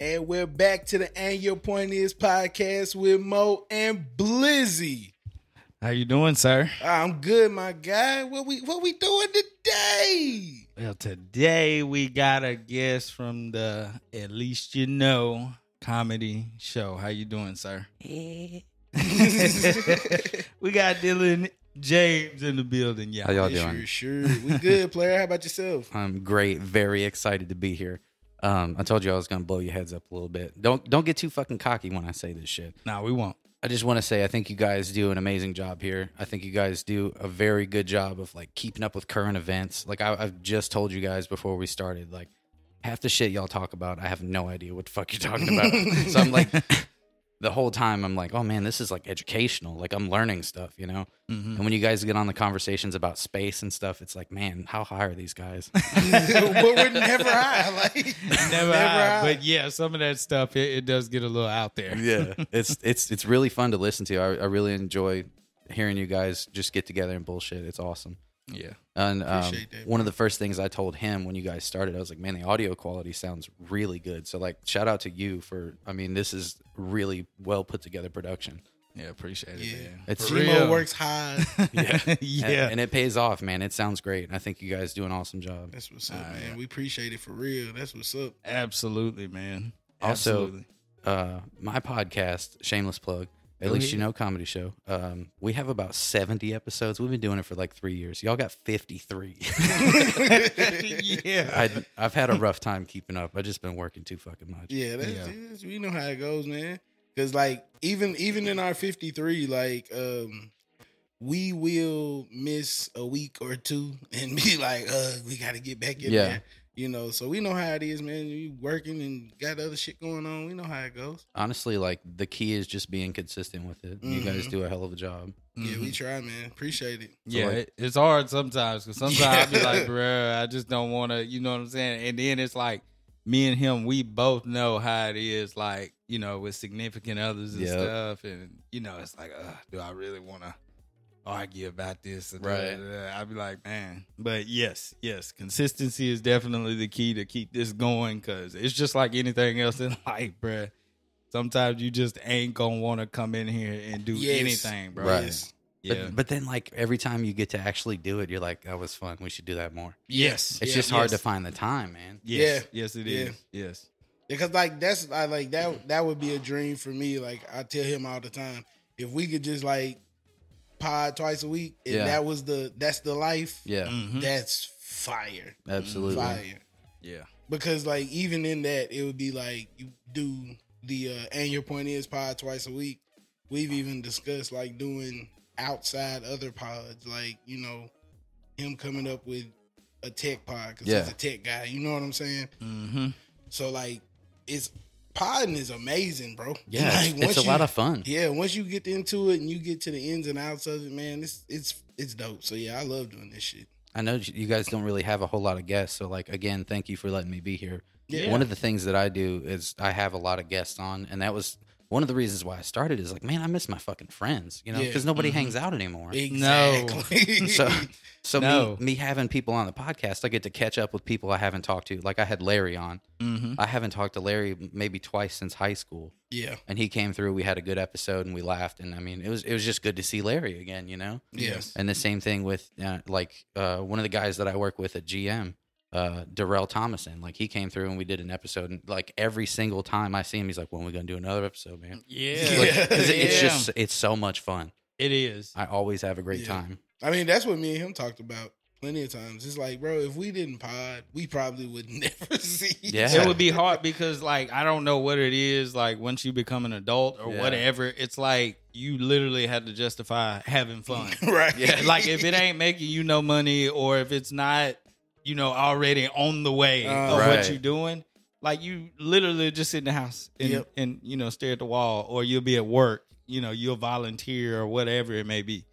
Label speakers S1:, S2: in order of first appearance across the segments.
S1: And we're back to the And Your Point Is podcast with Mo and Blizzy. Ah,
S2: How you doing, sir?
S1: I'm good, my guy. What we what we doing today?
S2: Well, today we got a guest from the At Least You Know comedy show. How you doing, sir? Eh. we got Dylan James in the building.
S3: How
S2: Yeah.
S3: y'all
S1: Yeah,
S3: doing?
S1: Sure, sure. We good, player. How about yourself?
S3: I'm great. Very excited to be here. Um, I told you I was gonna blow your heads up a little bit. Don't don't get too fucking cocky when I say this shit.
S2: Nah, we won't.
S3: I just want to say I think you guys do an amazing job here. I think you guys do a very good job of like keeping up with current events. Like I, I've just told you guys before we started, like half the shit y'all talk about, I have no idea what the fuck you're talking about. so I'm like, the whole time I'm like, oh man, this is like educational. Like I'm learning stuff, you know.
S2: Mhm.
S3: And when you guys get on the conversations about space and stuff, it's like, man, how high are these guys?
S1: but we're never high. Like
S2: Never,
S1: high.
S2: high, But yeah, some of that stuff it, it does get a little out there.
S3: yeah it's it's it's really fun to listen to I, I really enjoy hearing you guys just get together and bullshit it's awesome
S2: Yeah.
S3: and um,
S1: Appreciate that,
S3: one of the first things i told him when you guys started i was like man the audio quality sounds really good so like shout out to you for i mean this is really well put together production
S2: Yeah, appreciate it.
S1: Yeah.
S2: man.
S3: It's-
S2: For
S1: Remo works high.
S2: Yeah.
S3: And-
S2: yeah.
S3: and, it pays off man it sounds great and i think you guys do an awesome job
S1: That's what's up, man. We appreciate it for real. That's what's up.
S2: Absolutely, man.
S3: Also,
S2: Absolutely.
S3: uh my podcast shameless plug at
S2: Go
S3: least
S2: ahead.
S3: you know comedy show um we have about 70 episodes we've been doing it for like three years y'all got 53
S2: yeah.
S3: I, I've had a rough time keeping up. I've just been working too fucking much.
S1: Yeah, that's,
S2: Yeah.
S1: that's- we know how it goes, man. Because like even even in our fifty three, like um, we will miss a week or two and be like, uh, we got to get back in
S3: Yeah.
S1: there. You know, so we know how it is, man. You working and got other shit going on. We know how it goes.
S3: Honestly, like the key is just being consistent with it. You guys
S1: Mhm.
S3: do a hell of a job.
S1: Yeah,
S2: Mhm.
S3: Mm-hmm.
S1: we try, man. Appreciate it.
S3: So,
S2: Yeah,
S3: like-
S2: it- it's hard sometimes because sometimes I'll be like, bruh, I just don't want to, you know what I'm saying? And then it's like, me and him, we both know how it is, like, you know, with significant others and
S3: Yep.
S2: stuff. And, you know, it's like, Ugh, do I really want to argue about this? And
S3: Right.
S2: I'll be like, man. But yes, yes, consistency is definitely the key to keep this going because it's just like anything else in life, bruh. Sometimes you just ain't going to want to come in here and do
S1: Yes.
S2: anything, bro.
S3: Right.
S1: Yes.
S2: Yeah.
S3: But, but then, like, every time you get to actually do it, you're like, that was fun. We should do that more.
S2: yes.
S3: It's
S1: Yeah,
S3: just hard
S2: yes.
S3: to find the time, man.
S2: Yes. Yes, it
S1: Yeah.
S2: is. Yes.
S1: Because like that's I like that
S3: Mm-hmm.
S1: that would be a dream for me. Like I tell him all the time, if we could just like pod twice a week, and
S3: Yeah.
S1: that was the that's the life.
S3: Yeah, Mm-hmm.
S2: Mm-hmm.
S1: That's fire.
S3: absolutely.
S1: Fire.
S2: Yeah.
S1: Because like even in that, it would be like you do the uh, and your point is pod twice a week. We've even discussed like doing outside other pods, like you know him coming up with a tech pod because
S3: Yeah.
S1: he's a tech guy. You know what I'm saying?
S2: Mm-hmm.
S1: So like it's podding is amazing, bro.
S3: Yeah,
S1: like,
S3: it's, it's a
S1: you,
S3: lot of fun.
S1: yeah. Once you get into it and you get to the ins and outs of it, man, it's it's it's dope. So yeah, I love doing this shit.
S3: I know you guys don't really have a whole lot of guests. So, like, again, thank you for letting me be here.
S1: Yeah.
S3: One of the things that I do is I have a lot of guests on, and that was one of the reasons why I started. Is like, man, I miss my fucking friends, you know,
S1: Yeah. Mm-hmm.
S3: because nobody
S2: Mhm.
S3: hangs out anymore.
S2: No.
S1: Exactly.
S3: So- So
S2: No.
S3: me, me having people on the podcast, I get to catch up with people I haven't talked to. Like I had Larry on.
S2: Mm-hmm.
S3: I haven't talked to Larry maybe twice since high school,
S1: yeah,
S3: and he came through. We had a good episode, and we laughed. And I mean, it was it was just good to see Larry again, you know.
S1: Yes.
S3: And the same thing with uh, like uh, one of the guys that I work with at GM, uh, Darrell Thomason. Like he came through and we did an episode, and like every single time I see him, he's like, "When are we gonna do another episode, man?"
S2: Yeah.
S3: Like, 'cause it- It's
S2: Yeah.
S3: just it's so much fun.
S2: it is.
S3: I always have a great
S1: Yeah.
S3: time.
S1: I mean that's what me and him talked about plenty of times. It's like, bro, if we didn't pod, we probably would never see. each
S3: Yeah.
S1: other.
S2: It would be hard because, like, I don't know what it is. Like, once you become an adult or
S3: Yeah.
S2: whatever, it's like you literally had to justify having fun.
S1: right.
S3: Yeah.
S2: like, if it ain't making you no money or if it's not, you know, already on the way
S1: Uh,
S2: of
S3: Right.
S2: what you're doing, like, you literally just sit in the house and,
S1: Yep.
S2: and, you know, stare at the wall or you'll be at work, you know, you'll volunteer or whatever it may be.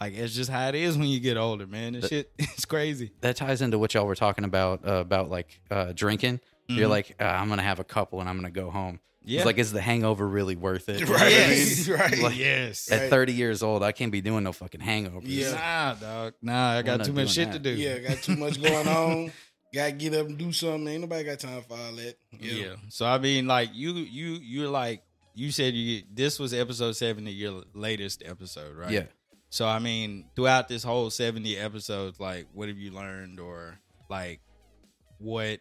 S2: Like, it's just how it is when you get older, man. This
S3: But-
S2: shit is crazy.
S3: that ties into what y'all were talking about uh, about like uh, drinking. You're
S1: Mm-hmm.
S2: Mhm.
S3: like, uh, I'm gonna have a couple and I'm gonna go home.
S2: Yeah.
S3: It's like, is the hangover really worth it? You know what I
S1: Right.
S3: mean?
S1: Yes. Right.
S3: Like-
S2: yes.
S1: Right.
S3: At 30 years old, I can't be doing no fucking hangovers.
S1: Yeah.
S2: Nah, dog. Nah, I
S3: I'm
S2: got
S3: not
S2: too much
S3: doing
S2: shit
S3: that.
S2: to do.
S1: yeah, got too much going on. Got to get up and do something. Ain't nobody got time for all that.
S2: Yeah. So I mean, like you, you, you're like you said. You this was episode seventy, your latest episode, right?
S3: Yeah.
S2: So I mean, throughout this whole seventy episodes, like, what have you learned, or like, what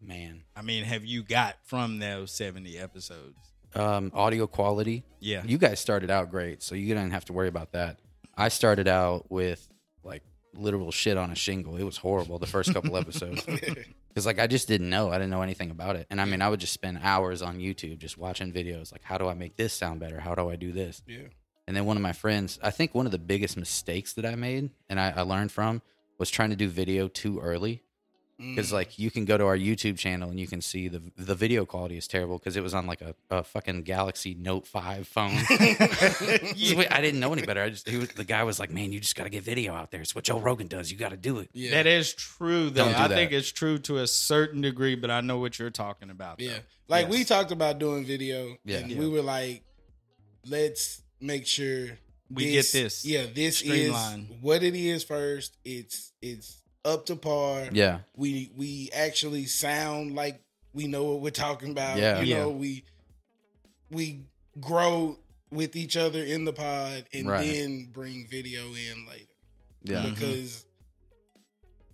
S3: Man.
S2: I mean, have you got from those seventy episodes?
S3: Um, audio quality.
S2: Yeah.
S3: You guys started out great, so you didn't have to worry about that. I started out with like literal shit on a shingle. It was horrible the first couple episodes. Because like I just didn't know. I didn't know anything about it. And I mean I would just spend hours on YouTube just watching videos like how do I make this sound better? How do I do this?
S1: yeah.
S3: And then one of my friends, I think one of the biggest mistakes that I made and I, I learned from was trying to do video too early. Because
S1: Mm.
S3: like you can go to our YouTube channel and you can see the the video quality is terrible because it was on like a, a fucking Galaxy Note 5 phone.
S1: Mm.
S3: Just wait, I didn't know any better. I just he was, the guy was like, "Man, you just got to get video out there. It's what Joe Rogan does. You got to do it."
S1: yeah.
S2: That is true, though.
S3: Don't do
S2: I
S3: that.
S2: think it's true to a certain degree, but I know what you're talking about. though.
S1: Yeah. Like we
S2: Yes.
S1: talked about doing video.
S3: Yeah.
S1: And we were like, let's make sure
S2: we get this.
S1: Yeah, this is
S2: Streamline.
S1: what it is first. It's it's up to par.
S3: Yeah,
S1: We we actually sound like we know what we're talking about.
S3: Yeah.
S1: You
S2: Yeah.
S1: know, we we grow with each other in the pod and
S3: Right.
S1: then bring video in later.
S2: Mm-hmm.
S3: yeah.
S1: Because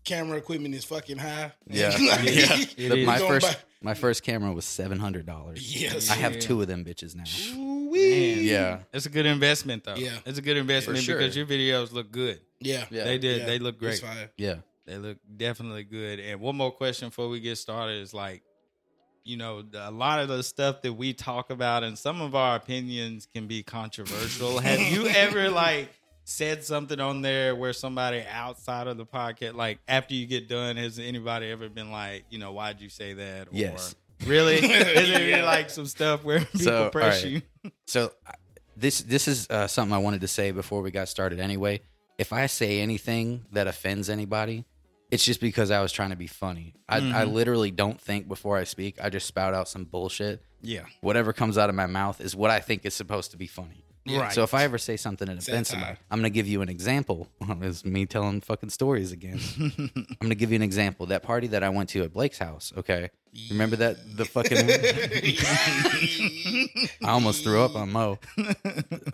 S1: camera equipment is fucking high.
S3: Yeah.
S2: Yeah.
S1: you
S2: It
S3: The-
S2: is.
S3: my
S1: gonna
S3: first
S1: buy-
S3: my first camera was seven hundred dollars.
S1: Yes.
S3: I have
S2: Yeah.
S3: two of them bitches now.
S2: Ooh-wee.
S3: Yeah,
S2: It's a good investment, though.
S1: Yeah.
S2: It's a good investment
S3: sure.
S2: because your videos look good.
S1: Yeah.
S3: yeah,
S2: They did.
S1: Yeah.
S2: They look
S1: It's
S2: great.
S1: fine.
S3: yeah.
S2: They look definitely good. And one more question before we get started is like, you know, the- a lot of the stuff that we talk about and some of our opinions can be controversial. Have you ever like said something on there where somebody outside of the podcast, like after you get done, has anybody ever been like, you know, why'd you say that? Or
S3: Yes.
S2: really? Is there been, like some stuff where people
S3: So,
S2: press
S3: all right.
S2: you?
S3: So I- this this is uh, something I wanted to say before we got started. Anyway, if I say anything that offends anybody, it's just because I was trying to be funny. I, I
S2: Mhm.
S3: literally don't think before I speak. I just spout out some bullshit.
S2: Yeah.
S3: Whatever comes out of my mouth is what I think is supposed to be funny.
S2: Right.
S3: So if I ever say something that offends
S1: Satire.
S3: somebody, I'm gonna give you an example. It's me telling fucking stories again. I'm gonna give you an example. That party that I went to at Blake's house. Okay, remember that the fucking I almost threw up on Mo.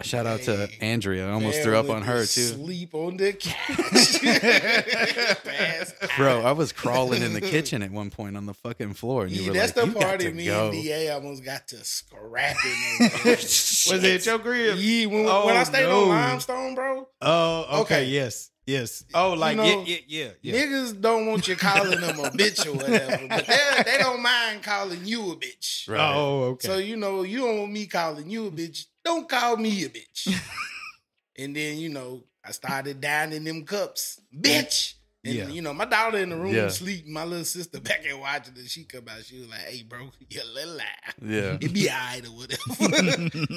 S3: Shout out to Andrea. I almost threw up on her too,
S1: Sleep on the couch. Pass out.
S3: bro. I was crawling in the kitchen at one point on the fucking floor, and you
S1: Yeah,
S3: were
S1: that's
S3: like,
S1: the
S3: "You got
S1: party
S3: to
S1: me
S3: go."
S1: and DA almost got to scrapping. over.
S2: Was it at your crib?
S1: yeah, when,
S2: Oh,
S1: when I stayed
S2: no.
S1: on Limestone, bro,
S2: Oh,
S1: okay,
S2: Yes. Yes. Oh, like,
S1: know,
S2: yeah, yeah, yeah. yeah.
S1: niggas don't want you calling them a bitch or whatever, but they they don't mind calling you a bitch.
S3: Right.
S2: Oh, okay.
S1: So you know, you don't want me calling you a bitch. Don't call me a bitch. and then you know, I started dining them cups, bitch. And
S2: Yeah.
S1: you know, my daughter in the room
S3: Yeah.
S1: sleeping. My little sister back there watching, and she come out. She was like, "Hey, bro, you little lie.
S3: Yeah.
S1: It be alright or whatever."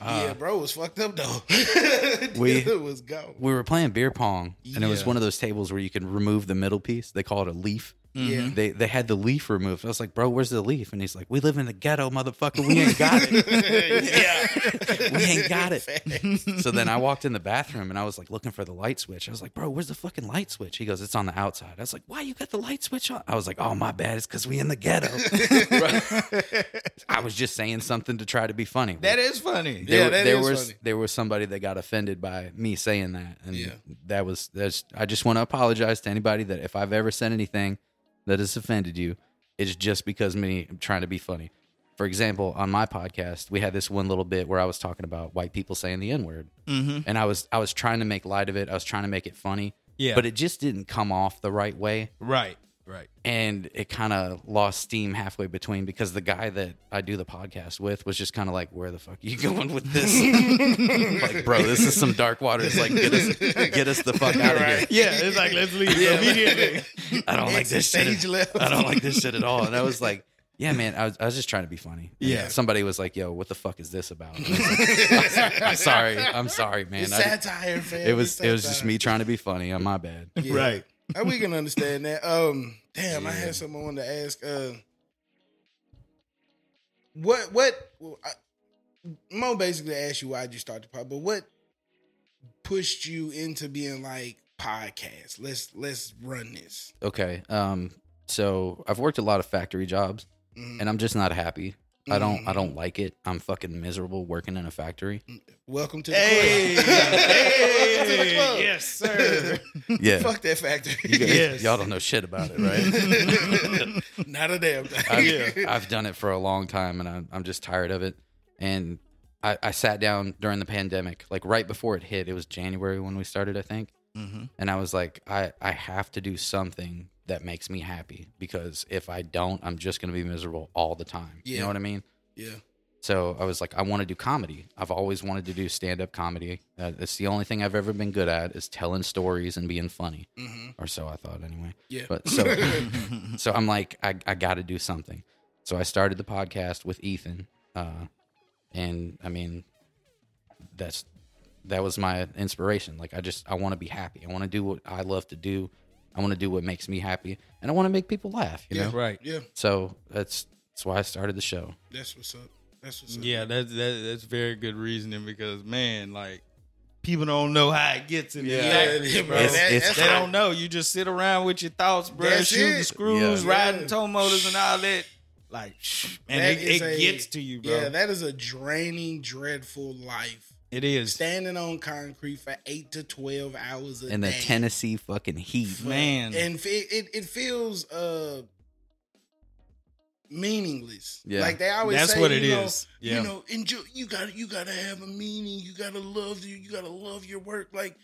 S1: yeah,
S3: Uh,
S1: bro, it was fucked up though. we
S3: We-
S1: it was go.
S3: we were playing beer pong, and it was
S2: Yeah.
S3: one of those tables where you can remove the middle piece. They call it a leaf.
S1: Yeah.
S3: They they had the leaf removed. I was like, bro, where's the leaf? And he's like, we live in the ghetto, motherfucker. We ain't got it.
S1: yeah,
S3: We ain't got it.
S1: Facts.
S3: so then I walked in the bathroom and I was like looking for the light switch. I was like, bro, where's the fucking light switch? He goes, it's on the outside. I was like, why you got the light switch on? I was like, oh, my bad. It's because we in the ghetto. I was just saying something to try to be funny.
S2: That is funny.
S1: Yeah, that
S3: there
S1: is
S3: was
S1: funny.
S3: there was somebody that got offended by me saying that, and
S1: Yeah.
S3: that was that's. I just want to apologize to anybody that if I've ever said anything that has offended you, it's just because me trying to be funny. For example, on my podcast, we had this one little bit where I was talking about white people saying the n word,
S2: Mm-hmm.
S3: and I was I was trying to make light of it. I was trying to make it funny,
S2: Yeah.
S3: but it just didn't come off the right way,
S2: right, right.
S3: and it kind of lost steam halfway between because the guy that I do the podcast with was just kind of like, "Where the fuck are you going with this?" like, bro, this is some dark waters. Like, get us get us the fuck out of here.
S1: Right.
S2: Yeah, it's like let's leave immediately.
S3: I don't like this shit.
S1: Stage left.
S3: I don't like this shit at all. And I was like, yeah, man, I was, I was just trying to be funny. And
S2: Yeah.
S3: Somebody was like, yo, what the fuck is this about? And I was like, I'm sorry. I'm sorry, man.
S1: It's
S3: I-
S1: satire, fam.
S3: it was
S1: It's
S3: it was just
S1: satire.
S3: me trying to be funny. On my bad.
S1: Yeah. Uh, we can understand that. Um, damn, I had something I wanted to ask. Uh, what what well, I, Mo basically asked you why would you start the pod, but what pushed you into being like podcast? Let's let's run this.
S3: Okay. Um, So I've worked a lot of factory jobs
S1: Mhm.
S3: and I'm just not happy. I don't I don't like it. I'm fucking miserable working in a factory.
S1: Welcome to the
S2: Hey,
S1: club. Welcome to the club.
S2: yes, sir.
S3: Yeah.
S1: Fuck that factory.
S3: You guys,
S2: Yes.
S3: Y'all don't know shit about it, right?
S1: Not a damn thing.
S3: I've, I've done it for a long time and I'm, I'm just tired of it. And I, I sat down during the pandemic, like right before it hit. It was January when we started, I think.
S2: Mhm.
S3: And I was like, I, I have to do something that makes me happy because if I don't, I'm just going to be miserable all the time. You
S1: Yeah.
S3: know what I mean?
S1: yeah.
S3: So I was like, I want to do comedy. I've always wanted to do stand up comedy. Uh, it's the only thing I've ever been good at is telling stories and being funny,
S1: Mm-hmm.
S3: or so I thought anyway.
S1: Yeah.
S3: But so. So I'm like, I, I got to do something. So I started the podcast with Ethan, uh, and I mean, that's that was my inspiration. Like, I just I want to be happy. I want to do what I love to do. I want to do what makes me happy, and I want to make people laugh. You know.
S2: right.
S1: yeah.
S3: So that's that's why I started the show.
S1: That's what's up. That's what's up.
S2: Yeah, that's that, that's very good reasoning because man, like people don't know how it gets in
S1: Yeah,
S2: the factory,
S1: yeah,
S2: bro.
S1: bro.
S3: It's-
S1: That-
S3: it's-
S1: that's
S2: they
S1: how-
S2: don't know. You just sit around with your thoughts, bro.
S1: That's
S2: shooting
S1: it.
S2: screws,
S1: Yeah.
S2: riding
S1: Yeah.
S2: tow motors, and all that. Like, and
S1: That
S2: it, it
S1: is a-
S2: gets to you, bro.
S1: Yeah, that is a draining, dreadful life.
S2: it is,
S1: Standing on concrete for eight to twelve hours a
S3: And the
S1: day.
S3: Tennessee fucking heat.
S2: man.
S1: and fe- it, it feels uh meaningless.
S3: Yeah.
S1: like they always
S2: That's
S1: say,
S2: what
S1: you
S2: it
S1: know,
S2: is. Yeah.
S1: you know, enjoy. You got you got to have a meaning. You got to love you. You got to love your work. Like.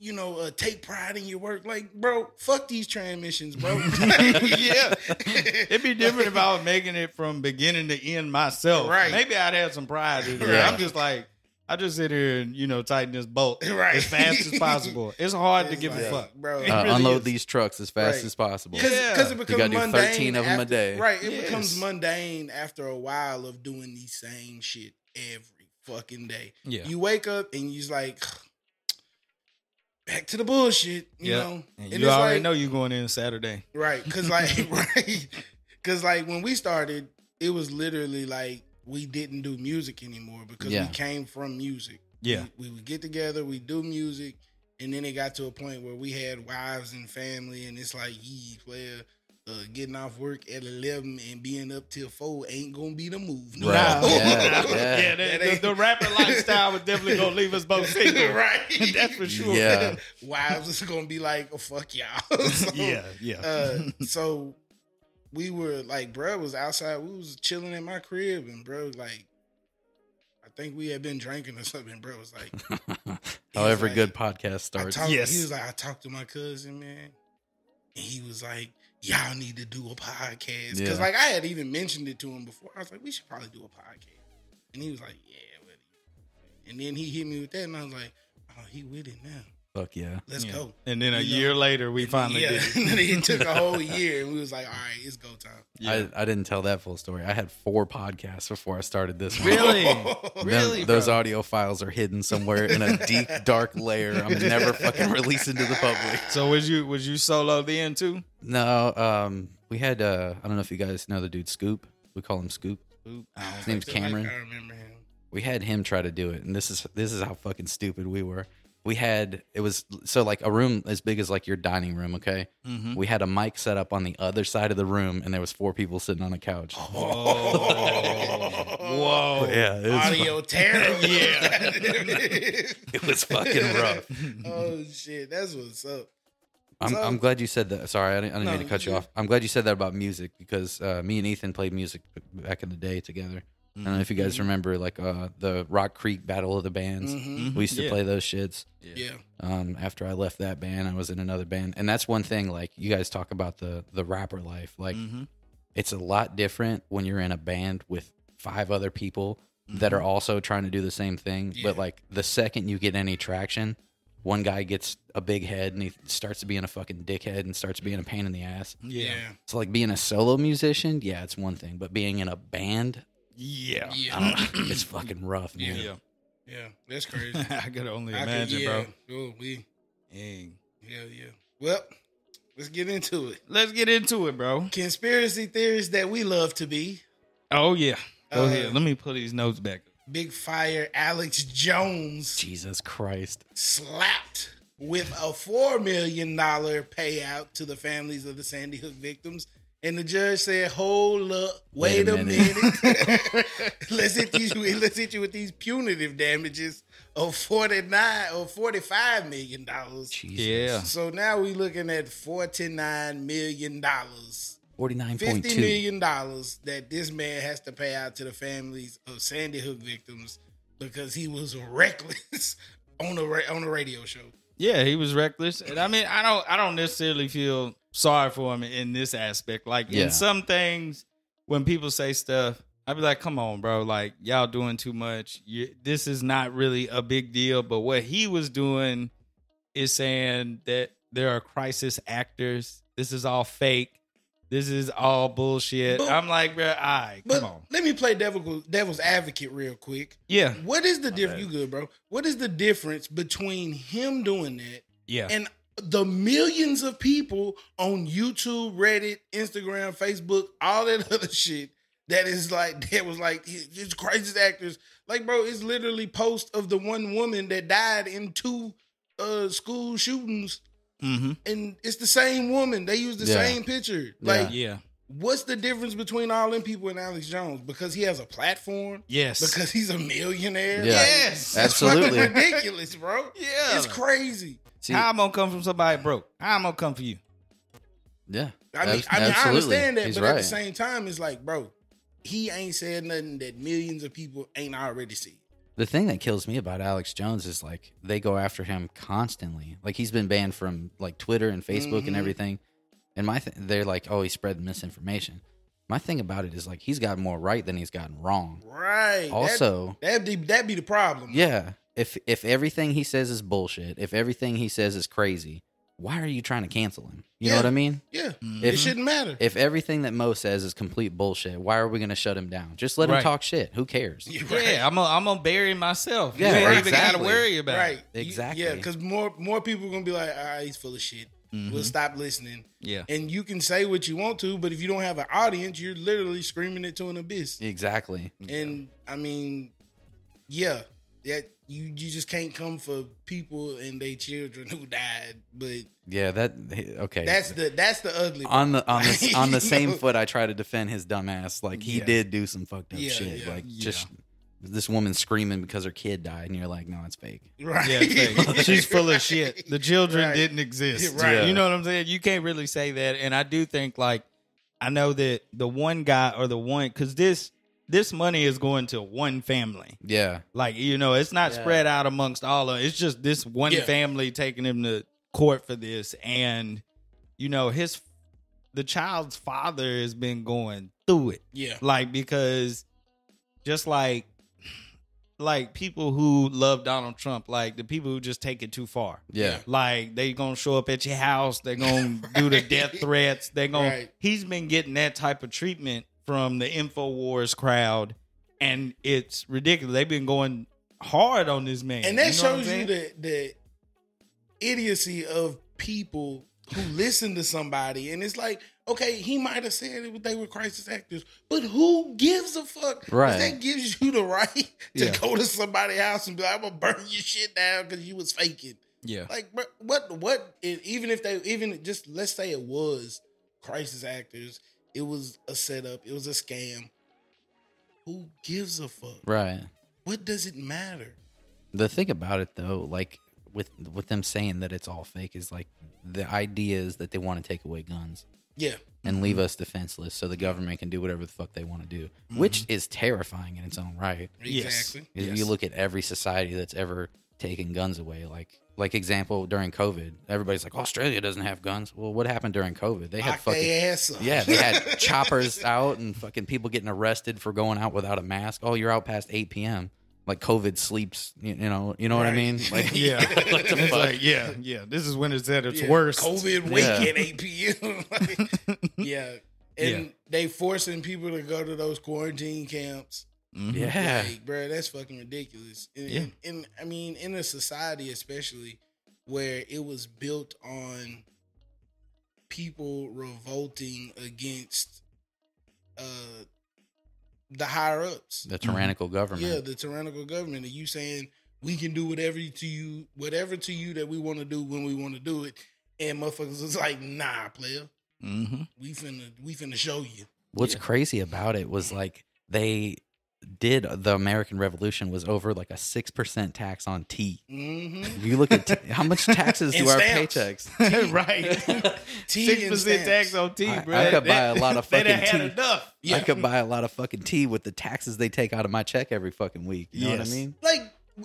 S1: You know, uh, take pride in your work. Like, bro, fuck these transmissions, bro.
S2: yeah, it'd be different if I was making it from beginning to end myself.
S1: Right.
S2: Maybe I'd have some pride in it.
S3: Yeah.
S2: I'm just like, I just sit here and you know tighten this bolt
S1: Right.
S2: as fast as possible. It's hard to
S1: It's
S2: give a
S1: like,
S2: fuck.
S1: bro.
S2: It
S3: Uh,
S2: really
S3: unload
S2: is.
S3: these trucks as fast
S1: Right.
S3: as possible.
S1: Because
S2: Yeah.
S1: it
S2: You
S1: becomes
S3: gotta do
S1: mundane
S3: 13 of 'em a
S1: after-
S3: day.
S1: Right. It becomes
S2: Yes.
S1: mundane after a while of doing the same shit every fucking day.
S2: Yeah.
S1: You wake up and you're like, back to the bullshit, you
S2: Yeah.
S1: know? And
S2: And you
S1: it's
S2: already
S1: like-
S2: know you're going in Saturday.
S1: Right. Because, like, right. Because, like, when we started, it was literally like we didn't do music anymore because
S3: Yeah.
S1: we came from music.
S2: Yeah.
S1: We, we would get together, we do music, and then it got to a point where we had wives and family, and it's like, yee, player, uh, getting off work at 11 and being up till 4 ain't going to be the move. no
S3: Right.
S1: more.
S3: Yeah,
S2: yeah,
S3: yeah.
S2: that-
S1: That ain't-
S2: the, the rapper lifestyle was definitely gonna leave us both single,
S1: right.
S2: That's for sure.
S3: Yeah.
S1: Wives is going to be like, oh, fuck y'all. So,
S2: yeah, yeah.
S1: uh, so we were like, bruh was outside. We was chilling at my crib, and bro, like, I think we had been drinking or something. Bro was like,
S3: How every
S1: like-
S3: good podcast
S1: I
S3: starts.
S1: talked,
S2: Yes.
S1: he was like, I talked to my cousin, man, and he was like, y'all need to do a podcast because,
S3: Yeah.
S1: like, I had even mentioned it to him before. I was like, we should probably do a podcast, and he was like, yeah, buddy. And then he hit me with that, and I was like, oh, he with it now.
S3: Fuck yeah.
S1: Let's
S2: Yeah.
S1: go.
S2: And then a
S1: You know.
S2: year later, we finally
S1: yeah,
S2: did it.
S1: and then it took a whole year, and we was like, all right, it's go time.
S2: Yeah.
S3: I, I didn't tell that full story. I had four podcasts before I started this one.
S2: Really?
S3: Them-
S2: Really,
S3: those
S2: bro?
S3: audio files are hidden somewhere in a deep, dark layer. I'm never fucking releasing to the public.
S2: so was you was you solo then too?
S3: No, um, we had uh, I don't know if you guys know the dude Scoop. We call him Scoop.
S2: I
S3: His name's
S1: I feel like
S3: Cameron.
S1: I remember him.
S3: we had him try to do it, and this is this is how fucking stupid we were. We had it was so like a room as big as like your dining room. Okay,
S2: don't-
S3: we had a mic set up on the other side of the room, and there was four people sitting on a couch.
S2: Whoa.
S3: yeah, it was, fu-
S1: Audio terror.
S2: Yeah.
S3: it was fucking rough.
S1: oh shit, that's what's up.
S3: I'm,
S1: So-
S3: I'm glad you said that. Sorry, I didn't, I didn't
S1: No,
S3: mean to cut you
S1: you-
S3: off. I'm glad you said that about music because uh, me and Ethan played music back in the day together. I don't know if you guys remember, like uh, the Rock Creek Battle of the Bands.
S1: Mhm.
S3: We used
S2: Mm-hmm.
S3: to
S2: Yeah.
S3: play those shits.
S1: Yeah,
S3: Um, after I left that band, I was in another band, and that's one thing. Like you guys talk about the the rapper life, like
S2: Mhm.
S3: it's a lot different when you're in a band with five other people that are also trying to do the same thing.
S1: Mm-hmm. Yeah.
S3: But like the second you get any traction, one guy gets a big head and he starts being a fucking dickhead and starts being a pain in the ass.
S1: yeah,
S2: Yeah.
S3: So like being a solo musician, yeah, it's one thing, but being in a band,
S2: Yeah.
S1: yeah,
S3: I
S1: yeah.
S3: don't, it's fucking rough, man.
S2: Yeah.
S1: That's crazy.
S2: I could only
S1: I could-
S2: imagine,
S1: yeah,
S2: bro.
S1: Oh, we,
S2: Dang.
S1: yeah, yeah. Well, let's get into it.
S2: Let's get into it, bro.
S1: Conspiracy theories that we love to be.
S2: Oh yeah. Go
S1: Uh,
S2: ahead. Let me pull these notes back.
S1: Big Fire Alex Jones
S3: Jesus Christ.
S1: slapped with a four million dollar payout to the families of the Sandy Hook victims And the judge said, "Hold up, wait,
S3: Wait a
S1: a, minute.
S3: minute."
S1: let's hit you. Let's hit you with these punitive damages of forty nine or forty five million dollars.
S3: Jesus.
S2: Yeah.
S1: So now we looking at forty nine million dollars, fifty
S3: 49.2.
S1: million dollars that this man has to pay out to the families of Sandy Hook victims because he was reckless on a ra- on a radio show.
S2: Yeah, he was reckless, and I mean, I don't, I don't necessarily feel sorry for him in this aspect. Like
S3: Yeah.
S2: in some things, when people say stuff, I'd be like, "Come on, bro! Like y'all doing too much. You, this is not really a big deal." But what he was doing is saying that there are crisis actors. This is all fake. This is all bullshit.
S1: But-
S2: I'm like, bro, I
S1: But
S2: come on,
S1: let me play devil devil's advocate real quick.
S2: yeah,
S1: What is the
S2: bad.
S1: difference? You good, bro? What is the difference between him doing that
S2: yeah,
S1: and the millions of people on YouTube, Reddit, Instagram, Facebook, all that other shit that is like that was like it's crisis actors. Like, bro, it's literally post of the one woman that died in two uh school shootings,
S2: mm-hmm.
S1: and it's the same woman. They use the
S3: Yeah.
S1: same picture. Like,
S2: yeah,
S1: what's the difference between all them people and Alex Jones? Because he has a platform.
S2: yes,
S1: Because he's a millionaire.
S3: Yeah.
S2: yes,
S1: That's fucking
S3: Absolutely.
S1: ridiculous, bro.
S2: yeah.
S1: It's crazy.
S3: See,
S2: How I'm gonna come from somebody broke? How I'm gonna come for you?
S3: yeah.
S1: I mean, I,
S3: Ab-
S1: mean I
S3: absolutely.
S1: understand that,
S3: He's
S1: but at the
S3: right.
S1: same time, it's like, bro, he ain't said nothing that millions of people ain't already seen.
S3: The thing that kills me about Alex Jones is like they go after him constantly. Like he's been banned from like Twitter and Facebook and
S1: Mhm.
S3: everything. And my th- they're like, oh, he spread misinformation. My thing about it is like he's gotten more right than he's gotten wrong.
S1: Right.
S3: Also,
S1: that be that be the problem.
S3: yeah, if if everything he says is bullshit, if everything he says is crazy, why are you trying to cancel him? You know
S1: Yeah.
S3: what I mean?
S1: yeah. It
S3: If-
S1: shouldn't matter.
S3: If everything that Mo says is complete bullshit, why are we going to shut him down? Just let
S2: Right.
S3: him talk shit. Who cares?
S1: You're right.
S2: Yeah, I'm gonna I'm gonna bury myself.
S3: Yeah,
S2: you ain't
S1: right,
S2: even
S3: exactly.
S2: gotta worry about
S1: Right.
S2: it.
S1: You-
S3: Exactly.
S1: Yeah, because more more people gonna be like, ah, he's full of shit.
S3: Mm-hmm.
S1: We'll stop listening.
S2: Yeah,
S1: And you can say what you want to, but if you don't have an audience, you're literally screaming it to an abyss.
S3: Exactly.
S1: And I mean, yeah, that you you just can't come for people and their children who died. But
S3: Yeah, that okay.
S1: that's the that's the ugly. part.
S3: on the on the on the same
S1: You know?
S3: foot I try to defend his dumbass. Like he
S1: Yeah.
S3: did do some fucked up
S1: Yeah,
S3: shit.
S1: yeah.
S3: like just this woman screaming because her kid died, and you're like, no, it's fake.
S1: Right.
S2: yeah. thanks. She's full of shit. The children
S1: Right.
S2: didn't exist.
S1: Yeah, right.
S2: You know what I'm saying? You can't really say that. And I do think like I know that the one guy or the one because this this money is going to one family.
S3: Yeah,
S2: Like you know, it's not
S3: Yeah.
S2: spread out amongst all of. It's just this one
S1: Yeah.
S2: family taking him to court for this, and you know his the child's father has been going through it.
S1: yeah.
S2: like because just like like people who love Donald Trump, like the people who just take it too far.
S3: yeah,
S2: Like they gonna show up at your house, they gonna do the death threats, they gonna
S1: Right.
S2: he's been getting that type of treatment from the InfoWars crowd and it's ridiculous. They've been going hard on this man.
S1: And that
S2: know what I'm
S1: shows you
S2: saying?
S1: the the idiocy of people who listen to somebody, and it's like, okay, he might have said it, they were crisis actors, but who gives a fuck? 'Cause
S3: Right.
S1: That gives you the right to
S2: Yeah.
S1: go to somebody's house and be like, I'm gonna burn your shit down because you was faking.
S2: Yeah.
S1: Like, bro, what, what, and even if they, even just let's say it was crisis actors, it was a setup, it was a scam. Who gives a fuck?
S3: right.
S1: What does it matter?
S3: The thing about it though, like with with them saying that it's all fake, is like the idea is that they want to take away guns
S1: Yeah.
S3: and leave us defenseless, so the government can do whatever the fuck they want to do, which
S1: Mm-hmm.
S3: is terrifying in its own right.
S2: Yes.
S1: Exactly.
S3: If you
S2: Yes.
S3: look at every society that's ever taken guns away, like like example during COVID, everybody's like Australia doesn't have guns. Well, what happened during COVID? They had
S1: Lock
S3: fucking
S1: their ass up.
S3: yeah, they had choppers out and fucking people getting arrested for going out without a mask. Oh, you're out past eight p.m. Like COVID sleeps. You, you know, you know what I
S1: Right.
S3: mean? Like
S2: Yeah.
S3: what the
S2: It's
S3: fuck?
S2: like, yeah, yeah. This is when it's at its
S1: Yeah.
S2: worst.
S1: COVID wake
S3: Yeah.
S1: at 8 p.m. Like, yeah. And
S2: Yeah.
S1: they forcing people to go to those quarantine camps.
S2: Mhm.
S3: yeah,
S1: Like, bro, that's fucking ridiculous. And,
S2: Yeah.
S1: and, and, I mean, in a society, especially where it was built on people revolting against uh, the higher ups.
S3: the tyrannical government.
S1: Mm-hmm. Yeah, the tyrannical government. And you saying we can do whatever to you, whatever to you that we want to do when we want to do it. And motherfuckers was like, nah, player.
S2: Mm-hmm.
S1: We finna we finna show you.
S3: What's
S2: Yeah.
S3: crazy about it was like they did the American Revolution was over like a six percent tax on tea.
S1: hmm
S3: If you look at t- how much taxes
S1: And
S3: do our
S1: stamps.
S3: paychecks?
S2: mm-hmm. right.
S1: Tea
S2: Six
S1: and
S2: percent
S1: stamps.
S2: tax on tea,
S3: I-
S2: bro.
S3: I could buy a lot of
S2: They done
S3: fucking
S2: had
S3: tea.
S2: enough.
S3: I
S1: Yeah.
S3: could buy a lot of fucking tea with the taxes they take out of my check every fucking week. You know what I
S2: Yes.
S3: mean?
S1: like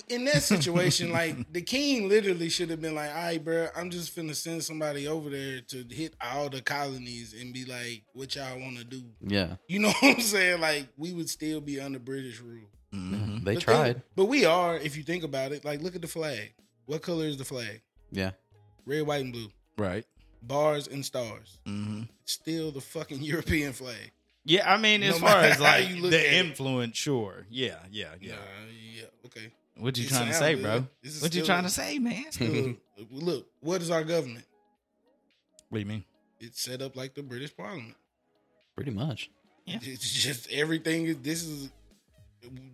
S1: in that situation, like the king literally should have been like, "All right, bro, I'm just finna send somebody over there to hit all the colonies and be like, what y'all want to do."
S3: Yeah,
S1: You know what I'm saying? Like we would still be under British rule.
S2: Mhm.
S3: they
S1: But
S3: tried.
S1: think- but we are. If you think about it, like look at the flag. What color is the flag?
S3: Yeah,
S1: Red, white, and blue.
S2: Right.
S1: Bars and stars.
S2: Mm-hmm.
S1: Still the fucking European flag.
S2: Yeah, I mean,
S1: No
S2: as far
S1: matter
S2: as
S1: how
S2: like
S1: you look at
S2: the
S1: it.
S2: influence, sure. Yeah, yeah, yeah.
S1: Yeah, yeah. Okay.
S2: What you
S1: It
S2: trying to
S1: sound
S2: say,
S1: good.
S2: bro?
S1: This is
S2: What you
S1: still-
S2: trying to say, man?
S1: Look, look, what is our government?
S2: What do you mean?
S1: It's set up like the British Parliament.
S3: pretty much.
S2: Yeah.
S1: It's just everything. is- This is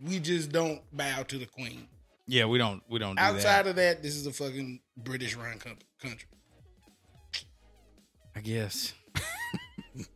S1: we just don't bow to the Queen.
S2: Yeah, we don't we don't do
S1: Outside
S2: that.
S1: of that, this is a fucking British run com- country.
S2: I guess.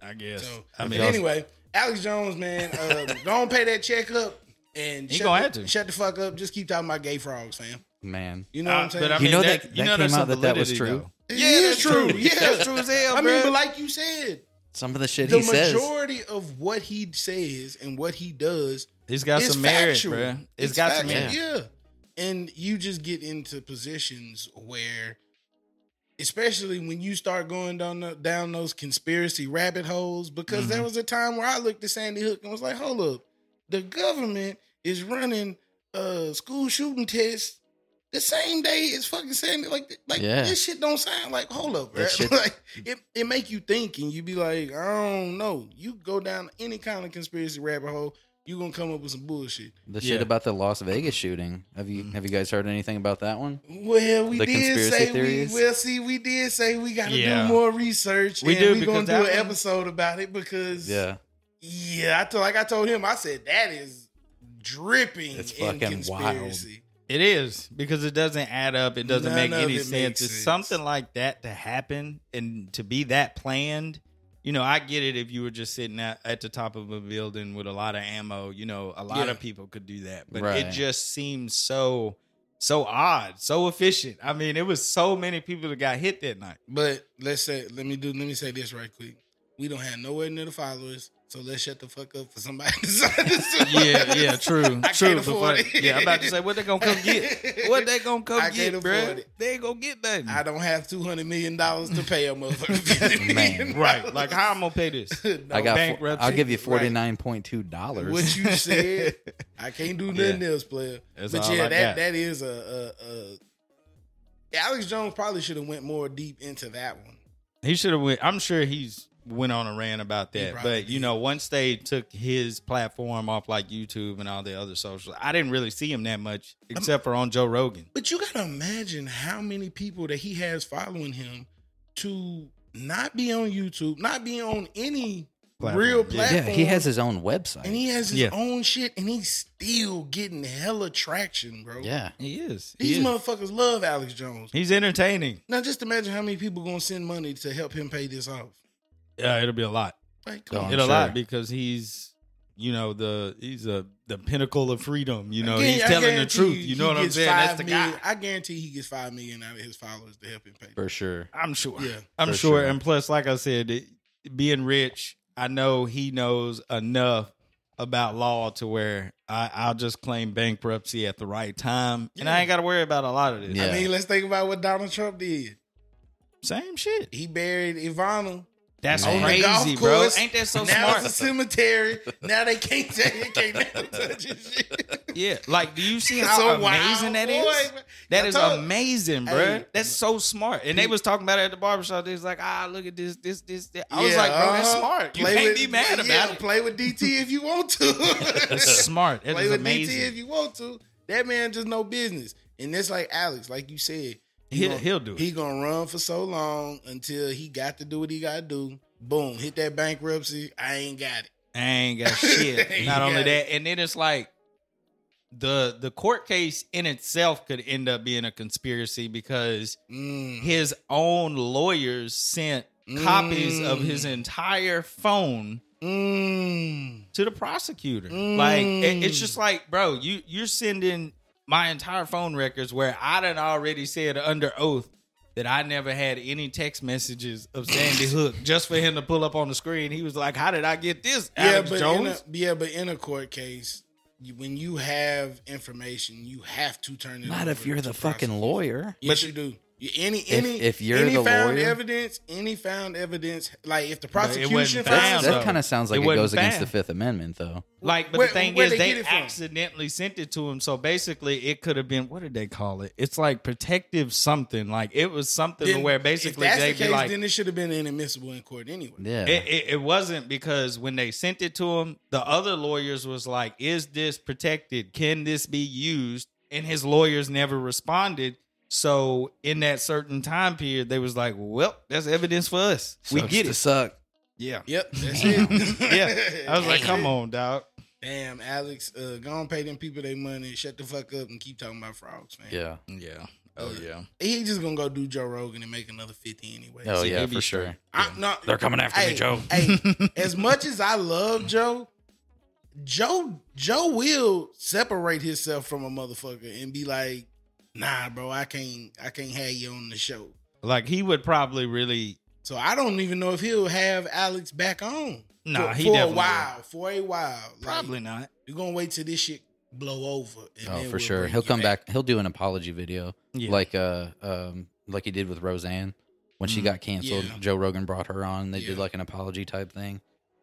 S2: I guess.
S1: So,
S2: I mean,
S1: but anyway, Alex Jones, man, uh, don't pay that check up and
S2: He
S1: shut
S2: gonna
S1: the,
S2: have to.
S1: shut the fuck up. Just keep talking about gay frogs, fam.
S3: Man,
S1: You know what
S2: uh,
S1: I'm saying?
S2: but I
S3: You
S2: mean,
S3: know
S2: that,
S3: that-
S2: you
S3: that
S2: know there's
S3: came out
S2: some
S3: that that was
S2: validity,
S3: true?
S2: though.
S1: yeah,
S2: Yeah,
S1: that's true. Yeah,
S2: that's true as hell,
S1: I mean,
S2: bro.
S1: but like you said,
S3: some of the shit
S1: the
S3: he says.
S1: majority of what he says and what he does
S2: It's got
S1: It's
S2: some merit,
S1: factual.
S2: bro. it's got some
S1: factual,
S2: merit.
S1: Yeah. And you just get into positions where, especially when you start going down the, down those conspiracy rabbit holes, because there
S2: Mm-hmm.
S1: was a time where I looked at Sandy Hook and was like, hold up, the government is running uh school shooting tests the same day as fucking Sandy. Like, like
S3: Yeah.
S1: this shit don't sound like, hold up, bro.
S3: That shit-
S1: like, it, it make you think and you be like, I don't know. You go down any kind of conspiracy rabbit hole, you gonna come up with some bullshit.
S3: The shit
S2: Yeah.
S3: about the Las Vegas shooting. Have you have you guys heard anything about that one?
S1: Well, we
S3: The
S1: did
S3: conspiracy
S1: say
S3: theories?
S1: we well see we did say we gotta
S2: Yeah.
S1: do more research.
S2: We
S1: and
S2: do,
S1: We're gonna
S2: because
S1: do
S2: that
S1: an
S2: one-
S1: episode about it because yeah. I told like I told him, I said that is dripping
S3: It's
S1: in
S3: fucking wild.
S1: conspiracy.
S2: It is because it doesn't add up. It doesn't
S1: None
S2: make
S1: of
S2: any
S1: it
S2: sense.
S1: makes
S2: It's
S1: sense.
S2: something like that to happen and to be that planned. You know, I get it if you were just sitting at, at the top of a building with a lot of ammo. You know, a lot
S1: Yeah.
S2: of people could do that, but
S3: Right.
S2: it just seems so so odd, so efficient. I mean, it was so many people that got hit that night.
S1: But let's say let me do let me say this right quick. We don't have nowhere near the followers, so let's shut the fuck up for somebody to decide to do
S2: Yeah,
S1: it.
S2: yeah, true,
S1: I
S2: true.
S1: can't afford
S2: Before-
S1: it.
S2: Yeah, I'm about to say what they gonna come get. What they gonna come
S1: I can't
S2: get, bro?
S1: afford it.
S2: They ain't gonna get nothing.
S1: I don't have two hundred million dollars to pay a motherfucker. $50 million.
S2: right? Like, how I'm gonna pay this?
S1: No.
S3: I got. Four,
S2: bankruptcy.
S3: I'll give you
S1: Right.
S3: forty nine point two dollars.
S1: What you said, I can't do nothing
S2: Yeah.
S1: else, player.
S2: That's
S1: but
S2: all
S1: yeah,
S2: I
S1: that
S2: got.
S1: that is a, a, a Alex Jones probably should have went more deep into that one.
S2: He should have went. I'm sure he's went on a rant about
S1: He
S2: that.
S1: probably
S2: But you
S1: did.
S2: know, once they took his platform off like YouTube and all the other socials, I didn't really see him that much except for on Joe Rogan.
S1: But you gotta imagine how many people that he has following him to not be on YouTube, not be on any
S2: Platform.
S1: real
S2: Yeah.
S1: platform.
S3: yeah, he has his own website.
S1: and he has his
S2: Yeah.
S1: own shit, and he's still getting hella traction, bro.
S3: yeah,
S2: He is. He
S1: These
S2: is.
S1: motherfuckers love Alex Jones.
S2: He's entertaining.
S1: Now just imagine how many people gonna send money to help him pay this off.
S2: Yeah, it'll be a lot.
S1: Like, come
S3: Oh,
S1: on.
S3: I'm
S2: it'll a lot
S3: sure.
S2: because he's you know the he's a the pinnacle of freedom. You know,
S1: I guarantee-
S2: he's
S1: I
S2: telling the
S1: guarantee
S2: truth.
S1: he
S2: You know what I'm
S1: gets
S2: saying? That's
S1: five
S2: the
S1: million-
S2: guy.
S1: I guarantee he gets five million out of his followers to help him pay.
S3: for sure.
S2: I'm sure.
S1: Yeah.
S2: I'm
S3: For
S2: sure.
S3: sure.
S2: And plus, like I said, it, being rich, I know he knows enough about law to where I, I'll just claim bankruptcy at the right time, and I ain't got to worry about a lot of this.
S3: Yeah.
S1: I mean, let's think about what Donald Trump did.
S2: Same shit.
S1: He buried Ivana.
S2: That's
S3: On the
S2: crazy,
S1: golf
S2: bro.
S1: course,
S2: Ain't that so
S1: now
S2: smart?
S1: it's a cemetery. now they can't take it. Can't never touch his shit.
S2: yeah. Like, do you see
S1: It's
S2: how
S1: so
S2: amazing
S1: wild,
S2: that
S1: boy,
S2: is?
S1: man.
S2: That
S1: I
S2: is
S1: told-
S2: amazing, bro.
S1: Hey.
S2: that's so smart. And they was talking about it at the barbershop. They was like, ah, look at this, this, this, that. I was
S1: Yeah,
S2: like, bro, that's
S1: uh-huh.
S2: smart. You
S1: Play
S2: can't
S1: with-
S2: be mad about
S1: yeah,
S2: it.
S1: Play with DT if you want
S2: It's
S1: to.
S2: smart. It
S1: play
S2: is
S1: with
S2: amazing.
S1: DT if you want to. That man just no business. And it's like Alex, like you said, he
S2: He'll-
S1: gonna-
S2: he'll do it.
S1: He gonna run for so long until he got to do what he got to do. Boom, hit that bankruptcy. I ain't got it.
S2: I ain't got shit.
S1: You
S2: Not only
S1: got
S2: that, and then it's like the the court case in itself could end up being a conspiracy because
S1: Mm.
S2: his own lawyers sent copies
S1: Mm.
S2: of his entire phone
S1: Mm.
S2: to the prosecutor.
S1: Mm.
S2: Like it- it's just like, bro, you you're sending my entire phone records where I done already said under oath that I never had any text messages of Sandy Hook just for him to pull up on the screen. He was like, "How did I get this,
S1: Yeah,
S2: Alex
S1: but in a,
S2: Jones?"
S1: yeah, but in a court case, you, when you have information, you have to turn it.
S3: Not if
S1: over
S3: you're
S1: to
S3: the
S1: prosecutor.
S3: fucking lawyer.
S1: Yes, you do. You- Any any
S3: if you're
S1: any
S3: the
S1: found
S3: lawyer-
S1: evidence, any found evidence, like if the
S2: But it
S1: prosecution
S2: wasn't found,
S1: finds
S2: though.
S1: something-
S3: That kind of sounds
S2: It
S3: like it,
S2: wasn't
S3: goes against the
S2: found.
S3: Fifth Amendment, though.
S2: Like, but
S1: Where-
S2: the thing
S1: where'd
S2: is,
S1: they
S2: they,
S1: get it from?
S2: accidentally sent it to him. So basically, it could have been what did they call it? It's like protective something. Like it was something
S1: then
S2: where
S1: if
S2: basically
S1: that's
S2: they'd
S1: the case,
S2: be like,
S1: then it should have been inadmissible in court anyway.
S3: Yeah.
S2: It, it, it wasn't because when they sent it to him, the other lawyers was like, "Is this protected? Can this be used?" And his lawyers never responded. So in that certain time period, they was like, "Well, that's evidence for us. we
S3: Sucks
S2: get
S3: to
S2: it."
S3: Suck.
S2: Yeah,
S1: Yep, that's it.
S2: yeah. I was like, "Come on, dog."
S1: Damn, Alex, uh, go and pay them people their money. Shut the fuck up and keep talking about frogs, man.
S3: Yeah.
S2: Yeah. Oh yeah.
S1: He just gonna go do Joe Rogan and make another 50 anyway.
S3: Oh
S2: See,
S3: yeah,
S2: he'd be
S3: for sure.
S1: I, no,
S3: They're coming after
S1: hey,
S3: me, Joe.
S1: hey, as much as I love Joe, Joe Joe will separate himself from a motherfucker and be like, nah, bro, I can't I can't have you on the show.
S2: Like he would probably really.
S1: So I don't even know if he'll have Alex back on.
S2: Nah,
S1: for,
S2: he
S1: for a
S2: definitely
S1: while. For a while. Like,
S2: Probably not.
S1: You're gonna wait till this shit blow over. and
S3: Oh,
S1: then
S3: for
S1: we'll
S3: sure.
S1: bring
S3: He'll
S1: you
S3: come back. He'll do an apology video,
S2: Yeah.
S3: like uh, um, like he did with Roseanne when she
S2: Mhm.
S3: got canceled.
S1: Yeah.
S3: Joe Rogan brought her on. They did
S1: Yeah.
S3: like an apology type thing.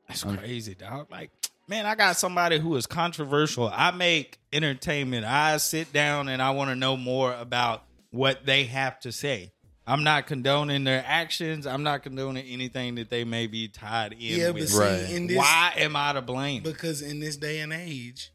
S2: That's
S3: Um,
S2: crazy, dog. Like, man, I got somebody who is controversial. I make entertainment. I sit down and I want to know more about what they have to say. I'm not condoning their actions. I'm not condoning anything that they may be tied in
S1: Yeah, but
S2: with.
S1: see,
S3: Right.
S1: in this
S2: Why am I to blame?
S1: Because in this day and age,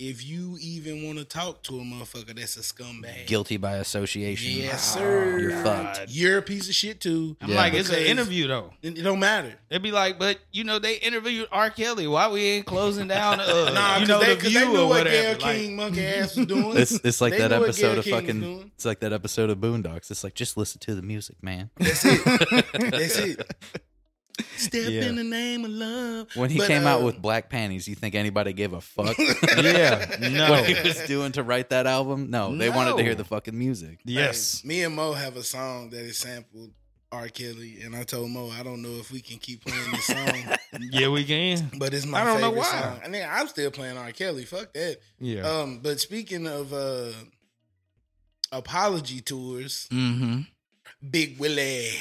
S1: if you even want to talk to a motherfucker that's a scumbag,
S3: Guilty by association.
S1: Yes, sir.
S3: You're fucked.
S1: you're a piece of shit too.
S2: I'm
S3: Yeah.
S2: like, it's an
S1: Because-
S2: interview though.
S1: It it don't matter.
S2: They'd be like, but you know, they interviewed R. Kelly. Why we ain't closing down? Uh,
S1: Nah,
S2: you
S1: because
S2: know,
S1: they,
S2: the
S1: 'cause
S2: view
S1: they knew
S2: or
S1: what
S2: whatever.
S1: Gail
S2: Like,
S1: King monkey ass was doing.
S3: It's it's like
S1: They
S3: that
S1: knew what
S3: episode
S1: Gayle
S3: of
S1: King was
S3: fucking.
S1: doing.
S3: It's like that episode of Boondocks. It's like just listen to the music, man.
S1: That's it. Step
S2: Yeah.
S1: in the name of love.
S3: When he
S1: But,
S3: came out
S1: um,
S3: with black panties, you think anybody gave a fuck?
S2: yeah,
S3: what
S2: no.
S3: he was doing to write that album? No, they wanted to hear
S2: No.
S3: the fucking music.
S2: yes.
S1: Hey, me and Mo have a song that is sampled R. Kelly, and I told Mo I don't know if we can keep playing this song,
S2: Yeah, we can.
S1: but it's my
S2: I don't know
S1: favorite
S2: why.
S1: song. I mean, I'm still playing R. Kelly. Fuck that.
S2: Yeah.
S1: Um, but speaking of uh apology tours,
S2: mm-hmm.
S1: Big Willie.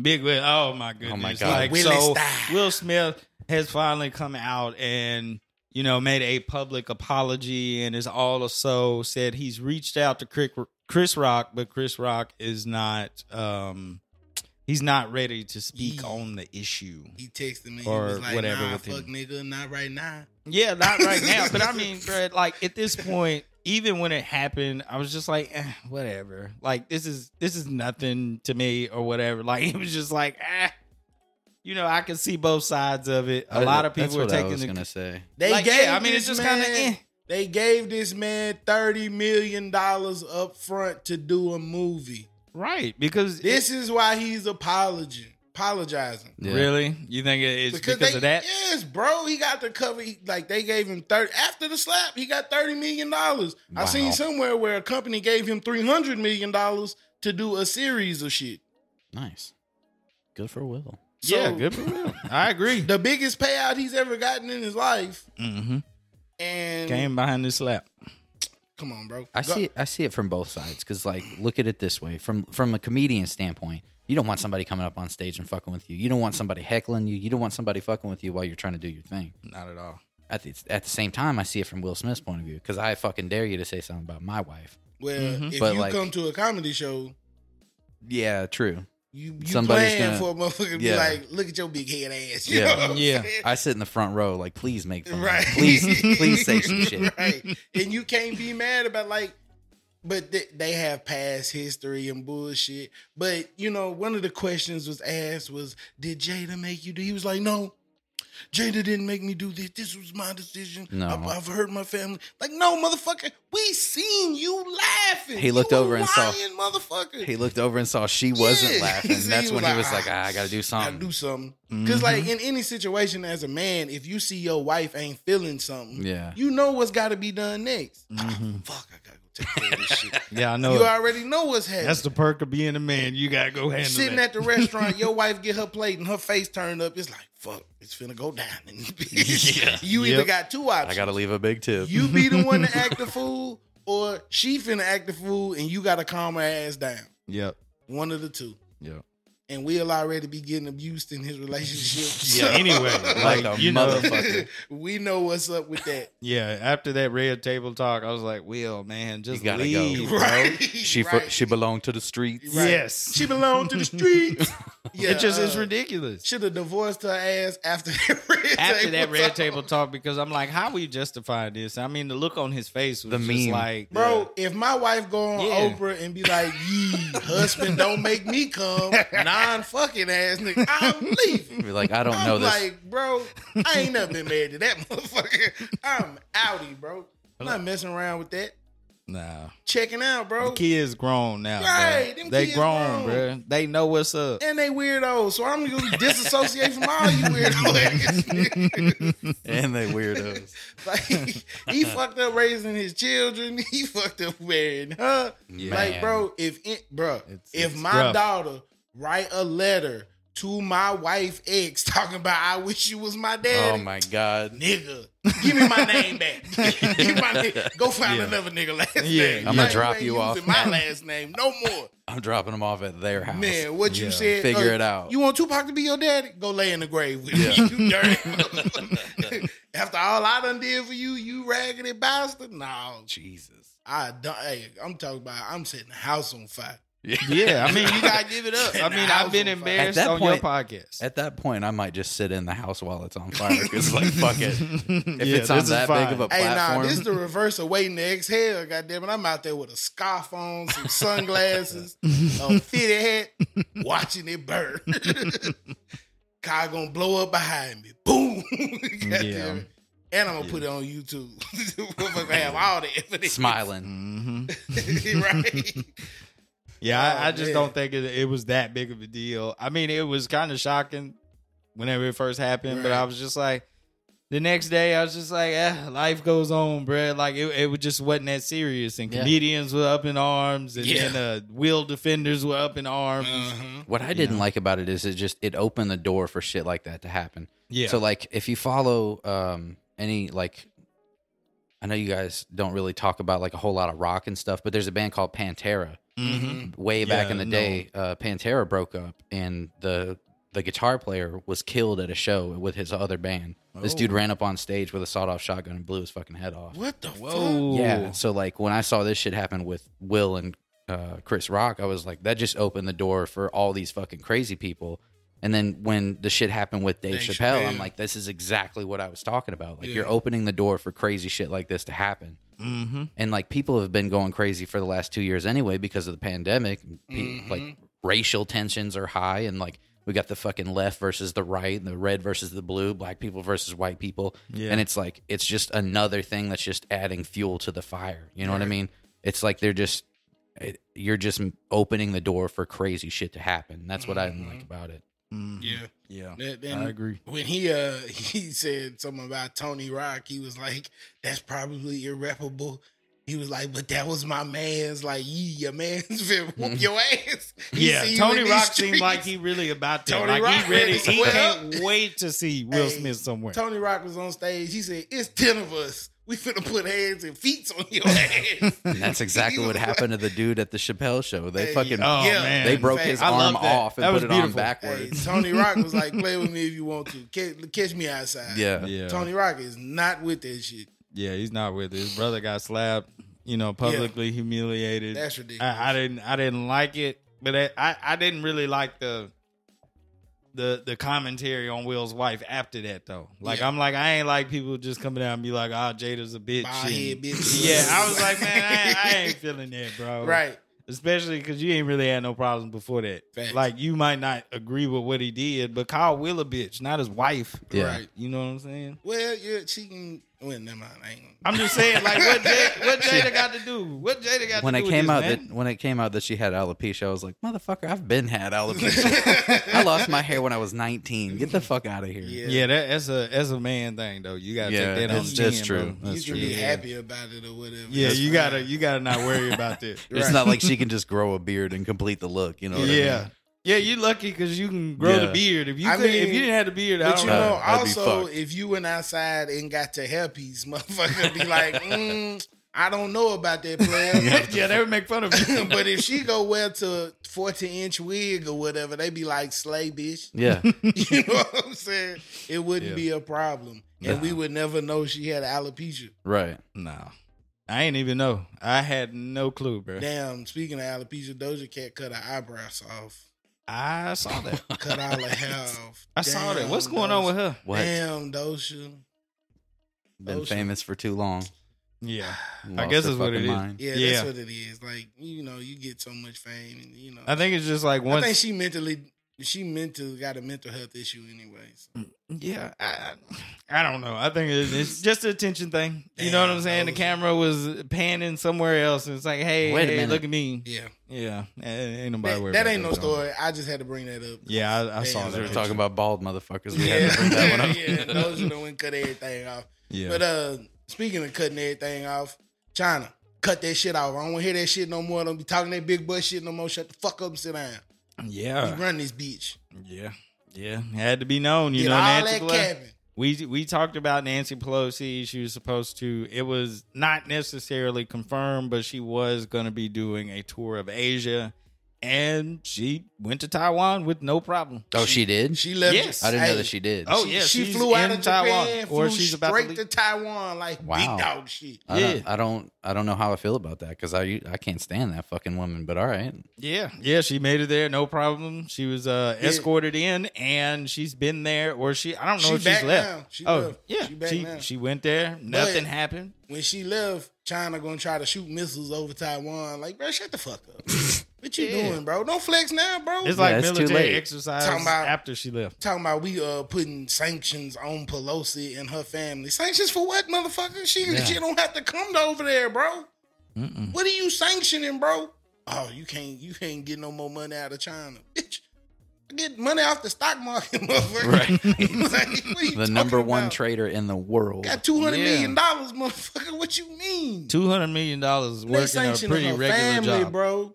S2: Big Will. Oh my goodness.
S3: Oh, my God.
S2: Like,
S1: Willie
S2: so
S1: style.
S2: Will Smith has finally come out and you know made a public apology and has also said he's reached out to Crick- Chris Rock, but Chris Rock is not um he's not ready to speak
S1: Ye-
S2: on the issue.
S1: He texted me.
S2: Or
S1: he was like,
S2: whatever
S1: Nah,
S2: with
S1: fuck
S2: him.
S1: nigga, not right now.
S2: Yeah, not right now. But I mean, Brad, like at this point, even when it happened, I was just like, eh, whatever. Like this is this is nothing to me or whatever. Like it was just like, eh. You know, I can see both sides of it. A lot of
S3: That's
S2: people are
S3: what
S2: taking
S3: I was
S2: the.
S3: gonna say.
S1: They
S2: Like,
S1: gave
S2: yeah, I mean, it's
S1: this
S2: just kind of.
S1: man-
S2: Eh.
S1: They gave this man thirty million dollars up front to do a movie.
S2: Right, because
S1: This is why he's apologizing. Apologizing.
S3: Yeah.
S2: really, you think it's because,
S1: they,
S2: of that?
S1: Yes, bro. He got the cover. He, like they gave him thirty after the slap. He got thirty million dollars. I
S3: Wow.
S1: seen somewhere where a company gave him three hundred million dollars to do a series of shit.
S3: Nice. Good for Will.
S1: So,
S2: yeah, good for you. I agree.
S1: The biggest payout he's ever gotten in his life.
S2: hmm
S1: And
S2: Came behind this slap.
S1: come on, bro.
S3: I
S1: Go-
S3: see. I see it from both sides because, like, look at it this way: from from a comedian standpoint, you don't want somebody coming up on stage and fucking with you. You don't want somebody heckling you. You don't want somebody fucking with you while you're trying to do your thing.
S2: Not at all.
S3: At the, at the same time, I see it from Will Smith's point of view because I fucking dare you to say something about my wife.
S1: Well,
S2: Mhm.
S1: if
S3: But,
S1: you
S3: like-
S1: come to a comedy show,
S3: Yeah, true.
S1: you you
S3: Somebody's
S1: playing
S3: gonna-
S1: for a motherfucker to
S3: Yeah.
S1: be like, look at your big head ass. You
S3: Yeah.
S1: know what I'm
S2: Yeah.
S1: saying?
S3: I sit in the front row, like, please make fun. of me.
S1: Right.
S3: Please, please say some shit.
S1: right. And you can't be mad about like, but th- they have past history and bullshit. But you know, one of the questions was asked was, "Did Jada make you do?" He was like, "No, Jada didn't make me do this. This was my decision.
S3: No.
S1: I, have hurt my family. Like, no, motherfucker, we seen you laughing.
S3: He looked
S1: You a
S3: over and saw-
S1: lying motherfucker.
S3: He looked over and saw she wasn't
S1: Yeah.
S3: laughing.
S1: So
S3: That's
S1: he
S3: when
S1: was
S3: he was
S1: like,
S3: like, ah, I gotta do
S1: gotta
S2: Um,
S3: something.
S1: do something. because like
S2: mm-hmm.
S1: in any situation as a man, if you see your wife ain't feeling something,
S3: Yeah.
S1: you know what's got to be done next. Ah,
S2: Mhm.
S1: Fuck, I gotta go take care of this shit.
S2: Yeah, I know.
S1: You
S2: it.
S1: already know what's happening.
S2: That's the perk of being a man. You gotta go handle
S1: Sitting
S2: that.
S1: at the restaurant, your wife get her plate and her face turned up. It's like fuck, it's finna go down. in this bitch.
S2: Yeah.
S1: You either
S2: Yep.
S1: got two options.
S3: I gotta leave a big tip.
S1: you be the one to act the fool, or she finna act the fool, and you gotta calm her ass down.
S2: Yep.
S1: One of the two.
S2: Yep.
S1: And we'll already be getting abused in his relationship.
S2: Yeah.
S1: So-
S2: Anyway, like,
S3: a
S2: you know,
S3: motherfucker.
S1: we know what's up with that.
S2: yeah. After that red table talk, I was like, "Will, man, just
S3: gotta go.
S2: leave, bro."
S1: Right.
S3: She fo-
S1: right.
S3: she belonged to the streets.
S1: Right.
S2: Yes.
S1: She belonged to the streets. Yeah,
S2: it just is
S1: uh,
S2: ridiculous.
S1: Should have divorced her ass after that red
S2: After
S1: table
S2: that red
S1: talk.
S2: table talk, because I'm like, how we justify this? I mean, the look on his face was
S3: The
S2: just
S3: meme.
S2: like,
S1: Bro, if my wife go on
S2: Yeah.
S1: Oprah and be like, "Ye husband, don't make me come," non fucking ass nigga, I'm leaving.
S3: Be like, I don't
S1: I'm
S3: know this.
S1: like, bro, I ain't never been married to that motherfucker. I'm outie, bro. I'm not messing around with that.
S2: nah.
S1: Checking out, bro.
S2: The kids grown now.
S1: Right,
S2: bro.
S1: them
S2: They
S1: kids
S2: grown,
S1: grown.
S2: bro. They know what's up.
S1: and they weirdos. So I'm gonna disassociate from all you weirdos.
S3: and they weirdos.
S1: like he fucked up raising his children. He fucked up marrying her.
S3: Yeah.
S1: Like,
S3: Man.
S1: bro, if it, bro,
S2: It's-
S1: if
S2: it's
S1: my
S2: rough.
S1: daughter write a letter to my wife ex talking about I wish you was my
S3: Oh
S1: daddy.
S3: my god.
S1: Nigga, give me my name back. give my nigga. Go find
S2: Yeah.
S1: another nigga last
S2: Yeah.
S1: name.
S2: I'ma
S1: You ain't
S3: drop you
S1: using
S3: off
S1: My
S3: now.
S1: last name, no more.
S3: I'm dropping them off at their house.
S1: Man, what you
S2: Yeah.
S1: said? uh,
S3: Figure it out.
S1: You want Tupac to be your daddy? Go lay in the grave with me. you dirty. motherfucker. After all I done did for you, you raggedy bastard. No,
S3: Jesus.
S1: I don't. Hey, I'm talking about. I'm setting the house on fire.
S2: Yeah, I mean,
S1: You
S2: you got.
S1: gotta give it up.
S2: I mean, I've been embarrassed
S3: At that
S2: on your
S3: point-
S2: podcast.
S3: At that point, I might just sit in the house while it's on fire. It's like fuck it.
S2: if
S3: If it's on that big of a
S1: Hey, nah,
S3: platform,
S1: this is the reverse of waiting to exhale. Goddamn it, I'm out there with a scarf on, some sunglasses, a fitted hat, watching it burn. Car gonna blow up behind me. Boom. Goddamn
S2: Yeah.
S1: it. And I'm gonna put it on YouTube. We're gonna have all the evidence.
S3: smiling.
S2: hmm
S1: right?
S2: Yeah,
S1: Oh,
S2: I, I just
S1: man.
S2: don't think it, it was that big of a deal. I mean, it was kind of shocking whenever it first happened, but
S1: Right.
S2: I was just like, the next day, I was just like, eh, life goes on, bruh. Like, it, it was- just wasn't that serious. And
S3: Yeah.
S2: comedians were up in arms, and
S1: Yeah. Uh-huh.
S2: then uh, wheel defenders were up in arms.
S3: What I didn't like about it is it just it opened the door for shit like that to happen.
S2: Yeah.
S3: So like if you follow um any like I know you guys don't really talk about like a whole lot of rock and stuff, but there's a band called Pantera.
S1: Mm-hmm.
S2: Mhm.
S3: Mm. Way back
S2: Yeah,
S3: in the
S2: no.
S3: day, uh, Pantera broke up and the the guitar player was killed at a show with his other band. This
S2: Oh.
S3: dude ran up on stage with a sawed off shotgun and blew his fucking head off.
S1: What the fuck?
S2: Whoa.
S3: Yeah. So like when I saw this shit happen with Will and uh, Chris Rock, I was like, that just opened the door for all these fucking crazy people. And then when the shit happened with
S1: Dave
S3: Dave, Chappelle, I'm
S1: Chappelle.
S3: like, this is exactly what I was talking about. Like
S1: Yeah.
S3: you're opening the door for crazy shit like this to happen.
S2: hmm
S3: And like people have been going crazy for the last two years anyway because of the pandemic. Pe-
S2: Mm-hmm.
S1: Mhm.
S3: Like racial tensions are high and like. We got the fucking left versus the right, the red versus the blue, black people versus white people.
S2: Yeah.
S3: And it's like it's just another thing that's just adding fuel to the fire. You know what I mean? It's like they're just it, you're just opening the door for crazy shit to happen. That's what I didn't like about it.
S2: Mhm.
S1: Yeah.
S2: Yeah.
S1: That- then-
S2: I agree.
S1: when he uh he said something about Tony Rock, he was like, "That's probably irreparable." He was like, "But that was my man's." Like, ye, your man's been whoop your ass. He
S2: Mm-hmm. Yeah,
S1: see you in
S2: Tony
S1: these
S2: Rock
S1: streets.
S2: seemed like he really about that.
S1: Tony
S2: like
S1: Rock
S2: he ready.
S1: ready to
S2: He
S1: square
S2: can't
S1: up.
S2: wait to see Will
S1: Hey,
S2: Smith somewhere.
S1: Tony Rock was on stage. He said, "It's ten of us. We finna put hands and feet on your ass."
S3: And that's exactly what happened to the dude at the Chappelle show. They
S1: Hey,
S3: fucking
S2: oh
S1: Yeah.
S2: man,
S3: they broke his
S2: I love
S3: arm
S2: that.
S3: off and
S2: That
S3: put
S2: was
S3: it on
S2: beautiful.
S1: Hey,
S3: backwards.
S1: Tony Rock was like, "Play with me if you want to. Catch, catch me outside."
S3: Yeah.
S2: Yeah.
S1: Tony Rock is not with that shit.
S2: Yeah, he's not with it. His brother got slapped, you know, publicly humiliated.
S1: That's ridiculous.
S2: I, I didn't I didn't like it, but I, I I didn't really like the the the commentary on Will's wife after that though. Like
S1: Yeah.
S2: I'm like I ain't like people just coming out and be like, "Oh, Jada's a bitch."
S1: Bald
S2: and-
S1: head bitch.
S2: Yeah, I was like, man, I, I ain't feeling that, bro.
S1: right.
S2: especially because you ain't really had no problems before that.
S1: Facts.
S2: Like you might not agree with what he did, but Kyle Will a bitch, not his wife.
S3: Yeah.
S1: Right.
S2: You know what I'm saying?
S1: Well, yeah, she can. Well, never mind. I ain't gonna-
S2: I'm just saying, like, what Jada, what Jada got to do? What Jada got
S3: When
S2: to
S3: it
S2: do?
S3: came
S2: with
S3: out
S2: this,
S3: that
S2: man?
S3: when it came out that she had alopecia, I was like, "Motherfucker, I've been had alopecia. I lost my hair when I was 19. Get the fuck out of here."
S1: Yeah.
S2: yeah, that, that's a that's a man thing though. You gotta take
S3: Yeah,
S2: that on
S3: that's-
S2: the
S3: that's
S2: chin,
S3: true.
S2: bro.
S3: That's
S1: you
S3: true.
S1: can be
S2: Yeah.
S1: happy about it or whatever.
S2: Yeah,
S1: That's
S2: you
S1: fine.
S2: gotta you gotta not worry about this.
S3: It's
S1: Right.
S3: not like she can just grow a beard and complete the look. You know? What I
S2: yeah.
S3: mean?
S2: Yeah, you lucky because you can grow the
S3: Yeah.
S2: beard. If you
S1: I
S2: could, if
S1: mean,
S2: you didn't have the beard, I
S1: But
S2: don't
S1: you
S2: know.
S1: know,
S3: I'd be
S1: also,
S3: fucked.
S1: if you went outside and got to herpes, motherfucker be like, mm, I don't know about that player.
S2: yeah, they would make fun of you.
S1: but if she go wear to 14 inch wig or whatever, they be like, slay, bitch.
S3: Yeah.
S1: You know what I'm saying? It wouldn't
S2: Yeah.
S1: be a problem. And we would never know she had alopecia.
S3: Right.
S2: no, I ain't even know. I had no clue, bro.
S1: Damn, speaking of alopecia, Doja Cat cut her eyebrows off,
S2: I saw that.
S1: cut all her hair off.
S2: I saw that.
S1: Damn,
S2: What's going
S1: Doja.
S2: on with her?
S3: What?
S1: Damn, Doja.
S3: Been
S1: Oh, shit.
S3: famous for too long.
S2: Yeah, I
S3: Lost
S2: guess
S3: her
S2: that's what
S3: fucking
S2: it is.
S3: mind.
S1: Yeah,
S2: Yeah.
S1: that's what it is. Like, you know, you get so much fame and you know
S2: I think it's just like
S1: I think
S2: once.
S1: she mentally she mentally got a mental health issue anyways.
S2: Mm. yeah, I, I don't know. I think it's, it's just an attention thing. You know
S1: Damn,
S2: what I'm saying? The
S1: Doja.
S2: camera was panning somewhere else, and it's like, hey,
S3: Wait a
S2: hey,
S3: minute.
S2: look at me.
S1: Yeah.
S2: Yeah, ain't ain't nobody
S1: That,
S2: worried
S1: that
S2: about
S1: ain't no
S2: that, bro.
S1: story. I just had to bring that up.
S2: Yeah, I, I saw
S1: Damn,
S2: that.
S3: We were
S1: Yeah.
S3: talking about bald motherfuckers. We
S1: Yeah,
S3: had to bring that one
S1: yeah,
S3: up.
S1: yeah. Doja done went cut everything off.
S2: Yeah.
S1: But uh speaking of cutting everything off, China, cut that shit off. I don't wanna hear that shit no more. Don't be talking that big butt shit no more. Shut the fuck up and sit down. We
S2: yeah.
S1: run this bitch.
S2: Yeah. Yeah. Had to be known. You
S1: Get
S2: know,
S1: all
S2: Nancy
S1: that
S2: Pelosi.
S1: cabin.
S2: We we talked about Nancy Pelosi. She was supposed to it was not necessarily confirmed, but she was gonna be doing a tour of Asia and she went to Taiwan with no problem.
S3: Oh, she did.
S1: She left.
S2: Yes.
S3: I didn't know
S1: Hey,
S3: that she did.
S2: Oh,
S1: she,
S2: yeah,
S1: she
S2: she's
S1: flew out
S2: in
S1: of Taiwan,
S2: Taiwan,
S1: flew
S2: or she's about to
S1: straight
S2: leave.
S1: to, Taiwan like
S3: Wow.
S1: big dog shit.
S3: I
S2: Yeah.
S3: don't, I don't. I don't know how I feel about that because I I can't stand that fucking woman. But all right.
S2: Yeah. Yeah, she made it there, no problem. She was uh
S1: Yeah.
S2: escorted in and she's been there or she I don't know
S1: She
S2: if
S1: back
S2: she's left.
S1: now. She
S2: oh,
S1: left.
S2: yeah.
S1: She back
S2: she,
S1: now.
S2: she went there, nothing happened.
S1: When she left, China gonna try to shoot missiles over Taiwan. Like, bro, shut the fuck up. what you
S2: Yeah.
S1: doing, bro? Don't flex now, bro.
S2: It's
S3: Yeah,
S2: like
S3: it's too
S2: military
S3: late.
S2: exercise
S1: Talking about-
S2: after she left.
S1: Talking about we uh putting sanctions on Pelosi and her family. Sanctions for what, motherfucker? She she don't have to come to over there, bro. What are you sanctioning, bro? Oh, you can't you can't get no more money out of China, bitch. I Get money off the stock market, motherfucker. Like, what are you
S3: The
S1: talking
S3: number one
S1: about?
S3: trader in the world.
S1: got two hundred
S2: Yeah.
S1: million dollars, motherfucker. What you mean?
S2: Two hundred million dollars
S1: They
S2: working a
S1: sanctioning
S2: pretty
S1: her
S2: regular
S1: family,
S2: job.
S1: bro.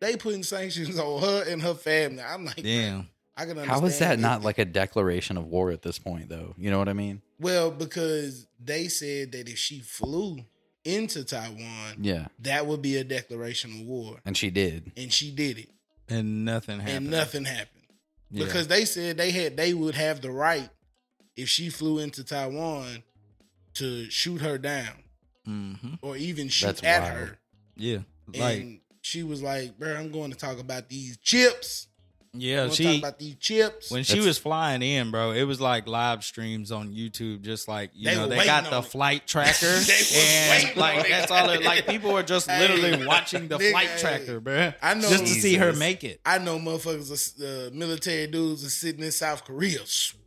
S1: They putting sanctions on her and her family. I'm like,
S2: Damn.
S1: I can understand.
S3: How is that
S1: it.
S3: not like a declaration of war at this point, though? You know what I mean?
S1: Well, because they said that if she flew into Taiwan,
S3: Yeah.
S1: that would be a declaration of war,
S3: And she did.
S1: and she did it,
S2: And nothing happened.
S1: and nothing happened
S2: Yeah.
S1: because they said they had they would have the right if she flew into Taiwan to shoot her down
S2: Mhm.
S1: or even shoot
S3: That's
S1: at
S3: wild.
S1: her.
S2: Yeah.
S1: And
S2: Like
S1: she was like, "Bro, I'm going to talk about these chips."
S2: yeah,
S1: I'm talk
S2: she
S1: about these chips.
S2: when she
S3: That's-
S2: was flying in, bro, it was like live streams on YouTube, just like you
S1: They
S2: know,
S1: were
S2: they
S1: waiting
S2: got
S1: on
S2: the
S1: it.
S2: flight tracker.
S1: was
S2: and
S1: waiting on
S2: like
S1: it.
S2: that's all it like people were just literally
S1: Hey,
S2: watching the
S1: nigga,
S2: flight
S1: hey.
S2: tracker, bro.
S1: I know-
S2: just to see her
S3: Jesus.
S2: make it.
S1: I know motherfuckers, are, uh, military dudes, are sitting in South Korea sweating.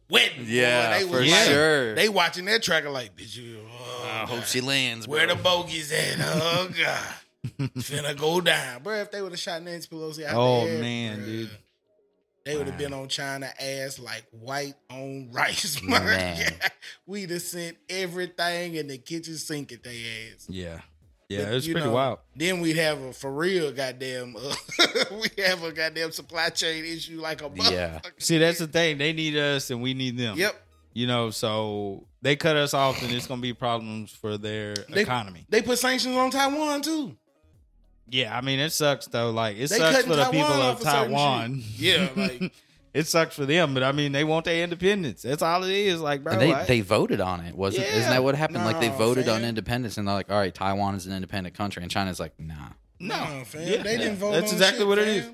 S1: boy. they was
S2: for
S1: like,
S3: sure.
S1: They watching that tracker like, bitch, you, oh,
S3: I hope
S1: God.
S3: she lands.
S1: where
S3: bro.
S1: the bogeys at? Oh god, finna go down, bro. If they would have shot Nancy Pelosi, out
S2: Oh,
S1: the air,
S2: man,
S1: bruh,
S2: dude.
S1: They would have
S2: Wow.
S1: been on China ass like white on rice. bruh.
S3: Man.
S1: Yeah. We'd have sent everything in the kitchen sink at their ass.
S2: Yeah. Yeah,
S1: But,
S2: it was
S1: you
S2: pretty
S1: know,
S2: wild.
S1: Then we'd have a for real goddamn. Uh, we have a goddamn supply chain issue like a motherfucker.
S3: Yeah.
S2: See, that's the thing. They need us and we need them.
S1: Yep.
S2: You know, so they cut us off and it's gonna be problems for their
S1: They-
S2: economy.
S1: They put sanctions on Taiwan too.
S2: Yeah, I mean it sucks though. Like it
S1: They
S2: sucks
S1: cutting
S2: for the
S1: Taiwan
S2: people
S1: off
S2: of
S1: for certain shit.
S2: Taiwan.
S1: Yeah, like-
S2: it sucks for them, but I mean they want their independence. That's all it is. Like, bro,
S3: And they,
S2: like-
S3: they voted on it, wasn't?
S2: Yeah.
S3: Isn't that what happened? like they
S1: No,
S3: voted on
S1: fam.
S3: independence, and they're like, "All right, Taiwan is an independent country," and China's like, "Nah."
S2: no,
S1: Nah, fam.
S2: Yeah,
S1: they didn't vote.
S2: That's
S1: on
S2: exactly
S1: shit,
S2: what it
S1: fam.
S2: is.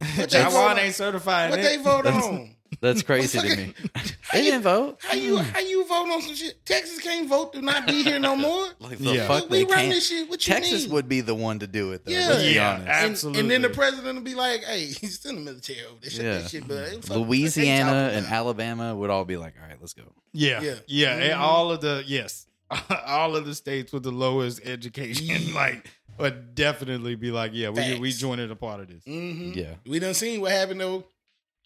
S1: What they vote
S2: Taiwan
S1: on-
S2: ain't certified.
S1: What they vote
S3: That's-
S1: on?
S3: That's crazy to me.
S1: Fucking-
S3: They
S1: you-
S3: didn't vote. Hmm.
S1: How you how you vote on some shit? Texas can't vote to not be here no more.
S4: Like the
S2: Yeah.
S4: fuck
S1: we
S4: they
S1: we run
S4: can't.
S1: this shit. What you
S4: Texas
S1: mean?
S4: would be the one to do it though.
S1: Yeah.
S4: Let's be
S1: Yeah.
S4: honest.
S1: And- And, then the
S2: Absolutely.
S1: president will be like, "Hey, he's in the military over there. Shut
S4: Yeah.
S1: that shit, but hey, what's up?
S4: Louisiana
S1: They
S4: and
S1: talking
S4: Alabama would all be like, all right, let's go.
S2: Yeah.
S1: Yeah.
S2: Yeah. and
S3: Mm-hmm.
S2: All of the yes. All of the states with the lowest education, like would definitely be like, yeah, we we
S1: Facts.
S2: joining a part of this.
S1: about. Mhm.
S4: Yeah.
S1: We done seen what happened though.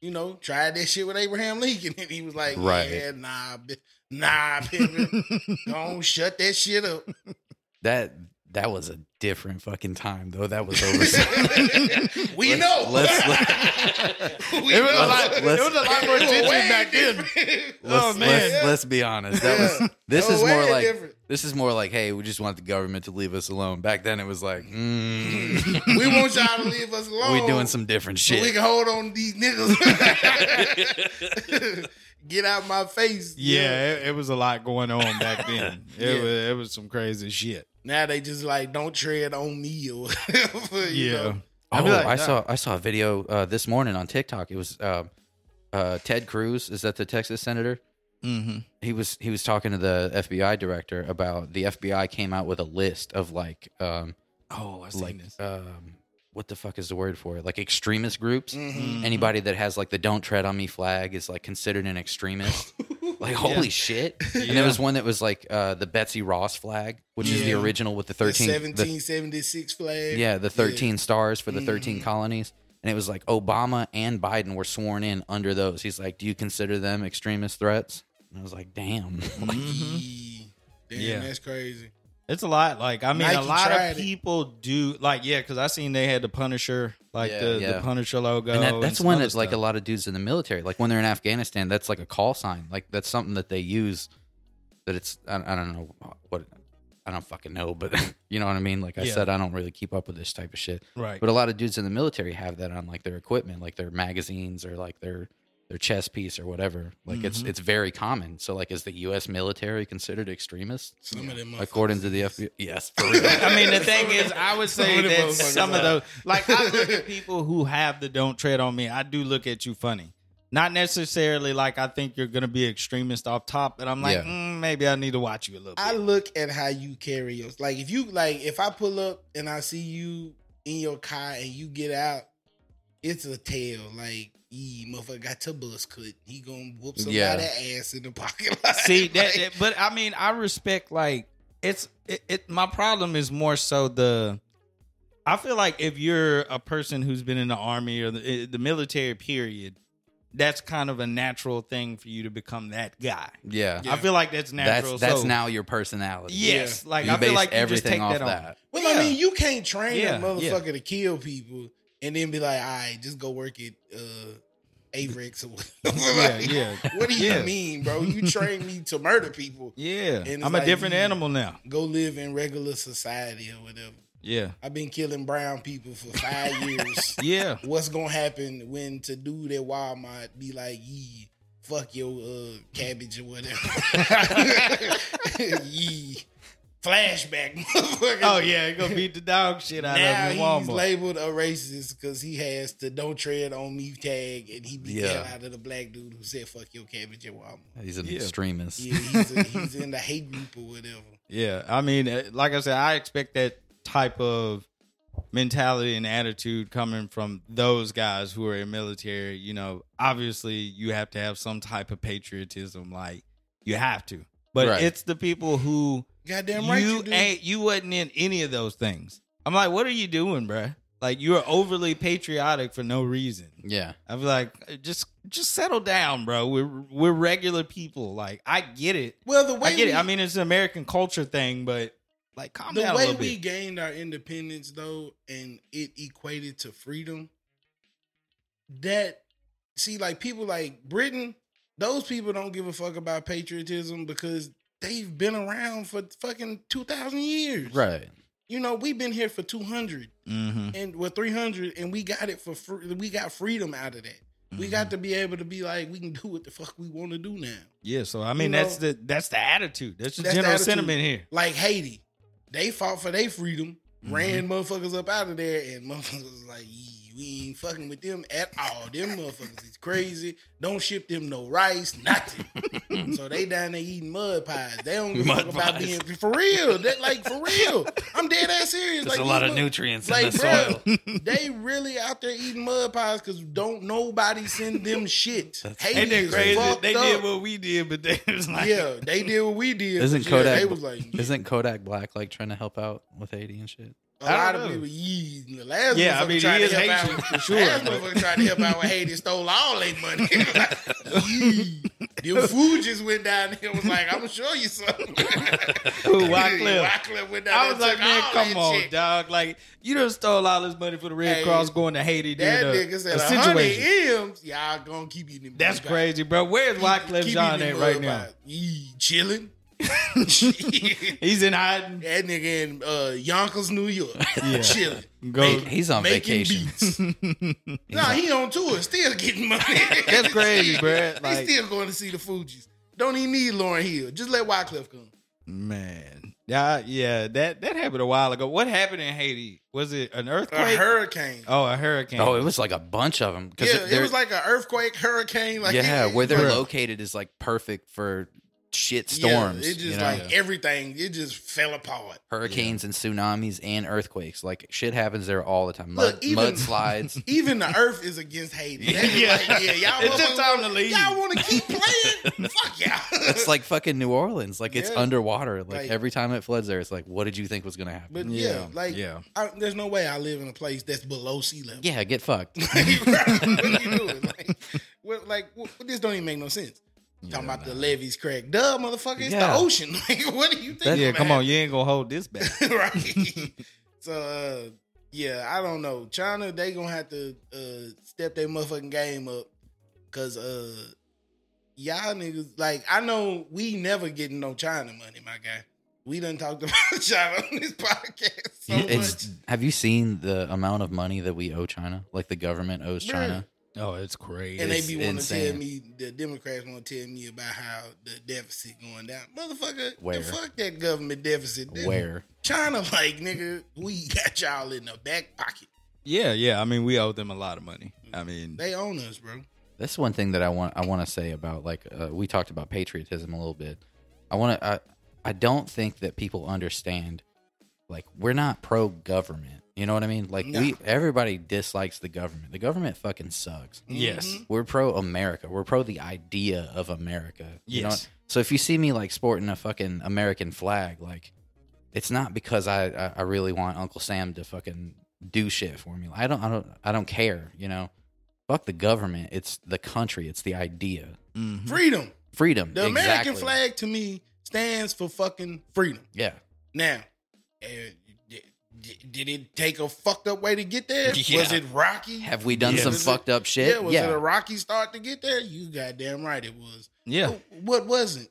S1: You know, tried that shit with Abraham Lincoln, and he was like,
S4: Right.
S1: "Yeah, nah, bi- nah, Pittman, don't shut that shit up."
S3: That that was a different fucking time though. That was over.
S1: we know.
S4: let's-
S1: we
S2: It was,
S1: know.
S2: a lot, it was a lot more
S1: It was
S2: attention
S1: way
S2: back then.
S1: different.
S2: Oh,
S4: Let's,
S2: man.
S4: let's, let's be honest. That
S1: Yeah.
S4: was this
S1: That
S4: is
S1: was
S4: more
S1: way
S4: like
S1: different.
S4: this is more like, hey, we just want the government to leave us alone. Back then, it was like, mm,
S1: we want y'all to leave us alone.
S4: we doing some different
S1: so we
S4: shit.
S1: can hold on to these niggas. Get out my face.
S2: Yeah, It, it was a lot going on back then. It
S1: Yeah.
S2: was it was some crazy shit.
S1: Now they just like don't tread on me or whatever. You
S2: Yeah.
S1: Know?
S2: I'd
S3: Oh,
S2: be like,
S3: I
S2: nah.
S3: saw I saw a video uh, this morning on TikTok. It was uh, uh, Ted Cruz. Is that the Texas senator?
S2: Mm-hmm.
S3: He was he was talking to the FBI director about the FBI came out with a list of like um,
S2: Oh, I seen
S3: like
S2: this.
S3: um, what the fuck is the word for it? Like extremist groups.
S1: Mhm.
S2: Mm-hmm.
S3: Anybody that has like the "Don't Tread on Me" flag is like considered an extremist. like holy shit! And there was one that was like uh, the Betsy Ross flag, which is the
S1: Yeah.
S3: original with the
S1: The
S3: thirteen, the
S1: 1776 flag.
S3: yeah, the 13 stars for the 13 colonies. And it was like Obama and Biden were sworn in under those. He's like, Do you consider them extremist threats? And I was like, Damn. Like,
S1: Yee. Damn,
S2: Yeah.
S1: that's crazy.
S2: It's a lot. Like I mean, a
S1: Nike
S2: lot
S1: tried
S2: of
S1: it.
S2: people do. Like yeah, because I seen they had the Punisher, like
S3: Yeah,
S2: the,
S3: yeah.
S2: the Punisher logo.
S3: and that, that's
S2: some
S3: one
S2: other
S3: that like a
S2: stuff.
S3: lot of dudes in the military, like when they're in Afghanistan, that's like a call sign. Like that's something that they use that it's, I, I don't know what, I don't fucking know, but you know what I mean? Like I
S2: Yeah.
S3: said, I don't really keep up with this type of shit.
S2: right.
S3: But a lot of dudes in the military have that on like their equipment, like their magazines or like their their chess piece or whatever. Like it's
S2: Mhm.
S3: it's very common. So like is the US military considered extremist?
S1: Some of them
S3: According to the FBI. Yes, for real.
S2: I mean, the thing is, I would say
S1: Some of the
S2: that
S1: motherfuckers
S2: some of
S1: are.
S2: those, like, I look at people who have the "Don't Tread on Me." I do look at you funny. Not necessarily like I think you're gonna be extremist off top, but I'm like,
S3: Yeah.
S2: mm, maybe I need to watch you a little bit.
S1: I look at how you carry yours. Like if you like if I pull up and I see you in your car and you get out, it's a tale. Like, ee, motherfucker got your buzz cut. He gonna whoop somebody
S3: Yeah.
S1: ass in the pocket. Like,
S2: See that,
S1: like,
S2: that- but I mean, I respect like it's it, it. My problem is more so the. I feel like if you're a person who's been in the army or the, the military period, that's kind of a natural thing for you to become that guy.
S3: Yeah.
S2: I feel like that's natural.
S3: That's that's
S2: so,
S3: now your personality.
S2: Yes, like
S3: You
S2: I feel
S3: base
S2: like you just
S3: everything
S2: take
S3: off
S2: that on.
S3: that.
S1: Well,
S2: Yeah.
S1: I mean, you can't train
S2: Yeah,
S1: a
S2: yeah.
S1: motherfucker to kill people and then be like, all right, just go work at uh Avrex or whatever. Like,
S2: yeah, yeah,
S1: What do you
S2: Yeah.
S1: mean, bro? You train me to murder people.
S2: yeah.
S1: it's
S2: I'm a
S1: like
S2: different
S1: you-
S2: animal now.
S1: Go live in regular society or whatever.
S2: Yeah,
S1: I've been killing brown people for five years.
S2: yeah,
S1: What's gonna happen when to do that Walmart be like, yee, fuck your uh, cabbage or whatever. yee. Flashback, motherfucker.
S2: oh yeah. You're gonna beat the dog shit out
S1: Now
S2: of
S1: he's
S2: you, Walmart.
S1: labeled a racist because he has the "Don't Tread on Me" tag, and he beat the
S4: Yeah.
S1: hell out of the black dude who said "Fuck your cabbage" at Walmart.
S3: He's an
S2: Yeah.
S3: extremist.
S1: Yeah, he's, he's in the hate group or whatever.
S2: Yeah, I mean, eh, like I said, I expect that type of mentality and attitude coming from those guys who are in military. You know, obviously, you have to have some type of patriotism. Like, you have to. But
S3: Right.
S2: it's the people who
S1: Goddamn right,
S2: you,
S1: you, do.
S2: ain't you wasn't in any of those things. I'm like, what are you doing, bruh? Like, you're overly patriotic for no reason.
S3: Yeah.
S2: I'd be like, just just settle down, bro. We're we're regular people. Like I get it.
S1: Well, the way
S2: I get
S1: we,
S2: it. I mean, it's an American culture thing, but like, calm
S1: the
S2: down a
S1: way
S2: little
S1: we
S2: bit.
S1: gained our independence though, and it equated to freedom. That see, like people like Britain, those people don't give a fuck about patriotism because they've been around for fucking two thousand years.
S3: Right.
S1: You know, we've been here for two hundred.
S2: Mm-hmm.
S1: and with 300 and we got it for free we got freedom out of that we
S2: Mm-hmm.
S1: got to be able to be like we can do what the fuck we want to do now
S2: Yeah. So I mean,
S1: know-
S2: that's the that's the attitude. That's the
S1: That's the
S2: general
S1: attitude.
S2: sentiment here.
S1: like
S4: Mm-hmm.
S1: haiti they fought for their freedom ran motherfuckers up out of there and motherfuckers was like "Yee, We ain't fucking with them at all. Them motherfuckers is crazy. Don't ship them no rice, nothing. so they down there eating mud pies. They don't give a fuck
S4: Mud
S1: about
S4: pies.
S1: being for real. That like for real. I'm dead ass serious. like
S4: There's a lot
S1: these
S4: of
S1: mother-
S4: nutrients in
S1: Like,
S4: the
S1: bro,
S4: soil.
S1: they really out there eating mud pies because don't nobody send them shit. Haiti
S2: Ain't that
S1: is
S2: crazy?
S1: fucked
S2: They
S1: up.
S2: did what we did, but they was like,
S1: yeah, they did what we did.
S3: Isn't
S1: Yeah,
S3: Kodak-
S1: they was like,
S3: Isn't Kodak Black like trying to help out with Haiti and shit?
S1: A
S2: I
S1: lot
S2: don't
S1: of
S2: know.
S1: people, yeah, the last
S2: Yeah, I
S1: motherfucker
S2: mean,
S1: tried
S2: he
S1: to
S2: is
S1: help out
S2: Haitian
S1: with-
S2: for sure,
S1: Last
S2: but-
S1: motherfucker tried to help out with Haiti, stole all their money. like, yeah. Them Fugees went down there and was like, I'm gonna show you something.
S2: Who, Wyclef?
S1: Wyclef went down
S2: I
S1: there
S2: was
S1: and
S2: like,
S1: took
S2: man,
S1: all
S2: come
S1: that
S2: on,
S1: shit.
S2: dog. Like, you done stole all this money for the Red
S1: Hey,
S2: Cross going to Haiti.
S1: That
S2: did a,
S1: nigga said
S2: a
S1: 100
S2: situation.
S1: M's. Y'all gonna keep eating them.
S2: That's
S1: mud pies.
S2: crazy, bro. Where's
S1: Keep-
S2: Wyclef
S1: keep
S2: John
S1: eating
S2: at
S1: them
S2: right
S1: mud
S2: now?
S1: pies. Yeah, chilling.
S2: He's in hiding.
S1: that nigga in uh, Yonkers, New York.
S2: Yeah.
S1: Chilling.
S2: Go.
S3: Hey, he's on
S1: making
S3: vacation.
S1: beats. nah, he on tour, still getting money.
S2: That's crazy, bruh. Like-
S1: He's still going to see the Fugees. Don't even need Lauren Hill. Just let Wyclef come.
S2: Man. Yeah, yeah, that that happened a while ago. What happened in Haiti? Was it an
S1: A
S2: earthquake?
S1: hurricane.
S2: oh, a hurricane.
S3: Oh, it was like a bunch of them.
S1: yeah, it was like an earthquake, hurricane. Like
S3: yeah,
S1: it,
S3: where they're
S1: like-
S3: located is like perfect for shit
S1: yeah,
S3: storms.
S1: it just
S3: you know?
S1: like everything. It just fell apart.
S3: hurricanes and tsunamis and earthquaves. Like shit happens there all the time. Mud,
S1: Look, even-
S3: mudslides.
S1: Even the Earth is against Haiti. That is
S2: Yeah.
S1: like, yeah, y'all
S2: It's just
S1: motherfuckers
S2: time to
S1: wanna-
S2: leave.
S1: Y'all want to keep playing? Fuck y'all.
S3: it's like fucking New Orleans. Like it's
S1: Yeah.
S3: underwater. Like,
S1: Like-
S3: every time it floods there, it's like, what did you think was gonna happen?
S1: but yeah, like,
S2: yeah.
S1: I, there's no way I live in a place that's below sea level.
S3: yeah, get fucked.
S1: Like, bro, what are you doing? Like, what, like what, this don't even make no sense. Talking about the levees crack. Duh, motherfucker, it's
S3: Yeah.
S1: the ocean. Like, what do you think?
S2: yeah, come on, you ain't gonna hold this back.
S1: right. so, uh, yeah, I don't know. China, they gonna have to uh, step their motherfucking game up. Cause uh, y'all niggas, like, I know we never getting no China money, my guy. We done talked about China on this podcast so
S3: it's,
S1: much.
S3: have you seen the amount of money that we owe China? Like the government owes
S1: Bruh.
S3: China.
S2: Oh, it's crazy.
S1: And they
S3: It's
S1: be want to tell
S3: insane.
S1: me the Democrats want to tell me about how the deficit going down, motherfucker.
S3: Where?
S1: The fuck that government deficit? That-
S3: Where?
S1: China, like nigga, we got y'all in the back pocket.
S2: yeah, yeah. I mean, we owe them a lot of money. I mean,
S1: They own us, bro.
S3: That's one thing that I want. I want to say about like uh, we talked about patriotism a little bit. I want to. I, I don't think that people understand. Like we're not pro government. You know what I mean? Like we everybody dislikes the government. The government fucking sucks.
S2: yes.
S3: We're pro America. We're pro the idea of America. You know?
S2: Yes.
S3: So if you see me like sporting a fucking American flag, like it's not because I, I, I really want Uncle Sam to fucking do shit for me. I don't I don't I don't care, you know. Fuck the government. It's the country. It's the idea.
S1: Mm-hmm.
S2: Mhm.
S1: Freedom.
S3: Freedom.
S1: The American
S3: exactly.
S1: flag to me stands for fucking freedom.
S3: Yeah.
S1: Now, uh, d- d- did it take a fucked up way to get there?
S4: Yeah.
S1: Was it rocky?
S3: Have we done
S1: Yeah.
S3: some
S1: Was it-
S3: fucked up shit?
S1: Yeah, was it a rocky start to get there? You goddamn right, it was. Oh,
S2: Yeah,
S1: What wasn't?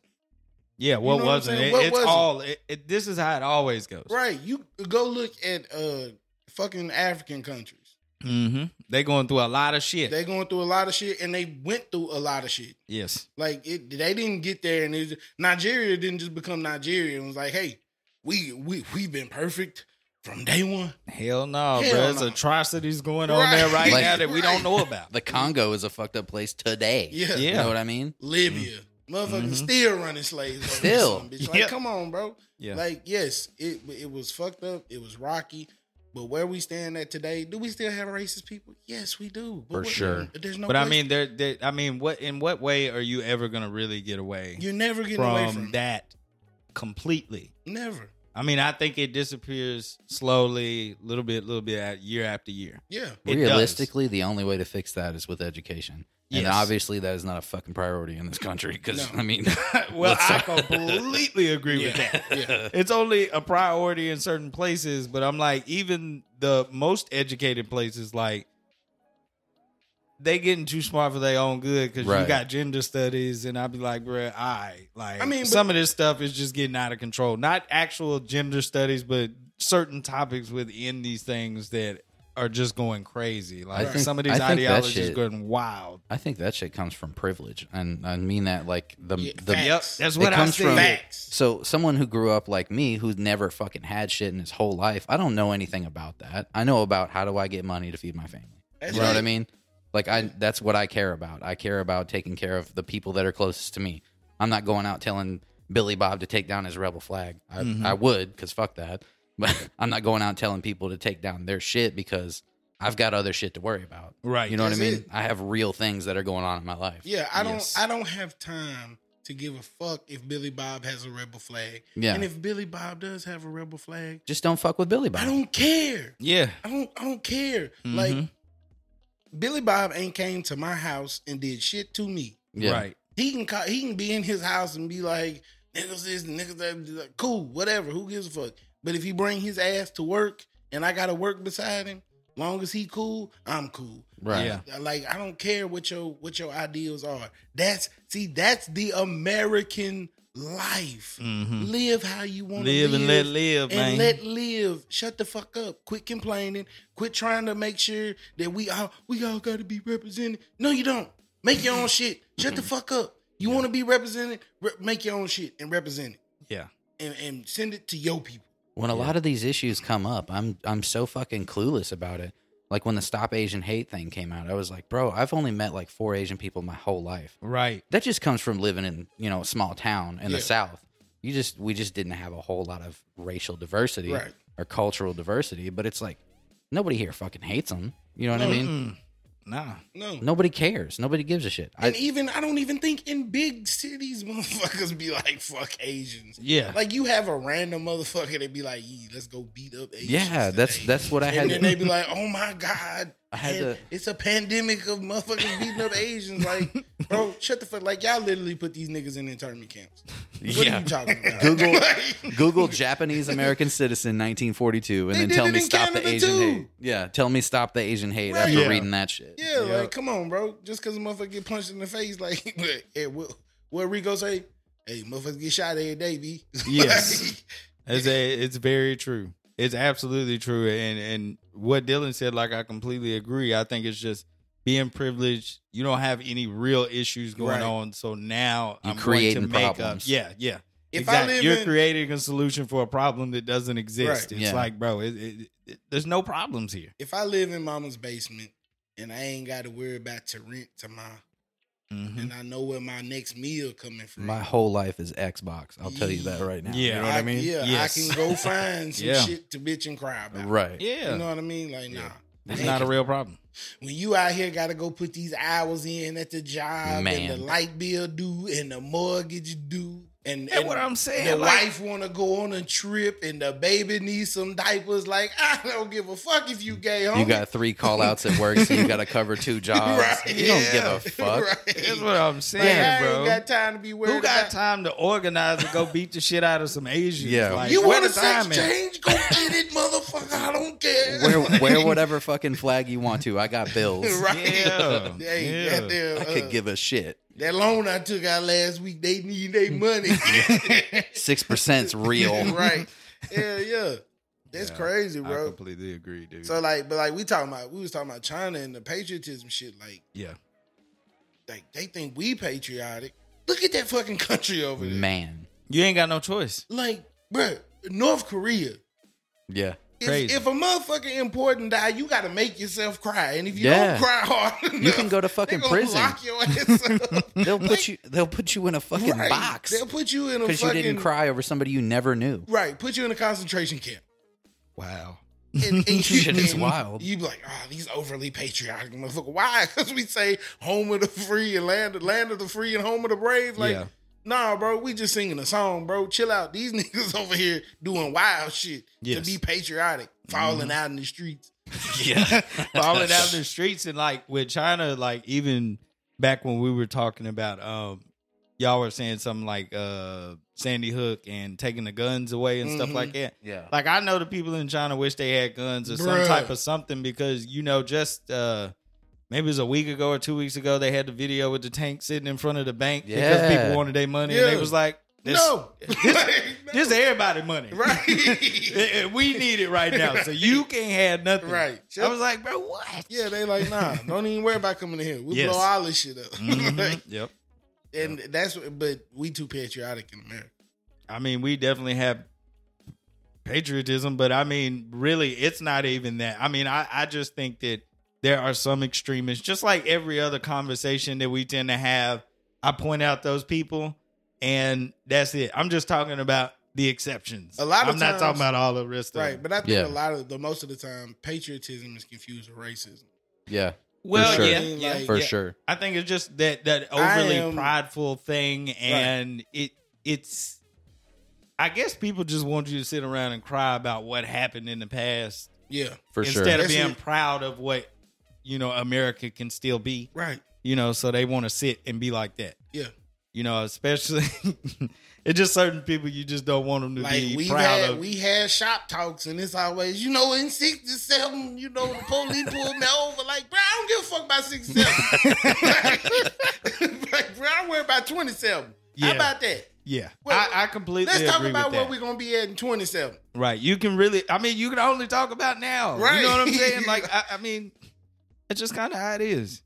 S2: yeah. What
S1: You know what I'm
S2: wasn't?
S1: saying?
S2: It-
S1: What
S2: it's
S1: wasn't?
S2: all. It, it, this is how it always goes.
S1: Right. You go look at uh fucking African countries.
S2: Mm-hmm. They going through a lot of shit.
S1: They going through a lot of shit and they went through a lot of shit.
S2: yes.
S1: Like it they didn't get there and it, Nigeria didn't just become Nigeria and was like, "Hey, we we we've been perfect from day one."
S2: Hell no,
S1: Hell
S2: bro. There's
S1: no.
S2: atrocities going on
S1: Right.
S2: there right
S3: Like-
S2: now that we don't know about.
S3: The Congo is a fucked up place today.
S1: Yeah.
S3: You
S2: Yeah.
S3: know what I mean?
S1: Libya. Motherfuckers
S2: Mhm.
S1: still running slaves. over
S3: Still.
S1: some bitch. Like,
S2: Yeah.
S1: come on, bro.
S2: Yeah.
S1: Like, yes, it it was fucked up. It was rocky. But where we stand at today, do we still have racist people? Yes, we do. But
S3: For
S1: what-
S3: sure.
S1: There's no
S2: but I
S1: question.
S2: mean, there. there- I mean, what in what way are you ever gonna really get away
S1: you're never getting away
S2: from,
S1: from that.
S2: that completely?
S1: Never.
S2: I mean, I think it disappears slowly, little bit, little bit, at- year after year.
S1: Yeah.
S2: It does.
S3: Realistically, the only way to fix that is with education. And
S2: Yes.
S3: obviously, that is not a fucking priority in this country because,
S1: No.
S3: I mean,
S2: well,
S3: Let's-
S2: I completely agree with that.
S1: Yeah.
S2: It's only a priority in certain places, but I'm like, even the most educated places, like they getting too smart for their own good because you
S3: Right.
S2: got gender studies, and I'd be like, bruh, I like.
S1: I
S2: I
S1: mean,
S2: mean,
S1: but-
S2: some of this stuff is just getting out of control. Not actual gender studies, but certain topics within these things that are just going crazy. Like
S3: think-
S2: some of these
S3: I think that
S2: ideologies
S3: shit-
S2: going wild.
S3: I think that shit comes from privilege, and I mean that like the
S1: Yeah,
S3: the.
S1: fact.
S2: Yep,
S1: Facts.
S2: that's
S3: It
S2: what I
S3: comes
S2: see.
S3: from-
S1: Facts.
S3: So someone who grew up like me, who's never fucking had shit in his whole life, I don't know anything about that. I know about how do I get money to feed my family.
S1: That's
S3: You know what I
S1: it.
S3: mean? Like I that's what I care about. I care about taking care of the people that are closest to me. I'm not going out telling Billy Bob to take down his rebel flag. I,
S1: Mm-hmm.
S2: Mhm.
S3: I would cuz fuck that. But I'm not going out telling people to take down their shit because I've got other shit to worry about.
S2: Right.
S3: You know what I
S1: That's
S3: mean?
S1: it.
S3: I have real things that are going on in my life.
S1: Yeah, I don't.
S3: Yes.
S1: I don't have time to give a fuck if Billy Bob has a rebel flag.
S3: Yeah.
S1: And if Billy Bob does have a rebel flag,
S3: Just don't fuck with Billy
S1: I
S3: Bob.
S1: don't care.
S2: Yeah.
S1: I don't. I don't care.
S2: Mhm.
S1: Like
S3: Mm-hmm.
S1: Billy Bob ain't came to my house and did shit to me.
S3: Yeah.
S2: Right.
S1: He can call, he can be in his house and be like niggas this niggas that like, cool whatever who gives a fuck. But if he bring his ass to work and I gotta work beside him, long as he cool, I'm cool.
S3: Right.
S2: Yeah.
S1: Like I don't care what your what your ideals are. That's see that's the American life.
S2: Mhm.
S1: Live how you want to
S2: Live and let live,
S1: and
S2: man.
S1: let live. Shut the fuck up. Quit complaining. Quit trying to make sure that we all we all got to be represented. No, you don't. Make your own shit. Shut the fuck up. You want to be represented? Re- make your own shit and represent it,
S2: yeah.
S1: and, and send it to your people.
S3: When a lot of these issues come up, I'm I'm so fucking clueless about it. Like when the Stop Asian Hate thing came out, I was like, bro, I've only met like four Asian people my whole life.
S2: Right.
S3: That just comes from living in, you know, a small town in the
S1: Yeah.
S3: South. You just we just didn't have a whole lot of racial diversity
S1: Right.
S3: or cultural diversity, but it's like nobody here fucking hates them. You know what I mean?
S2: Mm. Nah.
S1: No.
S3: Nobody cares. Nobody gives a shit.
S1: And
S3: I,
S1: even I don't even think in big cities motherfuckers be like fuck Asians.
S2: Yeah.
S1: Like you have a random motherfucker that be like, "Yee, let's go beat up Asians.
S3: yeah, that's
S1: today."
S3: that's what I had.
S1: and
S3: to-
S1: then they be like, "Oh my god,
S3: I had
S1: man,
S3: to-
S1: it's a pandemic of motherfuckers beating up Asians." Like, bro, shut the fuck. Like, y'all literally put these niggas in internment camps. What are
S3: Yeah.
S1: you talking about?
S3: Google-
S1: Like,
S3: Google Japanese American citizen 1942 and
S1: They
S3: then
S1: did
S3: tell
S1: it
S3: me
S1: in
S3: stop the
S1: Canada,
S3: Asian
S1: too.
S3: hate. Yeah, tell me stop the Asian hate
S1: Right.
S3: after
S2: Yeah.
S3: reading that shit.
S1: yeah, like, come on, bro. Just because a motherfucker get punched in the face, like, hey, what, what Rico say? Hey, motherfuckers get shot every day, b.
S2: Yes. It's a, it's very true. It's absolutely true. And and what Dylan said, like I completely agree. I think it's just being privileged. You don't have any real issues going
S1: Right.
S2: on. So now
S3: You
S2: I'm going to
S3: creating
S2: make
S3: problems.
S2: up. Yeah, yeah.
S1: If I
S2: exactly.
S1: live
S2: You're
S1: in-
S2: creating a solution for a problem that doesn't exist.
S1: Right.
S2: It's
S3: Yeah.
S2: like, bro, it, it, it, there's no problems here.
S1: if I live in mama's basement and I ain't got to worry about to rent to my,
S2: Mhm.
S1: and I know where my next meal coming from.
S3: Mm-hmm. My whole life is Xbox. I'll tell you that right now.
S2: Yeah.
S3: You know what I mean?
S1: Yeah,
S2: Yes.
S1: I can go find some
S2: Yeah.
S1: shit to bitch and cry about.
S3: Right.
S2: Yeah,
S1: You know what I mean? Like, nah.
S2: it's not a real problem.
S1: When you out here, gotta go put these hours in at the job, and
S3: Man.
S1: the light bill due, and the mortgage due, and,
S2: That's what I'm saying,
S1: The
S2: like-
S1: wife wanna go on a trip, and the baby needs some diapers. Like, I don't give a fuck if you gay. Homie.
S3: You got three call outs at work, so you got to cover two jobs.
S1: Right,
S3: You don't
S1: yeah.
S3: give a fuck.
S1: Right.
S2: That's what I'm
S1: Like,
S2: saying,
S1: I
S2: bro.
S1: ain't got time to be worried.
S2: Who got
S1: about-
S2: time to organize and go beat the shit out of some Asians?
S3: Yeah.
S2: Like,
S1: You
S2: where
S1: want a
S2: the time
S1: sex
S2: at?
S1: change? Go get it, motherfucker. I don't care.
S3: Wear, wear whatever fucking flag you want to. I got bills.
S1: right?
S2: Yeah,
S1: Hey,
S2: yeah.
S1: goddamn,
S3: I
S1: uh,
S3: could give a shit.
S1: That loan I took out last week, they need their money.
S3: Six percent's real.
S1: right. Yeah, yeah. That's
S2: Yeah,
S1: crazy,
S2: I
S1: bro.
S2: completely agree, dude.
S1: So like, but like we talking about, we was talking about China and the patriotism shit. Like,
S2: yeah,
S1: like they think we patriotic. Look at that fucking country over there.
S3: Man.
S2: you ain't got no choice.
S1: Like, bro, North Korea.
S3: Yeah.
S1: If,
S2: Crazy.
S1: if a motherfucker important die, you got to make yourself cry, and if you
S3: Yeah.
S1: don't cry hard, enough,
S3: You can go to fucking
S1: they gonna
S3: prison.
S1: Lock your ass up.
S3: They'll put you. They'll put you in a fucking
S1: Right.
S3: box
S1: They'll put you in a
S3: because
S1: fucking
S3: you didn't cry over somebody you never knew.
S1: Right, put you in a concentration camp.
S2: Wow.
S1: and, and you,
S3: Shit is
S1: and
S3: wild.
S1: You be like, oh, these overly patriotic motherfucker. Why? Because we say home of the free and land of land of the free and home of the brave. Like,
S2: Yeah.
S1: nah, bro, we just singing a song, bro. Chill out. These niggas over here doing wild shit to
S2: Yes.
S1: be patriotic,
S3: Mm-hmm.
S1: falling out in the streets.
S3: Yeah.
S2: Falling down the streets and like with China, like even back when we were talking about, um, y'all were saying something like uh Sandy Hook and taking the guns away and stuff
S1: Mhm.
S2: like that.
S3: Mm-hmm. Yeah.
S2: Like I know the people in China wish they had guns or some
S1: Bruh.
S2: type of something because you know just uh maybe it was a week ago or two weeks ago they had the video with the tank sitting in front of the bank because
S3: Yeah.
S2: people wanted their money and
S1: Yeah.
S2: they was like this,
S1: no,
S2: this is everybody money
S1: right.
S2: Eh, eh, we need it right now so you can't have nothing
S1: Right.
S2: I was like bro what
S1: yeah, they like, nah, don't even worry about coming in here. We
S2: Yes.
S1: blow all this shit up.
S2: Mhm. yep
S1: and that's what, but we too patriotic in America.
S2: I mean we definitely have patriotism but I mean really it's not even that I mean I I just think that there are some extremists, just like every other conversation that we tend to have. I point out those people, and that's it. I'm just talking about the exceptions.
S1: A lot of
S2: I'm not
S1: times-
S2: talking about all the rest of
S1: Right,
S2: it.
S1: but I think a
S3: Yeah.
S1: lot of the most of the time patriotism is confused with racism.
S3: Yeah,
S2: Well,
S3: sure.
S2: yeah,
S1: I mean,
S2: yeah,
S1: like-
S3: for
S2: yeah.
S3: sure.
S2: I think it's just that that
S1: I
S2: overly
S1: am-
S2: prideful thing, and it it's. I guess people just want you to sit around and cry about what happened in the past
S1: Yeah,
S3: For
S2: instead
S3: sure.
S2: of
S1: That's
S2: being
S1: it.
S2: proud of what you know America can still be.
S1: right.
S2: You know, so they want to sit and be like that.
S1: Yeah.
S2: You know, especially it's just certain people you just don't want them to
S1: Like
S2: be
S1: we've
S2: proud
S1: had
S2: of.
S1: we had shop talks and it's always you know in sixty seven you know the police pulled me over like bro I don't give a fuck about sixty seven like, bro I worry about twenty seven
S2: Yeah.
S1: how about that
S2: yeah,
S1: Well,
S2: I, I completely
S1: let's
S2: agree
S1: talk about
S2: with
S1: where
S2: that.
S1: we're gonna be at in twenty seven
S2: Right. You can really, I mean, you can only talk about now. You
S1: Right.
S2: know what I'm saying? Like, I, I mean, it's just kind of how it is.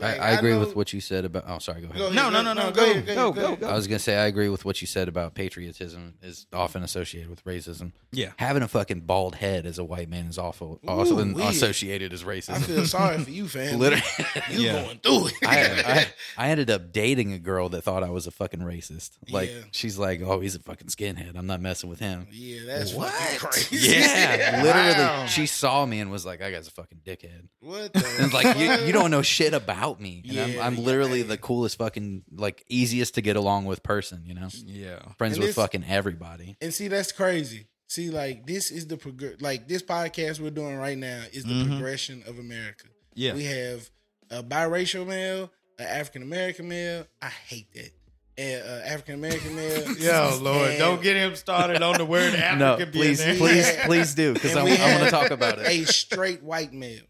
S3: I,
S1: Like,
S3: I agree with
S1: know-
S3: what you said about. Oh, sorry. Go ahead.
S1: Go ahead,
S2: No, no,
S1: go-
S2: no, no.
S1: no, go
S2: Go, go,
S1: ahead, go
S2: go,
S1: ahead, go
S2: go,
S1: ahead.
S3: I was gonna say I agree with what you said about patriotism is often associated with racism.
S2: Yeah.
S3: Having a fucking bald head as a white man is awful. also
S1: Ooh,
S3: then
S1: weird.
S3: associated as
S1: I
S3: racism.
S1: feel sorry for you fam
S3: Literally,
S1: you
S2: Yeah.
S1: going through it
S3: I, I, I ended up dating a girl that thought I was a fucking racist. Like
S1: Yeah.
S3: she's like, "Oh, he's a fucking skinhead. I'm not messing with him."
S1: yeah that's
S3: What?
S1: fucking crazy
S3: Yeah, literally,
S2: Wow.
S3: she saw me and was like, "I guy's a fucking dickhead."
S1: what the
S3: And like, you,
S1: fuck?
S3: you don't know shit about me. And I'm,
S1: Yeah,
S3: I'm
S1: yeah.
S3: literally the coolest fucking, like, easiest to get along with person. You know,
S2: Yeah.
S3: friends
S1: And
S3: with
S1: this-
S3: fucking everybody.
S1: And see, that's crazy. See, like this is the prog- like this podcast we're doing right now is the
S2: Mhm.
S1: progression of America.
S2: Yeah.
S1: We have a biracial male, an African American male. I hate that. And uh, African American male.
S2: Yo, Lord,
S1: And-
S2: don't get him started on the word Africa
S3: no,
S2: being
S3: please,
S2: there.
S3: please, please do because
S1: And
S3: I,
S1: we
S3: I want
S1: have
S3: to talk about it.
S1: a straight white male.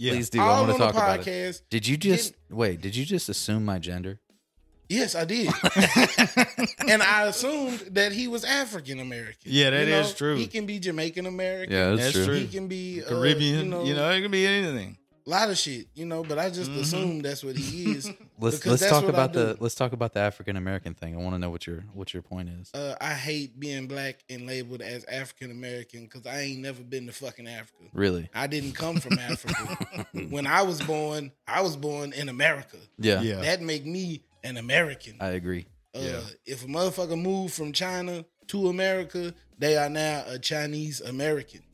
S2: Yeah.
S3: Please do. I
S1: All on
S3: want to talk
S1: the
S3: about it.
S1: podcast.
S3: Did you just wait? Did you just assume my gender?
S1: Yes, I did. and I assumed that he was African American.
S2: Yeah, that
S1: that is
S2: is true.
S1: He can be Jamaican American.
S4: Yeah, that's,
S2: That's
S4: true.
S2: true.
S1: He can be uh,
S2: Caribbean, you, know, it can be anything.
S1: lot of shit, you know, but I just
S2: Mhm.
S1: assume that's what he is.
S3: Let's
S1: Because
S3: let's
S1: that's
S3: talk
S1: what I
S3: about the
S1: do.
S3: let's talk about the African American thing. I want to know what your what your point is.
S1: uh, I hate being black and labeled as African American because I ain't never been to fucking Africa.
S3: Really?
S1: I didn't come from Africa. when I was born, I was born in America.
S3: Yeah,
S1: That make me an American.
S3: I agree.
S1: uh,
S2: yeah.
S1: If a motherfucker moved from China to America, they are now a Chinese American.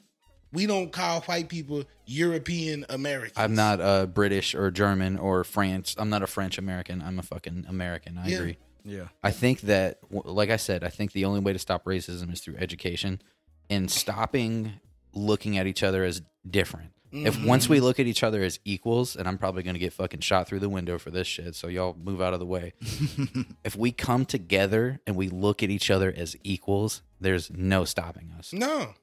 S1: We don't call white people European Americans.
S3: I'm not a British or German or French. I'm not a French American. I'm a fucking American. I
S1: Yeah.
S3: agree.
S2: Yeah.
S3: I think that, w- like I said, I think the only way to stop racism is through education and stopping looking at each other as different. If once we look at each other as equals, and I'm probably going to get fucking shot through the window for this shit, so y'all move out of the way. if we come together and we look at each other as equals, there's no stopping us
S1: No.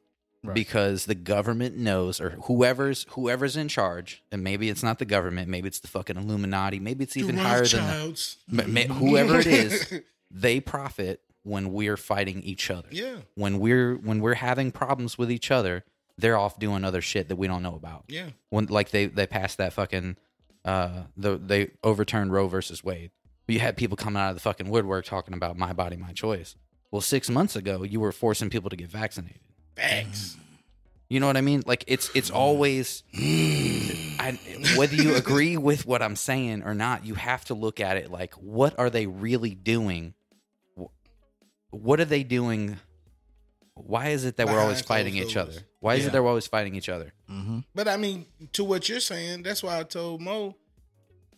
S2: Right.
S3: because the government knows or whoever's whoever's in charge and maybe it's not the government maybe it's the fucking illuminati maybe it's even
S1: The
S3: higher than that
S1: Rothschilds.
S3: Ma- ma- whoever it is they profit when we're fighting each other
S1: yeah.
S3: when we're when we're having problems with each other they're off doing other shit that we don't know about
S1: Yeah.
S3: when like they they passed that fucking uh the, they overturned roe versus wade you had people coming out of the fucking woodwork talking about my body my choice well six months ago you were forcing people to get vaccinated
S1: Facts.
S3: you know what I mean? Like it's it's always I, whether you agree with what I'm saying or not, you have to look at it like what are they really doing? Wh- What are they doing? Why is it that we're
S1: Behind
S3: always fighting
S1: closed
S3: each
S1: doors.
S3: other? Why is
S2: Yeah.
S3: it that we're always fighting each other?
S2: Mm-hmm.
S1: But I mean, to what you're saying, that's why I told Mo,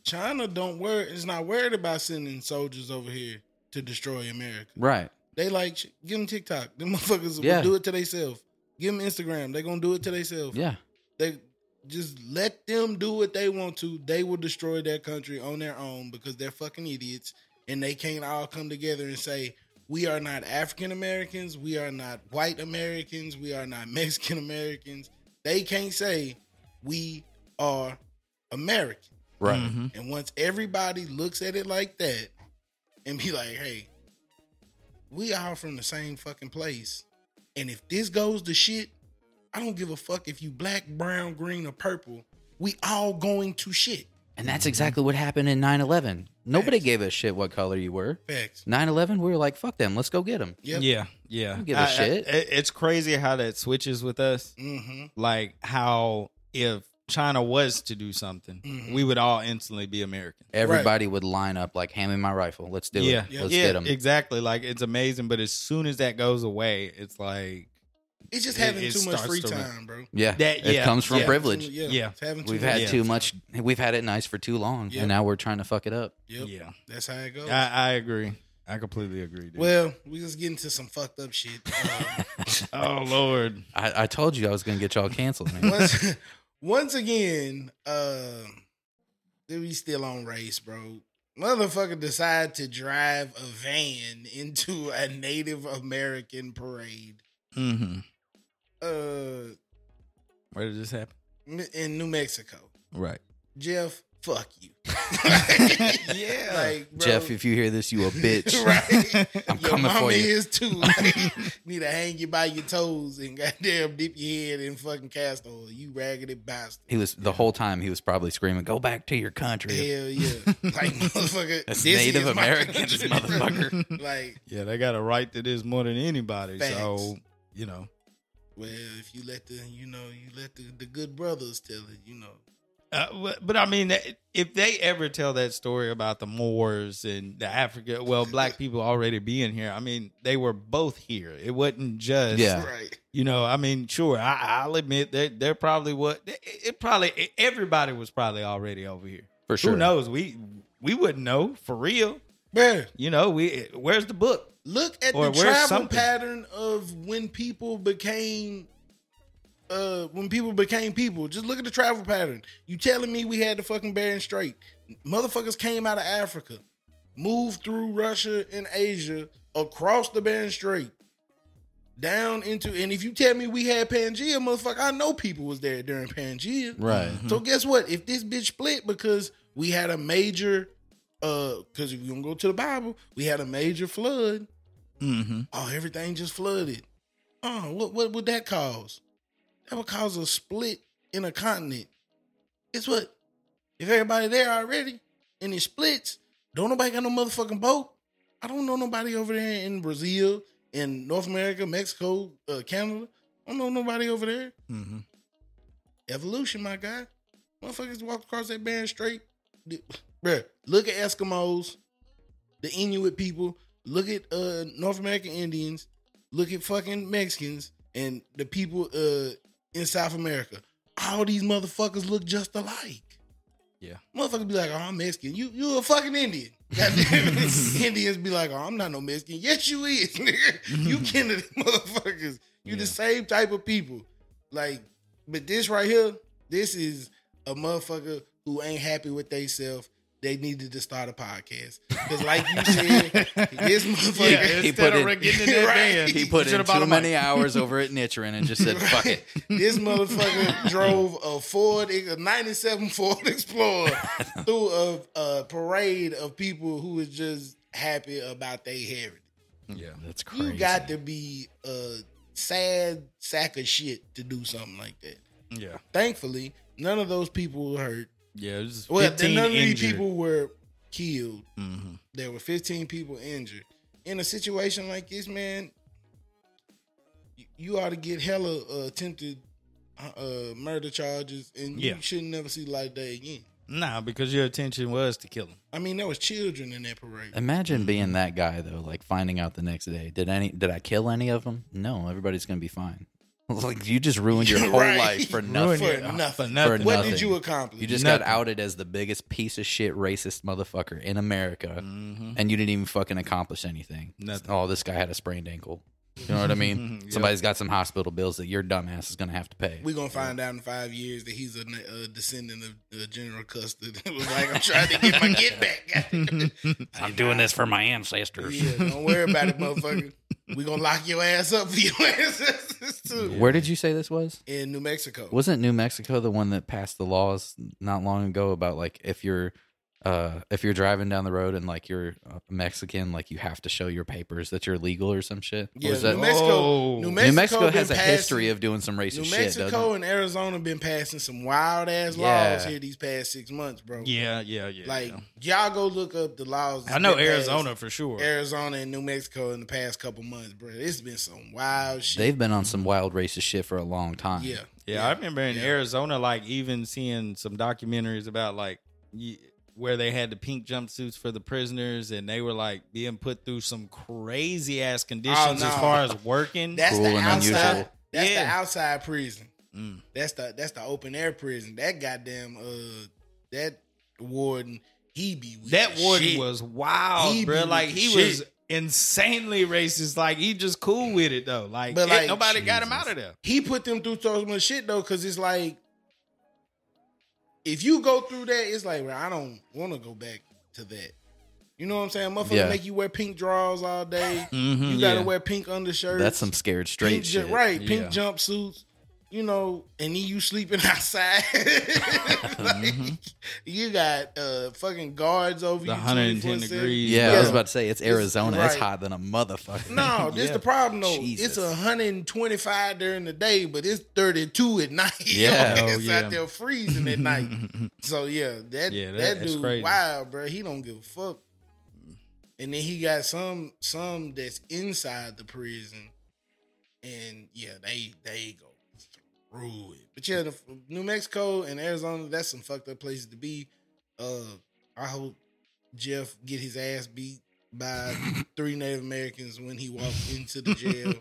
S1: China don't worry is not worried about sending soldiers over here to destroy America.
S3: Right.
S1: They like sh- give them TikTok. Them motherfuckers
S3: Yeah.
S1: will do it to themselves. Give them Instagram. They gonna do it to themselves.
S3: Yeah.
S1: They just let them do what they want to. They will destroy their country on their own because they're fucking idiots, and they can't all come together and say. We are not African Americans. We are not white Americans. We are not Mexican Americans. They can't say we are American.
S3: Right.
S2: Mm-hmm.
S1: And once everybody looks at it like that and be like, hey, we all from the same fucking place. And if this goes to shit, I don't give a fuck if you black, brown, green, or purple. We all going to shit.
S3: And that's exactly what happened in 9/11. Nobody gave a shit what color you were.
S1: Facts.
S3: 9/11, we were like, fuck them. Let's go get them.
S1: Yep.
S2: Yeah. Yeah.
S3: don't give a
S2: I- I-
S3: shit.
S2: it- it's crazy how that switches with us.
S1: Mm-hmm.
S2: Like how if China was to do something,
S1: Mhm.
S3: Mm-hmm.
S2: we would all instantly be American.
S3: Everybody would line up like, hand me my rifle. Let's do
S2: yeah,
S3: it.
S2: yeah,
S3: Let's get them.
S2: exactly. Like it's amazing, but as soon as that goes away, it's like
S1: It's just
S2: It-
S1: having
S2: it
S1: too much
S2: starts
S1: free
S2: to-
S1: time, bro.
S3: yeah.
S2: that.
S3: it
S2: yeah,
S3: comes from
S2: yeah.
S3: privilege.
S1: Yeah,
S2: Yeah.
S1: it's having
S3: We've
S1: too
S3: had
S1: much.
S3: too much. We've had it nice for too long,
S1: Yeah.
S3: and now we're trying to fuck it up.
S1: Yep,
S2: Yeah,
S1: that's how it goes.
S2: I, I agree. I completely agree. Dude.
S1: Oh. well, we just get into some fucked up shit. Uh,
S2: oh Lord,
S3: I, I told you I was going to get y'all canceled, man.
S1: once, once again, um, dude, we still on race, bro. Motherfucker decided to drive a van into a Native American parade.
S2: hmm
S1: Uh,
S2: where did this happen?
S1: m- in New Mexico.
S2: Right.
S1: Jeff, fuck you. yeah, like bro,
S3: Jeff, if you hear this, you a bitch.
S1: right.
S3: I'm
S1: Your
S3: coming
S1: mama
S3: for you.
S1: is too. Like, need to hang you by your toes and goddamn dip your head in fucking castor oil. You raggedy bastard.
S3: He was the whole time. He was probably screaming, "Go back to your country."
S1: Hell yeah, like motherfucker.
S3: That's
S1: this
S3: Native
S1: is my
S3: Americans,
S1: country, bro.
S3: motherfucker.
S1: Like,
S2: Yeah, they got a right to this more than anybody. So
S1: Facts.
S2: you know,
S1: well, if you let the, you know, you let the, the good brothers tell it, you know.
S2: Uh, but- but I mean, that- if they ever tell that story about the Moors and the Africa, well, black people already being here. I mean, they were both here. It wasn't just,
S3: Yeah.
S1: Right.
S2: you know. I mean, sure, I, I'll admit that there probably was. It, it probably everybody was probably already over here.
S3: For sure.
S2: Who knows? We we wouldn't know for real.
S1: Man,
S2: You know, we where's the book?
S1: look at
S2: Or
S1: the
S2: wear
S1: travel
S2: something.
S1: pattern of when people became uh when people became people just look at the travel pattern you telling me we had the fucking Bering Strait motherfuckers came out of Africa moved through Russia and Asia across the Bering Strait down into and if you tell me we had Pangea motherfucker I know people was there during Pangea
S3: Right.
S1: so guess what? If this bitch split because we had a major, uh, because if you gonna go to the Bible, we had a major flood.
S2: Mm-hmm.
S1: Oh, everything just flooded. Oh, what what would that cause? That would cause a split in a continent. Guess what? If everybody there already and it splits, don't nobody got no motherfucking boat. I don't know nobody over there in Brazil, in North America, Mexico, uh, Canada. I don't know nobody over there
S2: Mm-hmm.
S1: evolution, my guy. Motherfuckers walked across that Bering Strait. D- Bruh, look at Eskimos, the Inuit people, look at uh North American Indians, look at fucking Mexicans and the people uh in South America. All these motherfuckers look just alike.
S2: Yeah.
S1: Motherfuckers be like, oh, I'm Mexican. You you a fucking Indian. Goddamn it. Indians be like, oh, I'm not no Mexican. Yes, you is, nigga. You kin to the motherfuckers. You
S2: Yeah.
S1: the same type of people. Like, but this right here, this is a motherfucker who ain't happy with theyself. They needed to start a podcast because, like you said, this motherfucker.
S2: Yeah,
S3: He
S2: instead
S3: put
S2: of
S3: in-
S2: getting in that
S1: Right.
S2: van,
S3: He put
S2: should
S3: in
S2: have
S3: too
S2: bought a mic.
S3: many hours over at Nichiren and just said, "Fuck it."
S1: This motherfucker drove a Ford, a 97 Ford Explorer through a, a parade of people who was just happy about their heritage.
S2: Yeah.
S3: That's crazy.
S1: You got to be a sad sack of shit to do something like that.
S2: Yeah.
S1: Thankfully, none of those people were hurt.
S2: Yeah. It was
S1: Well,
S2: 15
S1: none of these
S2: injured.
S1: people were killed.
S3: Mm-hmm.
S2: Mhm.
S1: There were 15 people injured. In a situation like this, man, you, you ought to get hella uh, attempted uh, uh, murder charges, and you
S2: Yeah.
S1: should never see light of day again.
S2: Nah, because your attention was to kill him.
S1: I mean, there was children in that parade.
S3: Imagine being that guy though, like finding out the next day. Did any? Did I kill any of them? No, everybody's gonna be fine. Like you just ruined uh, your whole
S1: Right.
S3: life for
S1: Ruined
S3: nothing.
S1: For nothing.
S2: For nothing.
S3: For
S1: What
S3: nothing.
S1: did you accomplish?
S3: You just got
S2: Nothing.
S3: outed as the biggest piece of shit racist motherfucker in America,
S1: Mm-hmm.
S2: Mhm.
S3: and you didn't even fucking accomplish anything.
S2: Nothing.
S3: Oh, this guy had a sprained ankle. You know what I mean?
S2: Yep.
S3: Somebody's got some hospital bills that your dumbass is gonna have to pay.
S1: We're gonna find out in five years that he's a, na- a descendant of uh, General Custer. It was like I'm trying to get my get back.
S3: I'm doing this for my ancestors.
S1: yeah, don't worry about it, motherfucker. We gonna lock your ass up for your ancestors too.
S3: Where did you say this was?
S1: In New Mexico,
S3: Wasn't New Mexico the one that passed the laws not long ago about like if you're uh if you're driving down the road and like you're uh, Mexican, like you have to show your papers that you're legal or some shit? Or
S1: yeah,
S3: is that-
S1: New Mexico.
S2: Oh.
S1: New
S2: New
S1: Mexico,
S3: New Mexico
S1: been
S3: has a
S1: passing-
S3: history of doing some racist
S1: New
S3: shit. doesn't
S1: Mexico
S3: it?
S1: and Arizona been passing some wild ass laws
S3: Yeah.
S1: here these past six months, bro.
S2: Yeah, yeah, yeah.
S1: like
S2: yeah.
S1: y'all go look up the laws. that's
S2: I know
S1: been passed
S2: Arizona for sure.
S1: Arizona and New Mexico in the past couple months, bro. It's been some wild shit.
S3: They've been on some wild racist shit for a long time.
S1: yeah,
S2: Yeah,
S1: Yeah,
S2: I remember in
S1: yeah.
S2: Arizona, like even seeing some documentaries about like y- where they had the pink jumpsuits for the prisoners, and they were like being put through some crazy ass conditions
S1: Oh, no.
S2: as far as working.
S1: That's
S4: Cool
S1: the
S4: and
S1: outside.
S4: unusual.
S1: That's the
S2: Yeah.
S1: outside prison.
S2: Mm.
S1: That's the that's the open air prison. That goddamn uh that warden he be weak
S2: that
S1: as
S2: warden
S1: shit.
S2: was wild,
S1: He be
S2: bro.
S1: with
S2: Like
S1: the
S2: he
S1: shit.
S2: was insanely racist. Like he just cool with it though. Like,
S1: But,
S2: ain't
S1: like,
S2: nobody got him
S3: Jesus.
S2: out of there.
S1: he put them through so much shit though, because it's like if you go through that, it's like well, I don't want to go back to that. You know what I'm saying? Motherfucker
S4: Yeah. Mm-hmm,
S1: make you wear pink drawers all day.
S2: Mhm,
S1: you gotta
S2: yeah.
S1: wear pink undershirts.
S4: That's some scared straight
S1: pink, ju-
S4: shit.
S1: right? Pink
S2: Yeah.
S1: jumpsuits. You know, and then you sleeping outside. like,
S4: Mm-hmm.
S1: You got uh fucking guards over
S2: the
S1: you.
S2: 110
S1: 24/7.
S2: degrees.
S4: Yeah,
S2: bro.
S4: I was about to say it's Arizona. It's
S1: right.
S4: hot than a motherfucker.
S1: No, this
S2: Yeah.
S1: the problem though. It's
S4: Jesus.
S1: 125 during the day, but it's 32 at night.
S4: Yeah.
S1: it's
S2: Oh, yeah.
S1: out there freezing at night. So yeah, that
S2: Yeah, that-
S1: that,
S2: that's
S1: dude
S2: crazy.
S1: wild, bro. He don't give a fuck. And then he got some some that's inside the prison, and yeah, they they go through it. But yeah, the, New Mexico and Arizona, that's some fucked up places to be. Uh, I hope Jeff get his ass beat by three Native Americans when he walked into the jail.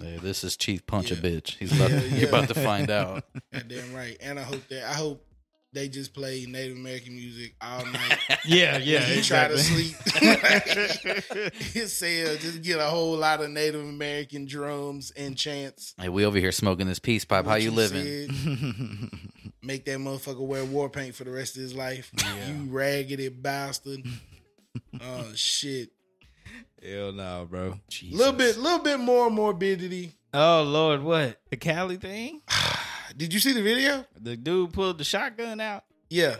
S4: Hey, this is Chief Punch
S1: Yeah.
S4: a bitch. He's about,
S1: Yeah,
S4: to,
S1: yeah.
S4: You're about to find out.
S1: Goddamn right. And I hope that I hope they just play Native American music all night.
S2: yeah, yeah.
S1: he
S2: exactly.
S1: try to sleep. His cell just get a whole lot of Native American drums and chants.
S4: Hey, we over here smoking this peace pipe. How
S1: What
S4: you living?
S1: said. make that motherfucker wear war paint for the rest of his life. You raggedy bastard. oh shit.
S2: Hell no, bro.
S1: A little bit, little bit more morbidity.
S2: Oh Lord, what the Cali thing?
S1: Did you see the video?
S2: The dude pulled the shotgun out.
S1: Yeah.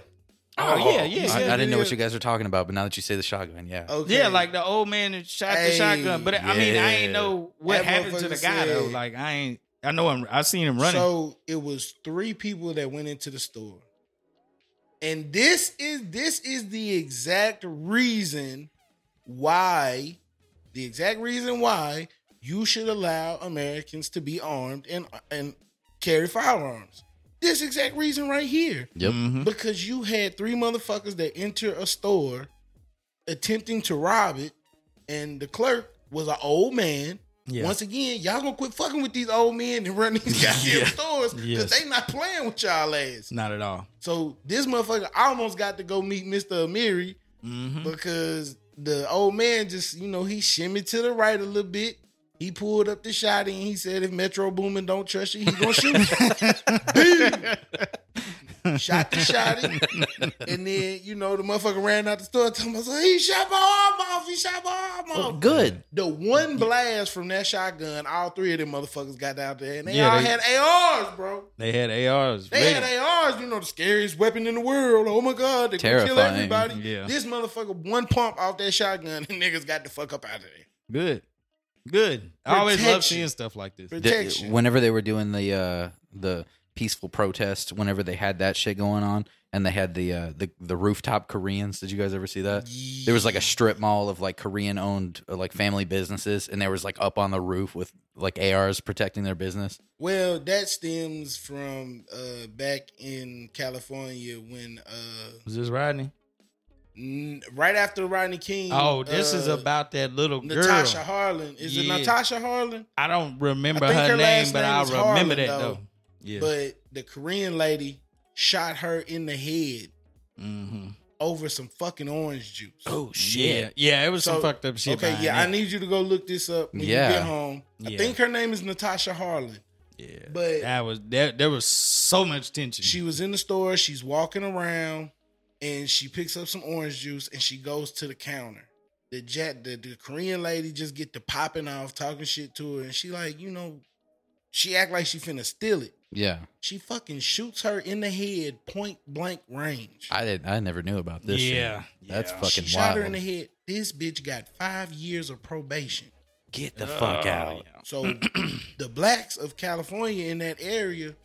S2: Oh, yeah, yeah,
S4: I,
S2: yeah.
S4: I didn't know
S2: yeah.
S4: what you guys were talking about, but now that you say the shotgun, yeah.
S1: Okay.
S2: Yeah, like the old man that shot the
S1: Hey,
S2: shotgun. But I mean, I ain't
S4: yeah.
S2: know what
S1: That
S2: happened to the
S1: motherfucker
S2: guy though.
S1: said-
S2: Like I ain't. I know him. I seen him running.
S1: So it was three people that went into the store. And this is this is the exact reason why the exact reason why you should allow Americans to be armed and and carry firearms. This exact reason right here.
S4: Yep.
S2: Mhm.
S1: Because you had three motherfuckers that enter a store attempting to rob it, and the clerk was an old man.
S2: Yeah.
S1: Once again, y'all gonna quit fucking with these old men and run these goddamn
S2: Yeah.
S1: stores because
S2: Yes.
S1: they not playing with y'all ass.
S2: Not at all.
S1: So this motherfucker almost got to go meet Mr. Amiri
S2: Mhm.
S1: because the old man just, you know, he shimmied to the right a little bit. He pulled up the shotty and he said, if Metro Boomin don't trust you, he gonna shoot you. Boom! Shot the shotty. And then, you know, the motherfucker ran out the store talking about, he shot my arm off. He shot my
S2: Oh,
S1: arm off.
S4: Good.
S1: The one blast from that shotgun, all three of them motherfuckers got out there and they
S2: Yeah,
S1: all
S2: they-
S1: had ARs, bro.
S2: They had ARs.
S1: They
S2: ready.
S1: had ARs, you know, the scariest weapon in the world. Oh my God, they gonna kill
S4: Terrifying.
S1: everybody.
S2: Yeah.
S1: This motherfucker, one pump off that shotgun, and niggas got the fuck up out of there.
S2: Good. Good. I always love
S1: Protection.
S2: seeing stuff like this.
S4: The-
S1: Protection.
S4: whenever they were doing the uh, the peaceful protest, whenever they had that shit going on, and they had the uh, the the rooftop Koreans. Did you guys ever see that? There was like a strip mall of like Korean owned uh, like family businesses, and there was like up on the roof with like ARs protecting their business.
S1: Well, that stems from uh, back in California when uh,
S2: Was this Rodney?
S1: n- right after Rodney King.
S2: Oh, this is
S1: uh,
S2: about that little girl.
S1: Natasha Harlan. Is
S2: Yeah.
S1: it Natasha Harlan?
S2: I don't remember
S1: I think
S2: her,
S1: her
S2: name,
S1: last
S2: but
S1: name
S2: I
S1: is
S2: remember
S1: Harlan,
S2: that though.
S1: though.
S2: Yeah.
S1: But the Korean lady shot her in the head
S2: hmm
S1: over some fucking orange juice.
S2: Oh shit. Yeah. yeah, it was some
S1: So-
S2: fucked up shit.
S1: okay,
S2: behind
S1: yeah, I
S2: it.
S1: need you to go look this up when
S4: Yeah.
S1: you get home. I
S2: Yeah.
S1: think her name is Natasha Harlan.
S2: Yeah,
S1: but-
S2: that was that. There was so much tension.
S1: She was in the store, she's walking around, and she picks up some orange juice and she goes to the counter. The jet the, the Korean lady just get to popping off, talking shit to her, and she like, you know, she act like she finna steal it.
S4: Yeah,
S1: She fucking shoots her in the head point blank range.
S4: I did. I never knew about this. shit.
S2: yeah,
S4: that's
S2: yeah.
S1: she
S4: fucking
S1: shot
S4: wild.
S1: her in the head. This bitch got five years of probation.
S4: Get the fuck
S2: Oh,
S4: out.
S2: yeah.
S1: So the blacks of California in that area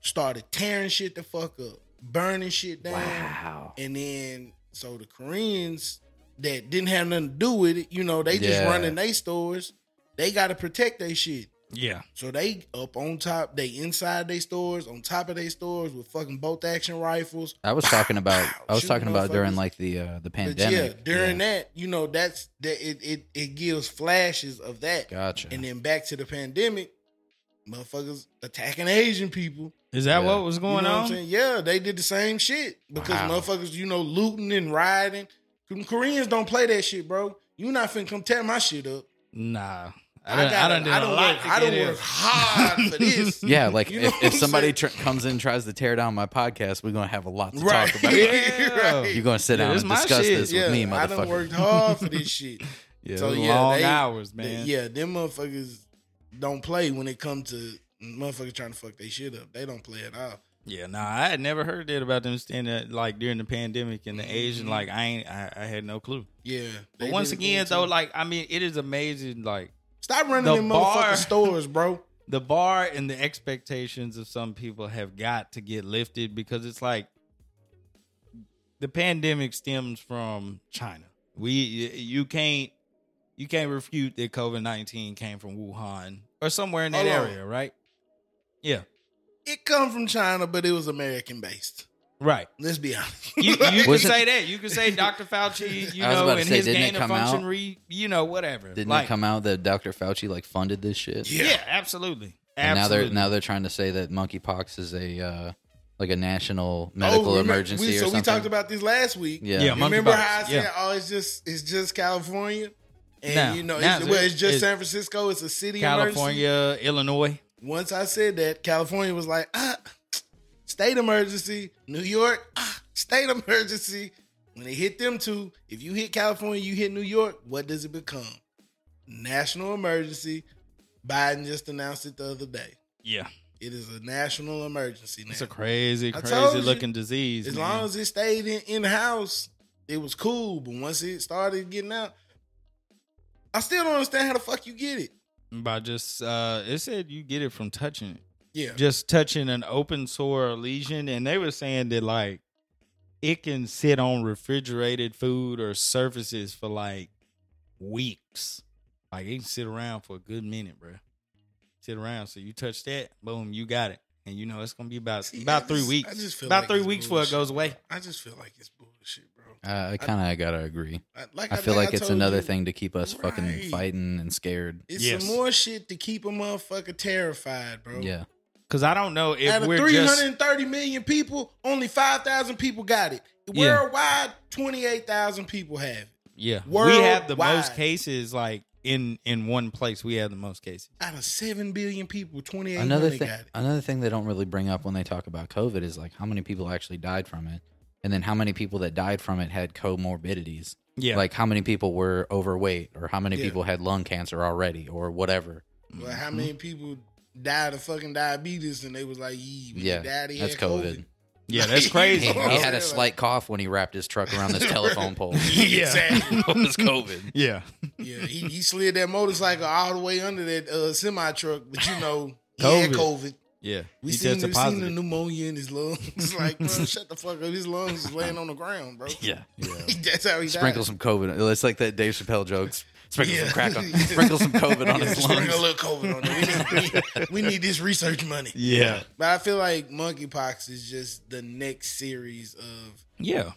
S1: started tearing shit the fuck up, burning shit down.
S4: Wow.
S1: And then so the Koreans that didn't have nothing to do with it, you know, they just
S4: Yeah.
S1: running their stores. They gotta protect their shit.
S2: Yeah.
S1: So they up on top, they inside their stores, on top of their stores with fucking bolt action rifles.
S4: I was talking about I was
S1: Shooting
S4: talking about during
S1: motherfuckers.
S4: like the uh the
S1: But
S4: pandemic.
S1: yeah, during that, you know, that's that it, it it gives flashes of that.
S4: Gotcha.
S1: And then back to the pandemic, motherfuckers attacking Asian people.
S2: Is that
S4: Yeah.
S2: what was
S1: You
S2: going
S1: know what I'm
S2: on?
S1: saying? Yeah, they did the same shit because
S4: Wow.
S1: motherfuckers, you know, looting and rioting. Them Koreans don't play that shit, bro. You not finna come tear my shit up.
S2: Nah. I,
S1: I,
S2: done,
S1: got.
S2: I
S1: I
S2: done did
S1: I
S2: a
S1: don't
S2: lot
S1: work.
S2: to
S1: I
S2: get
S1: don't
S2: here.
S1: work hard for this.
S4: Yeah, like
S1: You know
S4: if,
S1: what
S4: if
S1: I'm
S4: somebody
S1: saying?
S4: tr- comes in and tries to tear down my podcast, we're gonna have a lot to
S1: Right.
S4: talk about.
S2: Yeah.
S1: right.
S4: You're gonna sit
S2: Yeah,
S4: down
S2: this
S4: and
S2: my
S4: discuss
S2: shit.
S4: this
S1: yeah,
S4: with me,
S1: I done
S4: motherfucker.
S1: worked hard for this shit.
S2: Yeah,
S1: So,
S2: it was
S1: yeah,
S2: long
S1: they-
S2: hours,
S1: They-
S2: man.
S1: yeah, them motherfuckers don't play when it comes to motherfuckers trying to fuck their shit up. They don't play at all.
S2: Yeah, nah, I had never heard that about them standing at, like during the pandemic and the Asian.
S1: Mhm.
S2: Like I ain't, I, I had no clue.
S1: Yeah.
S2: But
S1: they
S2: once
S1: did it
S2: again,
S1: too.
S2: though, like I mean, it is amazing. Like
S1: stop running
S2: the
S1: them
S2: bar-
S1: motherfucking stores, bro.
S2: the bar and the expectations of some people have got to get lifted because it's like the pandemic stems from China. We you can't you can't refute that COVID nineteen came from Wuhan or somewhere in that
S1: Hold on.
S2: area, right? Yeah,
S1: It come from China, but it was American based.
S2: right.
S1: Let's be honest.
S2: You, you can
S4: Was it-
S2: say that. You can say Dr. Fauci, you
S4: I was
S2: know,
S4: about to
S2: and
S4: say,
S2: his
S4: didn't it
S2: gain of
S4: come
S2: function,
S4: out?
S2: re, you know, whatever.
S4: Didn't
S2: like,
S4: it come out that Dr. Fauci like funded this shit?
S2: Yeah,
S1: yeah.
S2: absolutely.
S4: And now they're
S2: Absolutely.
S4: now they're trying to say that monkeypox is a uh, like a national medical
S1: remember-
S4: emergency
S1: Oh, we- so
S4: or something.
S1: we talked about this last week.
S4: yeah.
S2: Yeah,
S1: Remember
S2: monkeypox,
S1: how I said,
S2: yeah.
S1: oh, it's just it's just California, and
S2: Now-
S1: you know,
S2: now
S1: it's,
S2: it's-
S1: well, it's just
S2: it's
S1: San Francisco. It's a city. California.
S2: California, Illinois.
S1: Once I said that, California was like, ah, state emergency. New York, ah, state emergency. When they hit them two, if you hit California, you hit New York. What does it become? National emergency. Biden just announced it the other day.
S2: Yeah.
S1: It is a national emergency now.
S2: It's a crazy,
S1: I told
S2: crazy
S1: you.
S2: looking disease.
S1: As
S2: man.
S1: long as it stayed in in house, it was cool. But once it started getting out, I still don't understand how the fuck you get it.
S2: by just uh it said you get it from touching it.
S1: Yeah,
S2: Just touching an open sore or lesion. And they were saying that like it can sit on refrigerated food or surfaces for like weeks. Like it can sit around for a good minute, bro. Sit around. So you touch that, boom, you got it. And you know it's gonna be about
S1: See, I
S2: about three
S1: just-
S2: weeks.
S1: I just feel
S2: about
S1: like
S2: three
S1: it's
S2: weeks before it
S1: bullshit.
S2: goes away.
S1: I just feel like it's bullshit, bro.
S4: Uh, I, I kind of gotta agree.
S1: I, like
S4: I feel like it's
S1: told
S4: another
S1: you,
S4: thing to keep us
S1: Right.
S4: fucking fighting and scared.
S1: It's
S2: Yes.
S1: some more shit to keep a motherfucker terrified, bro.
S4: Yeah,
S2: Cause I don't know if
S1: Out of
S2: we're
S1: three
S2: just
S1: hundred and thirty million people, only five thousand people got it.
S2: Yeah.
S1: Worldwide, twenty eight thousand people have it.
S2: Yeah. We have
S1: Worldwide.
S2: the most cases like in in one place. We have the most cases.
S1: Out of seven billion people, twenty eight
S4: another
S1: million
S4: thing.
S1: got it.
S4: Another thing they don't really bring up when they talk about COVID is like how many people actually died from it, and then how many people that died from it had comorbidities.
S2: Yeah.
S4: Like how many people were overweight, or how many
S1: Yeah.
S4: people had lung cancer already, or whatever.
S1: Well,
S2: Mm-hmm.
S1: how many people died of fucking diabetes and they was like, "Yee, when yeah,
S4: Yeah,
S1: died, he
S4: that's
S1: had COVID.
S4: COVID.
S2: yeah, that's crazy.
S4: He,
S2: bro.
S4: he had a slight cough when he wrapped his truck around this telephone pole.
S2: Yeah.
S1: Exactly.
S4: it was COVID.
S2: yeah.
S1: yeah, he, he slid that motorcycle all the way under that uh, semi truck, but you know, he had
S2: COVID.
S1: COVID.
S2: Yeah.
S1: We
S2: He
S1: seen,
S2: tested
S1: we seen the
S2: positive.
S1: pneumonia in his lungs. like, bro, shut the fuck up. His lungs is laying on the ground, bro.
S4: Yeah.
S1: that's how he
S4: Sprinkle
S1: died.
S4: some COVID. It's like that Dave Chappelle jokes. Sprinkle
S1: Yeah.
S4: some crack on. Sprinkle some COVID on
S1: Yeah,
S4: his
S1: sprinkle a
S4: lungs.
S1: little COVID on it. We need, we, we need this research money.
S2: Yeah.
S1: But I feel like monkeypox is just the next series of
S2: Yeah.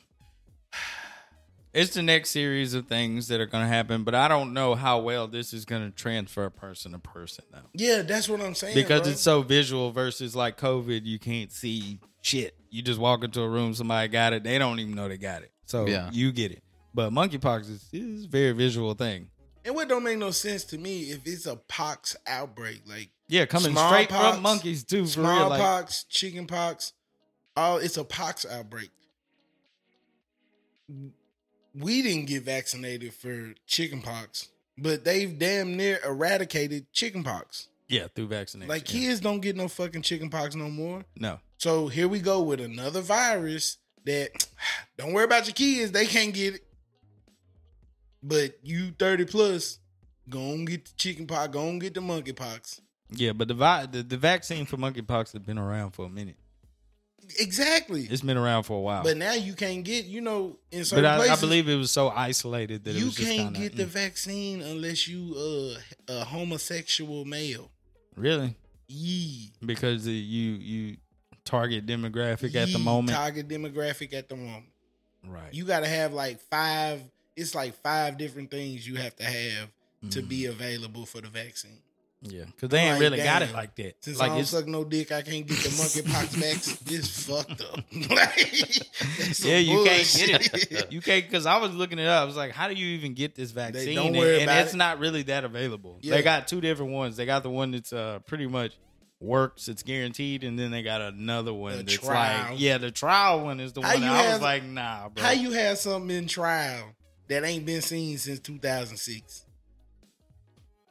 S2: It's the next series of things that are going to happen, but I don't know how well this is going to transfer person to person though,
S1: yeah. That's what I'm saying
S2: because
S1: bro.
S2: it's so visual versus like COVID, you can't see shit. You just walk into a room, somebody got it, they don't even know they got it, so
S4: Yeah.
S2: you get it. But monkeypox is, is a very visual thing.
S1: And what don't make no sense to me if it's a pox outbreak, like
S2: Yeah, coming straight
S1: Smallpox-
S2: from monkeys too. For real, like,
S1: smallpox, chicken pox, all it's a pox outbreak. We didn't get vaccinated for chicken pox, but they've damn near eradicated chicken pox.
S2: yeah, through vaccination.
S1: Like
S2: yeah.
S1: kids don't get no fucking chicken pox no more.
S2: no,
S1: So here we go with another virus that don't worry about your kids, they can't get it. But you 30 plus, go and get the chicken pox, go and get the monkey pox.
S2: yeah, but the vi- the, the vaccine for monkeypox has been around for a minute.
S1: Exactly.
S2: It's been around for a while,
S1: But now you can't get, you know, in certain
S2: but I,
S1: places,
S2: I believe it was so isolated that it
S1: you
S2: was just mm.
S1: can't
S2: kinda,
S1: get the
S2: mm.
S1: vaccine unless you uh, a homosexual male.
S2: Really?
S1: Yee.
S2: Because the- you you target demographic at the
S1: Yee
S2: moment.
S1: Target demographic at the moment.
S2: right.
S1: You got to have like five. It's like five different things you have to have to
S2: Mhm.
S1: be available for the vaccine.
S2: Yeah. Because they
S1: Like,
S2: ain't really got it
S1: damn.
S2: like that.
S1: Since
S2: like
S1: I don't
S2: it's
S1: suck no dick, I can't get the monkeypox vaccine. It's fucked up. like, that's some
S2: Yeah, you can't get
S1: bullshit.
S2: you can't because I was looking it up. I was like, how do you even get this vaccine?
S1: don't
S2: and
S1: worry
S2: and
S1: about
S2: it's
S1: it.
S2: not really that available.
S1: Yeah.
S2: They got two different ones. They got the one that's uh, pretty much works, it's guaranteed, and then they got another one
S1: The
S2: that's
S1: trial.
S2: like yeah, the trial one is the
S1: How
S2: one
S1: you
S2: that I
S1: have-
S2: was like, nah, bro.
S1: How you have something in trial that ain't been seen since 2006?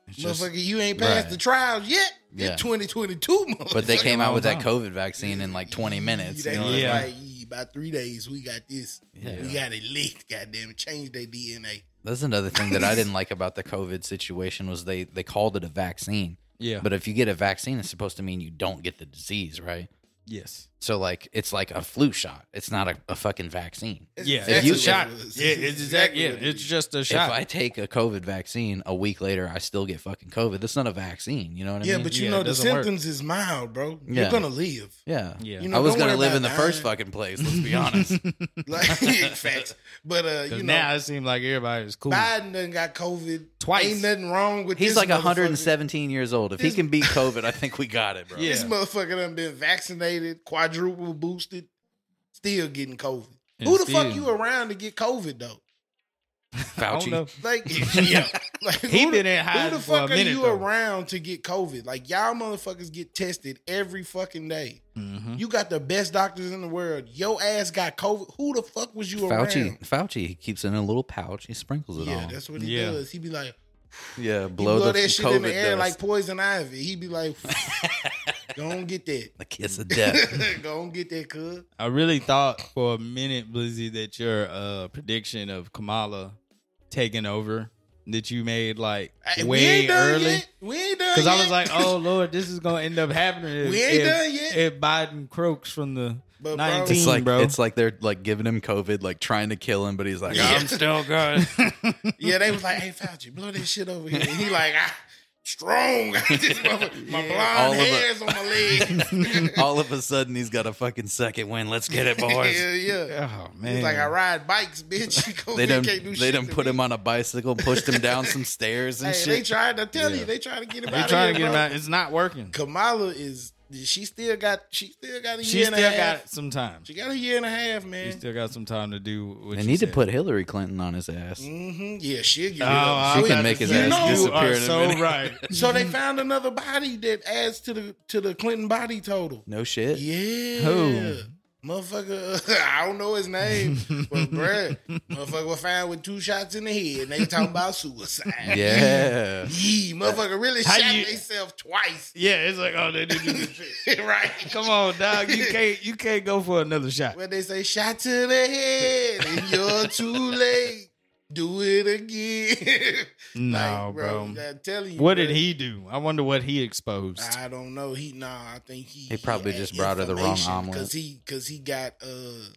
S2: It's just-
S1: Motherfucker, you ain't passed
S3: right.
S1: the trials yet.
S3: Yeah.
S1: It's 2022, motherfucker.
S3: But they came out with that
S2: Wow.
S3: COVID vaccine in like 20 minutes.
S1: They
S3: you know what I
S1: was
S2: Yeah.
S1: like, "Yee, by three days, we got this. We got it leaked. Goddamn it, change their DNA.
S3: That's another thing that I didn't like about the COVID situation was they they called it a vaccine.
S2: yeah,
S3: But if you get a vaccine, it's supposed to mean you don't get the disease, right?
S2: yes,
S3: So like it's like a flu shot. It's not a, a fucking vaccine.
S1: That's
S2: yeah,
S1: exactly
S2: it's a
S1: what it
S2: shot.
S1: was.
S2: Yeah, it's exactly. Yeah,
S1: what it
S2: it's
S1: is.
S2: just a
S3: If I
S2: shot.
S3: take a COVID vaccine, a week later I still get fucking COVID. That's not a vaccine. You know what I
S1: yeah,
S3: mean?
S1: but you
S2: Yeah,
S1: know
S2: it
S1: the
S2: doesn't work.
S1: symptoms is mild, bro. You're
S3: Yeah.
S1: gonna live.
S3: yeah.
S2: Yeah,
S1: You
S3: I
S1: know,
S3: was
S1: don't
S3: gonna
S1: worry
S3: live in the
S1: about
S3: first
S1: dying.
S3: fucking place. Let's be honest.
S1: Like facts. But uh, you
S2: 'Cause
S1: know,
S2: now it seems like everybody's cool.
S1: Biden done got COVID
S2: Twice.
S1: Ain't nothing wrong with
S3: He's
S1: this
S3: like
S1: motherfucker.
S3: 117 years old. If he
S1: This-
S3: can beat COVID, I think we got it, bro.
S2: Yeah.
S1: This motherfucker done been vaccinated, quadruple boosted, still getting COVID.
S2: And
S1: Who the fuck
S2: still-
S1: you around to get COVID though?
S2: I don't
S3: Fauci.
S2: know.
S1: Like, yeah, like
S2: He
S1: who
S2: been
S1: the-
S2: in hiding
S1: Who the
S2: for a
S1: fuck are
S2: minute,
S1: you
S2: though.
S1: around to get COVID? Like y'all motherfuckers get tested every fucking day.
S2: Mhm.
S1: You got the best doctors in the world. Your ass got COVID. Who the fuck was you
S3: Fauci,
S1: around?
S3: Fauci, he keeps it in a little pouch. He sprinkles it
S1: Yeah,
S3: on.
S1: that's what he
S2: Yeah.
S1: does. He be like,
S3: Yeah,
S1: he
S3: blow,
S1: blow,
S3: the
S1: that shit in the
S3: COVID
S1: air
S3: dust.
S1: like poison ivy. He be like, don't get that.
S3: the kiss of death.
S1: don't get that, cuz.
S2: I really thought for a minute, Blizzy, that your uh, prediction of Kamala taking over that you made like
S1: Hey, we
S2: way
S1: ain't done
S2: early.
S1: yet. We ain't done.
S2: Because I was
S1: yet.
S2: like, oh Lord, this is gonna end up happening. If,
S1: We ain't
S2: if-
S1: done yet.
S2: If Biden croaks from the
S1: But, bro,
S2: nineteen,
S1: It's
S3: It's like
S2: bro,
S3: it's like they're like giving him COVID, like trying to kill him, but he's like, "Ah."
S1: Yeah.
S3: "I'm
S2: still good.
S1: yeah, they was like, hey Fauci, blow that shit over here. And he like, ah, strong. This motherfucker- my
S3: All
S1: blonde
S3: of
S1: hairs on my legs.
S3: all of a sudden he's got a fucking second win. Let's get it, boys.
S1: yeah, yeah.
S2: oh man,
S1: He's like, I ride bikes, bitch. COVID
S3: They done
S1: can't do
S3: they
S1: shit
S3: done
S1: to
S3: put
S1: me.
S3: him on a bicycle, pushed him down some stairs
S1: Hey,
S3: and
S1: they
S3: shit.
S1: tried to tell
S3: Yeah.
S1: you. They trying to get him
S2: They
S1: out
S2: trying
S1: of
S2: to
S1: here.
S2: get
S1: bro.
S2: him out. It's not working.
S1: Kamala is she still got she still got a
S2: She
S1: year
S2: still
S1: and a half.
S2: got some time.
S1: She got a year and a half,
S2: She
S1: man.
S2: still got some time to do. What
S3: They
S2: you
S3: need to
S2: said.
S3: put Hillary Clinton on his ass.
S1: hmm Yeah, she'll get
S2: Oh,
S1: rid of
S2: I
S1: him.
S2: was
S3: She
S2: about
S3: can make
S2: to
S3: his
S2: say,
S1: ass
S2: You
S3: disappear
S2: are
S3: in a
S2: so
S3: minute.
S2: right.
S1: So
S2: Mm-hmm.
S1: they found another body that adds to the to the Clinton body total.
S3: No shit.
S1: Yeah.
S2: Who?
S1: Motherfucker, I don't know his name, but bruh, motherfucker was found with two shots in the head, and they talking about suicide.
S3: Yeah.
S1: Yee, motherfucker really
S2: How
S1: shot
S2: you-
S1: themselves twice.
S2: Yeah, it's like oh they did this shit.
S1: right.
S2: Come on, dog. You can't you can't go for another shot.
S1: When they say shot to the head, and you're too late. Do it again.
S2: No,
S1: Like,
S2: bro.
S1: I'm telling you.
S2: What did
S1: bruh,
S2: he do? I wonder what he exposed.
S1: I don't know. He nah. I think he.
S3: He probably just brought her the wrong omelet.
S1: because he because he got uh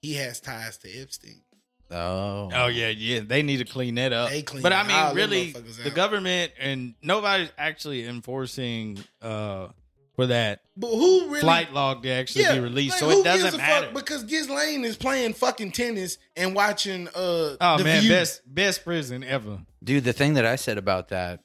S1: he has ties to Epstein.
S3: Oh.
S2: Oh yeah, yeah. They need to clean that up.
S1: They clean
S2: Uh, but I
S1: all
S2: mean,
S1: them
S2: really,
S1: motherfuckers
S2: the
S1: out.
S2: government and nobody's actually enforcing uh for that
S1: But who really
S2: flight log to actually be released.
S1: like,
S2: so
S1: who
S2: it
S1: gives
S2: doesn't
S1: a
S2: matter.
S1: Fuck because Giz Lane is playing fucking tennis and watching. uh
S2: oh
S1: The
S2: man,
S1: View.
S2: best best prison ever.
S3: Dude, the thing that I said about that,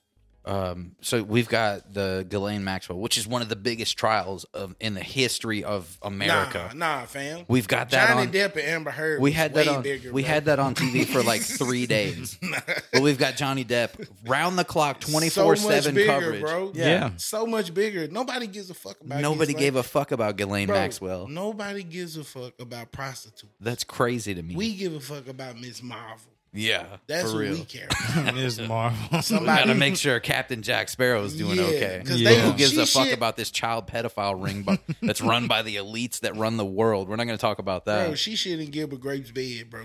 S3: um, so we've got the Ghislaine Maxwell, which is one of the biggest trials of in the history of America.
S1: Nah, nah, fam.
S3: We've got that
S1: Johnny
S3: on.
S1: Depp and Amber Heard.
S3: we
S1: was
S3: had
S1: way
S3: that on.
S1: Bigger,
S3: we
S1: bro.
S3: had that on TV for like three days. But we've got Johnny Depp round the clock,
S1: So much
S3: twenty four seven
S1: bigger,
S3: coverage.
S1: bro.
S2: Yeah. Yeah.
S1: so much bigger. Nobody gives a fuck about.
S3: Nobody
S1: Ghislaine.
S3: gave a fuck about Ghislaine
S1: Bro,
S3: Maxwell.
S1: Nobody gives a fuck about prostitutes.
S3: That's crazy to me.
S1: We give a fuck about Miss Marvel.
S3: yeah,
S1: That's
S3: for
S1: what
S3: real.
S1: we care. about.
S2: Miss Marvel.
S1: Somebody
S3: Gotta make sure Captain Jack Sparrow is doing
S1: Yeah,
S3: okay.
S1: 'cause
S2: they-
S3: Who gives
S1: she
S3: a fuck
S1: shit-
S3: about this child pedophile ring bu- that's run by the elites that run the world? We're not going to talk about that.
S1: Bro, she shit in Gilbert Grape's bed, bro.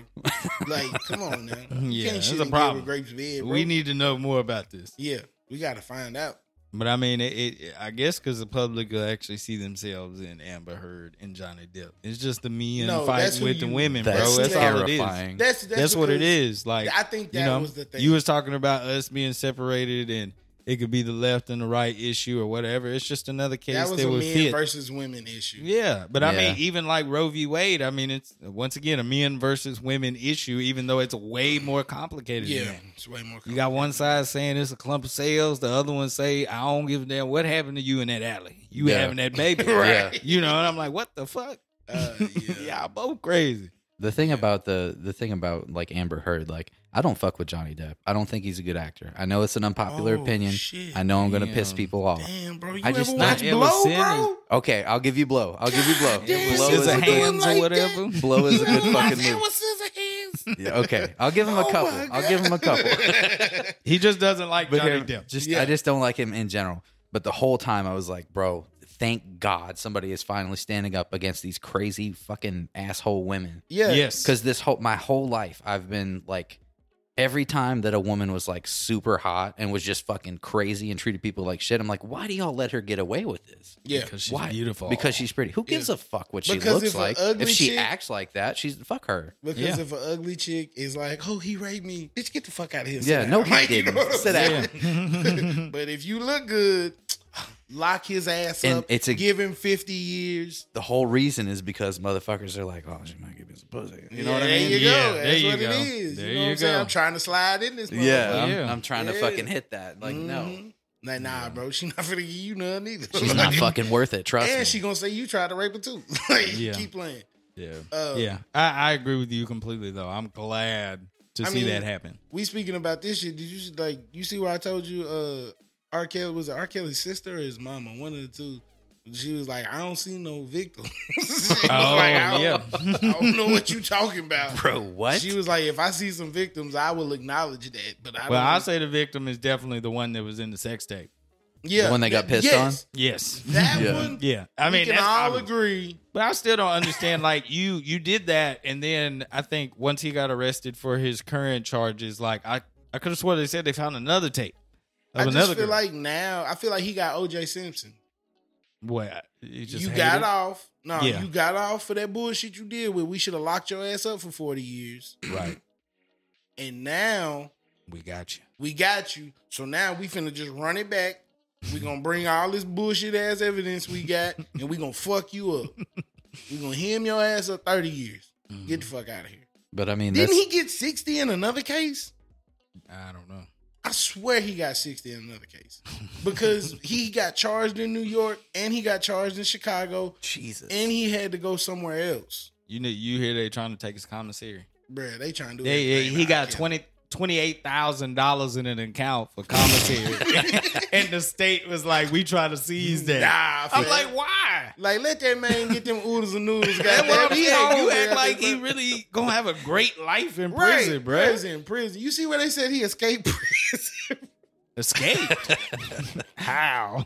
S1: Like, come on now. You
S2: Yeah,
S1: can't
S2: that's
S1: shit
S2: a
S1: in
S2: problem.
S1: Gilbert Grape's bed, bro.
S2: we need to know more about this.
S1: yeah, we got to find out.
S2: But I mean, it, it I guess because the public will actually see themselves in Amber Heard and Johnny Depp. It's just the men
S1: No, that's
S2: fighting
S1: who
S2: with the
S1: you-
S2: women,
S3: that's
S2: bro. That's all it is.
S3: terrifying.
S1: That's that's,
S2: That's, what it
S1: because
S2: is. Like
S1: I think that
S2: you know,
S1: was the thing.
S2: you was talking about us being separated and It could be the left and the right issue or whatever. It's just another case
S1: That
S2: that,
S1: was a
S2: would
S1: men
S2: fit.
S1: versus women issue.
S2: Yeah, but I mean,
S3: Yeah.
S2: even like Roe v. Wade, I mean, it's once again a men versus women issue, even though it's way more complicated.
S1: Yeah,
S2: than that.
S1: it's way more.
S2: You got one side saying it's a clump of sales, the other one say, I don't give a damn what happened to you in that alley. You
S3: Yeah.
S2: having that baby.
S3: Right.
S2: Yeah. You know, and I'm like, what the fuck?
S1: Uh, yeah.
S2: Y'all both crazy.
S3: The thing about the the thing about like Amber Heard, like I don't fuck with Johnny Depp. I don't think he's a good actor. I know it's an unpopular
S1: Oh,
S3: opinion.
S1: shit.
S3: I know I'm gonna piss
S2: Damn.
S3: people off.
S1: Damn, bro, you
S3: I
S1: ever
S3: just
S1: watch
S3: not
S2: ever
S1: Blow,
S2: seen
S1: bro?
S3: Okay, I'll give you blow. I'll give you blow.
S1: God damn,
S3: blow
S1: Scissor
S3: is a
S1: Hand.
S3: good,
S2: hands
S1: like
S2: or
S1: that?
S2: whatever.
S3: blow is a good
S1: You ever watch
S3: fucking
S1: that
S3: move.
S1: with scissor hands?
S3: Yeah, okay, I'll give him a
S1: Oh
S3: couple.
S1: my
S3: I'll give him a couple.
S2: He just doesn't like
S3: But
S2: Johnny
S3: him-
S2: Depp.
S3: just
S1: Yeah.
S3: I just don't like him in general. But the whole time I was like, bro, thank God somebody is finally standing up against these crazy fucking asshole women.
S1: yeah,
S2: Yes.
S3: Because this whole my whole life I've been like, every time that a woman was like super hot and was just fucking crazy and treated people like shit, I'm like, why do y'all let her get away with this?
S1: yeah.
S2: because she's
S3: Why?
S2: beautiful.
S3: Because she's pretty. Who gives a fuck what she
S1: Because if
S3: looks
S1: a
S3: like?
S1: ugly
S3: If she
S1: chick-
S3: acts like that, she's fuck her.
S1: Because
S2: Yeah.
S1: if an ugly chick is like, "Oh, he raped me," bitch, get the fuck out of here. Sit
S3: Yeah,
S1: down.
S3: no, he
S1: Like, you
S3: didn't.
S1: know what I'm
S3: Sit
S1: saying?
S2: down.
S1: but if you look good, lock his ass
S3: And
S1: up.
S3: it's a-
S1: give him fifty years.
S3: The whole reason is because motherfuckers are like, oh, she might give me some pussy.
S1: You
S2: know what I mean?
S1: There you
S2: Yeah,
S1: go.
S2: there
S1: That's
S2: you
S1: what
S2: go.
S1: it is.
S2: There
S1: you know
S2: you
S1: what I'm saying?
S2: go.
S1: I'm trying to slide in this.
S3: Yeah, I'm,
S1: motherfucker.
S2: Yeah.
S3: I'm trying to
S1: Yeah.
S3: fucking hit that. Like, no.
S1: Mhm. Like, nah, bro, she not finna give you none either.
S3: She's not fucking worth it. Trust me.
S1: And she gonna say you tried to rape her too. like,
S2: Yeah.
S1: keep playing.
S2: yeah.
S1: Um,
S2: Yeah. I, I agree with you completely, though. I'm glad to
S1: I
S2: see
S1: mean,
S2: that happen.
S1: we speaking about this shit. Did you see- like you see what I told you? Uh, R. Kelly was it R. Kelly's sister or his mama? One of the two. She was like, I don't see no victims. She was like, I don't,
S2: yeah.
S1: I don't know what you talking about.
S3: Oh, Bro, what?
S1: She was like, if I see some victims, I will acknowledge that. But I
S2: Well,
S1: don't.
S2: I'll say the victim is definitely the one that was in the sex tape.
S1: yeah,
S3: The one that got pissed
S1: yes,
S2: Yes.
S1: That
S3: Yeah.
S1: one.
S2: yeah. I mean,
S1: we can
S2: that's
S1: all
S2: obvious.
S1: agree.
S2: But I still don't understand. Like you, you did that, and then I think once he got arrested for his current charges, like I, I could have swore they said they found another tape of
S1: I just
S2: another
S1: feel
S2: girl.
S1: like now, I feel like he got O.J. Simpson.
S2: Boy, I- you just
S1: you
S2: hate
S1: got
S2: it.
S1: off. No,
S2: Yeah.
S1: you got off for that bullshit you did. With we should have locked your ass up for forty years,
S2: right.
S1: and now
S2: We got you.
S1: we got you. So now we finna just run it back. We gonna bring all this bullshit ass evidence we got, and we gonna fuck you up. We gonna hem your ass up thirty years. Get the fuck out of here.
S3: but I mean,
S1: Didn't
S3: that's,
S1: he get sixty in another case?
S2: I don't know.
S1: I swear he got 60 in another case because he got charged in New York and he got charged in Chicago
S3: Jesus.
S1: and he had to go somewhere else.
S2: You know, you hear they trying to take his commissary.
S1: Bruh, they trying to do
S2: They,
S1: everything
S2: he
S1: about
S2: got
S1: Kelly.
S2: twenty. Twenty-eight thousand dollars in an account for commissary, and the state was like, "We try to seize that."
S1: Nah,
S2: I'm
S1: fam.
S2: like, "Why?"
S1: Like, let that man get them oodles and noodles.
S2: That's what I'm
S1: goddamn. He ain't
S2: saying.
S1: gonna
S2: You
S1: be
S2: act
S1: out
S2: like
S1: there,
S2: he
S1: bruh.
S2: really gonna have a great life in
S1: Right.
S2: prison, bro.
S1: Prison, prison. You see where they said he escaped prison,
S2: Escaped. How?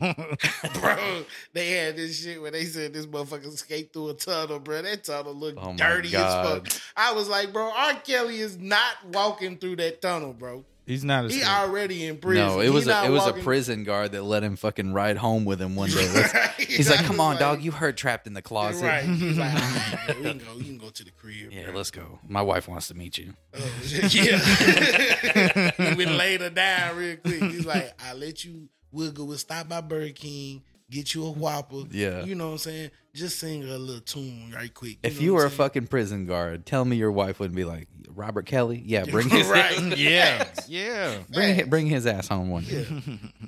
S1: bro? They had this shit where they said this motherfucker escaped through a tunnel, bro. That tunnel looked
S3: Oh my
S1: dirty
S3: God.
S1: as fuck. I was like, bro, R. Kelly is not walking through that tunnel, bro.
S2: He's not
S1: He
S2: escaped.
S1: already in prison.
S3: no,
S1: He
S3: it was a,
S1: not
S3: it was a
S1: walking-
S3: prison guard that let him fucking ride home with him one day. Let's-
S1: Right.
S3: He's like,
S1: I
S3: "Come
S1: was
S3: on,
S1: like-
S3: dog, you heard trapped in the closet."
S1: Right. He's like, "All right, bro, we can go. You can go to the crib.
S3: Yeah,
S1: bro."
S3: let's go. My wife wants to meet you.
S1: Oh, yeah. we laid her down real quick. He's like, I let you wiggle. We'll stop by Burger King, get you a Whopper.
S3: Yeah.
S1: You know what I'm saying? Just sing her a little tune right quick.
S3: If
S1: know
S3: you
S1: what
S3: were a
S1: I'm
S3: fucking prison guard, tell me your wife wouldn't be like Robert Kelly. Yeah, bring his
S1: saying? right.
S2: Yeah, yeah.
S3: bring hi- bring his ass home one day.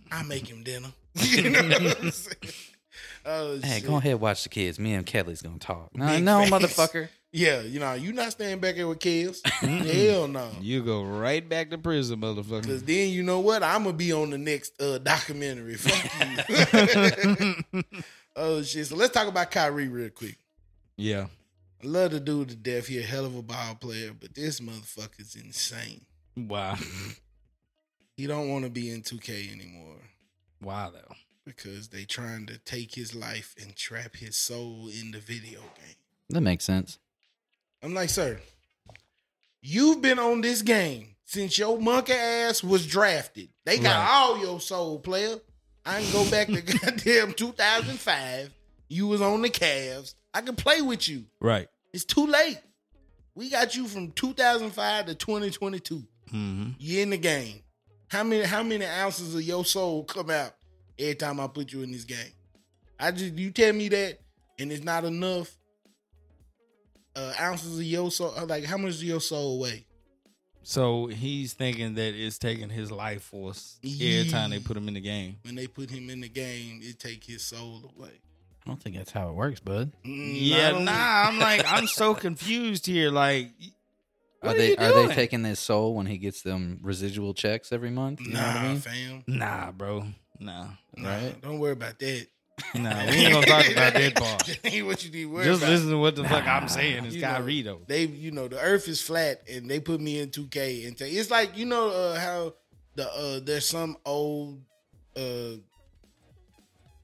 S1: I make him dinner. you know what I'm saying? Oh,
S3: Hey,
S1: shit.
S3: go ahead, watch the kids. Me and Kelly's gonna talk. No,
S1: Big
S3: no,
S1: face.
S3: motherfucker.
S1: Yeah, you know, you not staying back here with kids. Hell no.
S2: You go right back to prison,
S1: Cause
S2: motherfucker.
S1: then you know what? I'm gonna be on the next uh, documentary. Fuck you. oh shit! So let's talk about Kyrie real quick.
S2: yeah,
S1: I love the dude to death. He a hell of a ball player, but this motherfucker's insane.
S2: wow,
S1: He don't want to be in 2K anymore
S2: wow, though.
S1: because they trying to take his life and trap his soul in the video game.
S3: That makes sense.
S1: I'm like, sir, you've been on this game since your monkey ass was drafted. They got
S2: Right.
S1: all your soul, player. I can go back to goddamn 2005. You was on the Cavs. I can play with you.
S2: Right.
S1: It's too late. We got you from 2005 to 2022.
S2: Mm-hmm.
S1: You in the game. How many how many ounces of your soul come out every time I put you in this game? I just you tell me that, and it's not enough uh, ounces of your soul. uh, Like how much of your soul weigh?
S2: So he's thinking that it's taking his life force every time they put him in the game.
S1: When they put him in the game, it take his soul away.
S3: I don't think that's how it works, bud.
S1: Mm, I
S2: Yeah,
S1: don't-
S2: nah. I'm like, I'm so confused here. Like,
S4: Are
S2: what
S4: they
S2: you
S4: are
S2: doing?
S4: they taking their soul when he gets them residual checks every month? You
S1: Nah,
S4: know what I mean?
S1: fam.
S2: Nah, bro. Nah,
S1: Nah,
S4: Right.
S1: Don't worry about that.
S2: nah. We ain't gonna talk about that part.
S1: That ain't what you need to worry
S2: Just
S1: about.
S2: listen to what the fuck I'm saying. It's
S1: You know,
S2: Kyrie though.
S1: They, you know, the Earth is flat, and they put me in 2K, and say it's like you know uh, how the uh, there's some old uh,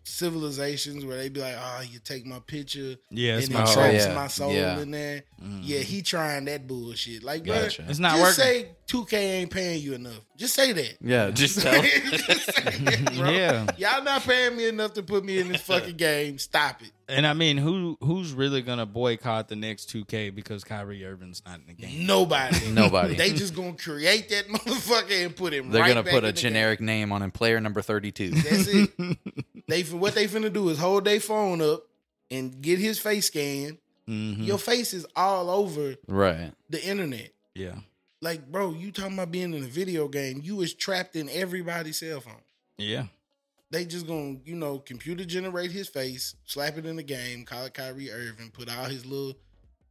S1: civilizations where they be like, oh, you take my picture,
S2: Yeah, it's
S1: and
S2: my
S1: it
S4: Oh,
S2: soul.
S1: traps
S4: yeah.
S1: my soul
S4: Yeah. Mm-hmm.
S1: in there.
S2: Mhm.
S1: Yeah, he trying that bullshit. Like, bruh,
S4: Gotcha.
S2: It's not
S1: just
S2: working.
S1: say 2K ain't paying you enough. Just say that.
S4: Yeah, just tell.
S1: Just say that, bro.
S2: Yeah.
S1: Y'all not paying me enough to put me in this fucking game. Stop it.
S2: And I mean, who who's really gonna boycott the next 2K because Kyrie Irving's not in the game?
S1: Nobody.
S4: Nobody.
S1: They just gonna create that motherfucker and put him.
S4: They're
S1: right
S4: gonna
S1: back
S4: put a
S1: in the
S4: generic name on him, player number thirty-two.
S1: game. That's it. they fin- what they finna do is hold their phone up and get his face scan.
S2: Mhm.
S4: Mm.
S1: Your face is all over
S4: right.
S1: the internet.
S2: Yeah.
S1: Like, bro, you talking about being in a video game? You is trapped in everybody's cell phone.
S2: Yeah.
S1: They just gonna, you know, computer generate his face, slap it in the game, call it Kyrie Irving, put all his little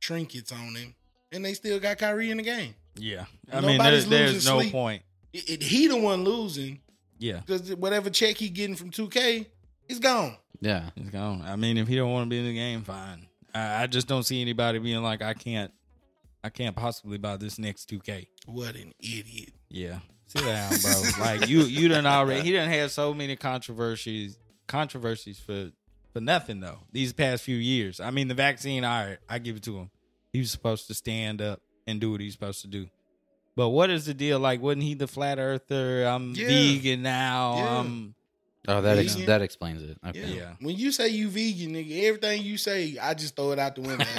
S1: trinkets on him, and they still got Kyrie in the game.
S2: Yeah. I mean, there,
S1: Nobody's
S2: there's
S1: losing
S2: no
S1: sleep.
S2: point.
S1: It, it, he the one losing
S2: Yeah.
S1: because whatever check he getting from 2K, it's gone.
S4: Yeah.
S2: It's gone. I mean, if he don't want to be in the game, fine. I, I just don't see anybody being like, I can't, I can't possibly buy this next 2K.
S1: What an idiot.
S2: Yeah, sit down, bro. like you, you done already. He done had so many controversies, controversies for for nothing though. These past few years. I mean, the vaccine. All right, I give it to him. He was supposed to stand up and do what he's supposed to do. But what is the deal? Like, wasn't he the flat earther? I'm
S1: Yeah.
S2: vegan now.
S1: Yeah.
S2: Um,
S4: Oh, that ex-
S1: Vegan.
S4: that explains it.
S1: Yeah.
S4: Okay.
S2: Yeah.
S1: When you say you vegan, nigga, everything you say, I just throw it out the window.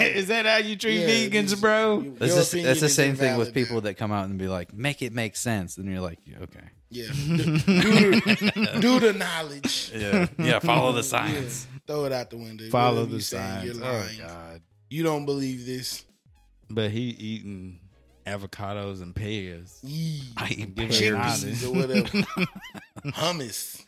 S2: is that how you treat
S1: Yeah,
S2: vegans,
S1: it's-
S2: bro?
S1: your
S4: That's, the-
S1: opinion
S4: that's the
S1: is
S4: same thing with
S1: invalid.
S4: people that come out and be like, make it make sense. And you're like, yeah, okay.
S1: Yeah. Do, do the, do the knowledge.
S4: Yeah. Yeah. Follow the
S1: science. Throw it out the window.
S2: Follow
S1: Whatever
S2: the
S1: you saying,
S2: signs.
S1: You're
S2: Oh
S1: lying.
S2: God.
S1: you don't believe this.
S2: But he eating avocados and pears.
S1: Yee.
S4: I eat
S2: Give it
S1: Chickpeas
S2: honest.
S1: or whatever. hummus.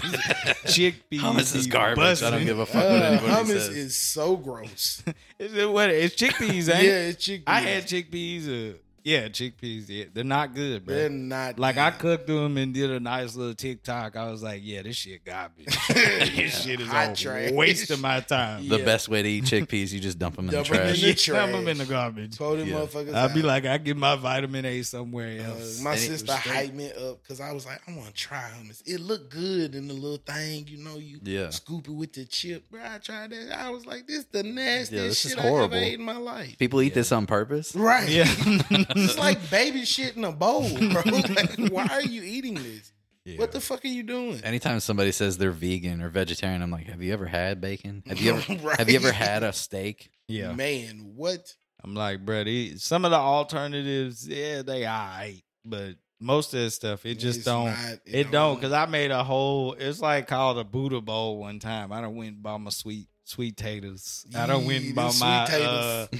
S2: Chickpeas.
S4: Hummus is
S2: be
S4: garbage. I
S2: bussin'.
S4: don't give a fuck what
S1: Uh,
S4: anybody
S1: hummus
S4: says.
S1: is so gross.
S2: Is it what? It's chickpeas,
S1: yeah,
S2: ain't it?
S1: it's chickpeas.
S2: I had chickpeas. Uh, yeah, chickpeas. Yeah, they're not good,
S1: They're
S2: bro.
S1: not
S2: Like I
S1: good.
S2: cooked them and did a nice little TikTok. I was like, yeah, this shit garbage. this shit is
S1: Hot
S2: all
S1: trash.
S2: wasting my time.
S1: Yeah.
S4: The best way to eat chickpeas, you just dump them in
S1: Dump
S4: the
S1: 'em in
S4: trash.
S1: the-
S2: Yeah, Dump them in the
S1: trash.
S2: garbage.
S1: Throw them
S4: Yeah.
S1: motherfuckers
S2: I'd be
S1: out.
S2: like, I get my vitamin A somewhere
S1: Uh,
S2: else.
S1: my
S4: And it
S1: sister
S2: was straight.
S1: hyped me up because I was like, I want to try hummus. It looked good in the little thing, you know, you
S4: Yeah.
S1: scoop it with the chip. Bro, I tried that. I was like, this is the nastiest
S4: Yeah, this is
S1: shit I ever
S4: horrible.
S1: ate in my life.
S4: People eat this on purpose.
S1: Right.
S2: yeah.
S1: It's like baby shit in a bowl, bro. Like, why are you eating this? What the fuck are you doing?
S4: Anytime somebody says they're vegan or vegetarian, I'm like, have you ever had bacon? Have you ever
S1: Right.
S4: have you ever had a steak?
S2: yeah.
S1: Man, what?
S2: I'm like, bro, these- some of the alternatives, yeah, they all right. But most of this stuff, it just
S1: It's
S2: don't.
S1: not- uh
S2: It don't, because I made a whole, it's like called a Buddha bowl one time. I done went and bought my sweet, sweet taters. I done went
S1: Yee,
S2: and bought
S1: them
S2: my,
S1: sweet
S2: uh,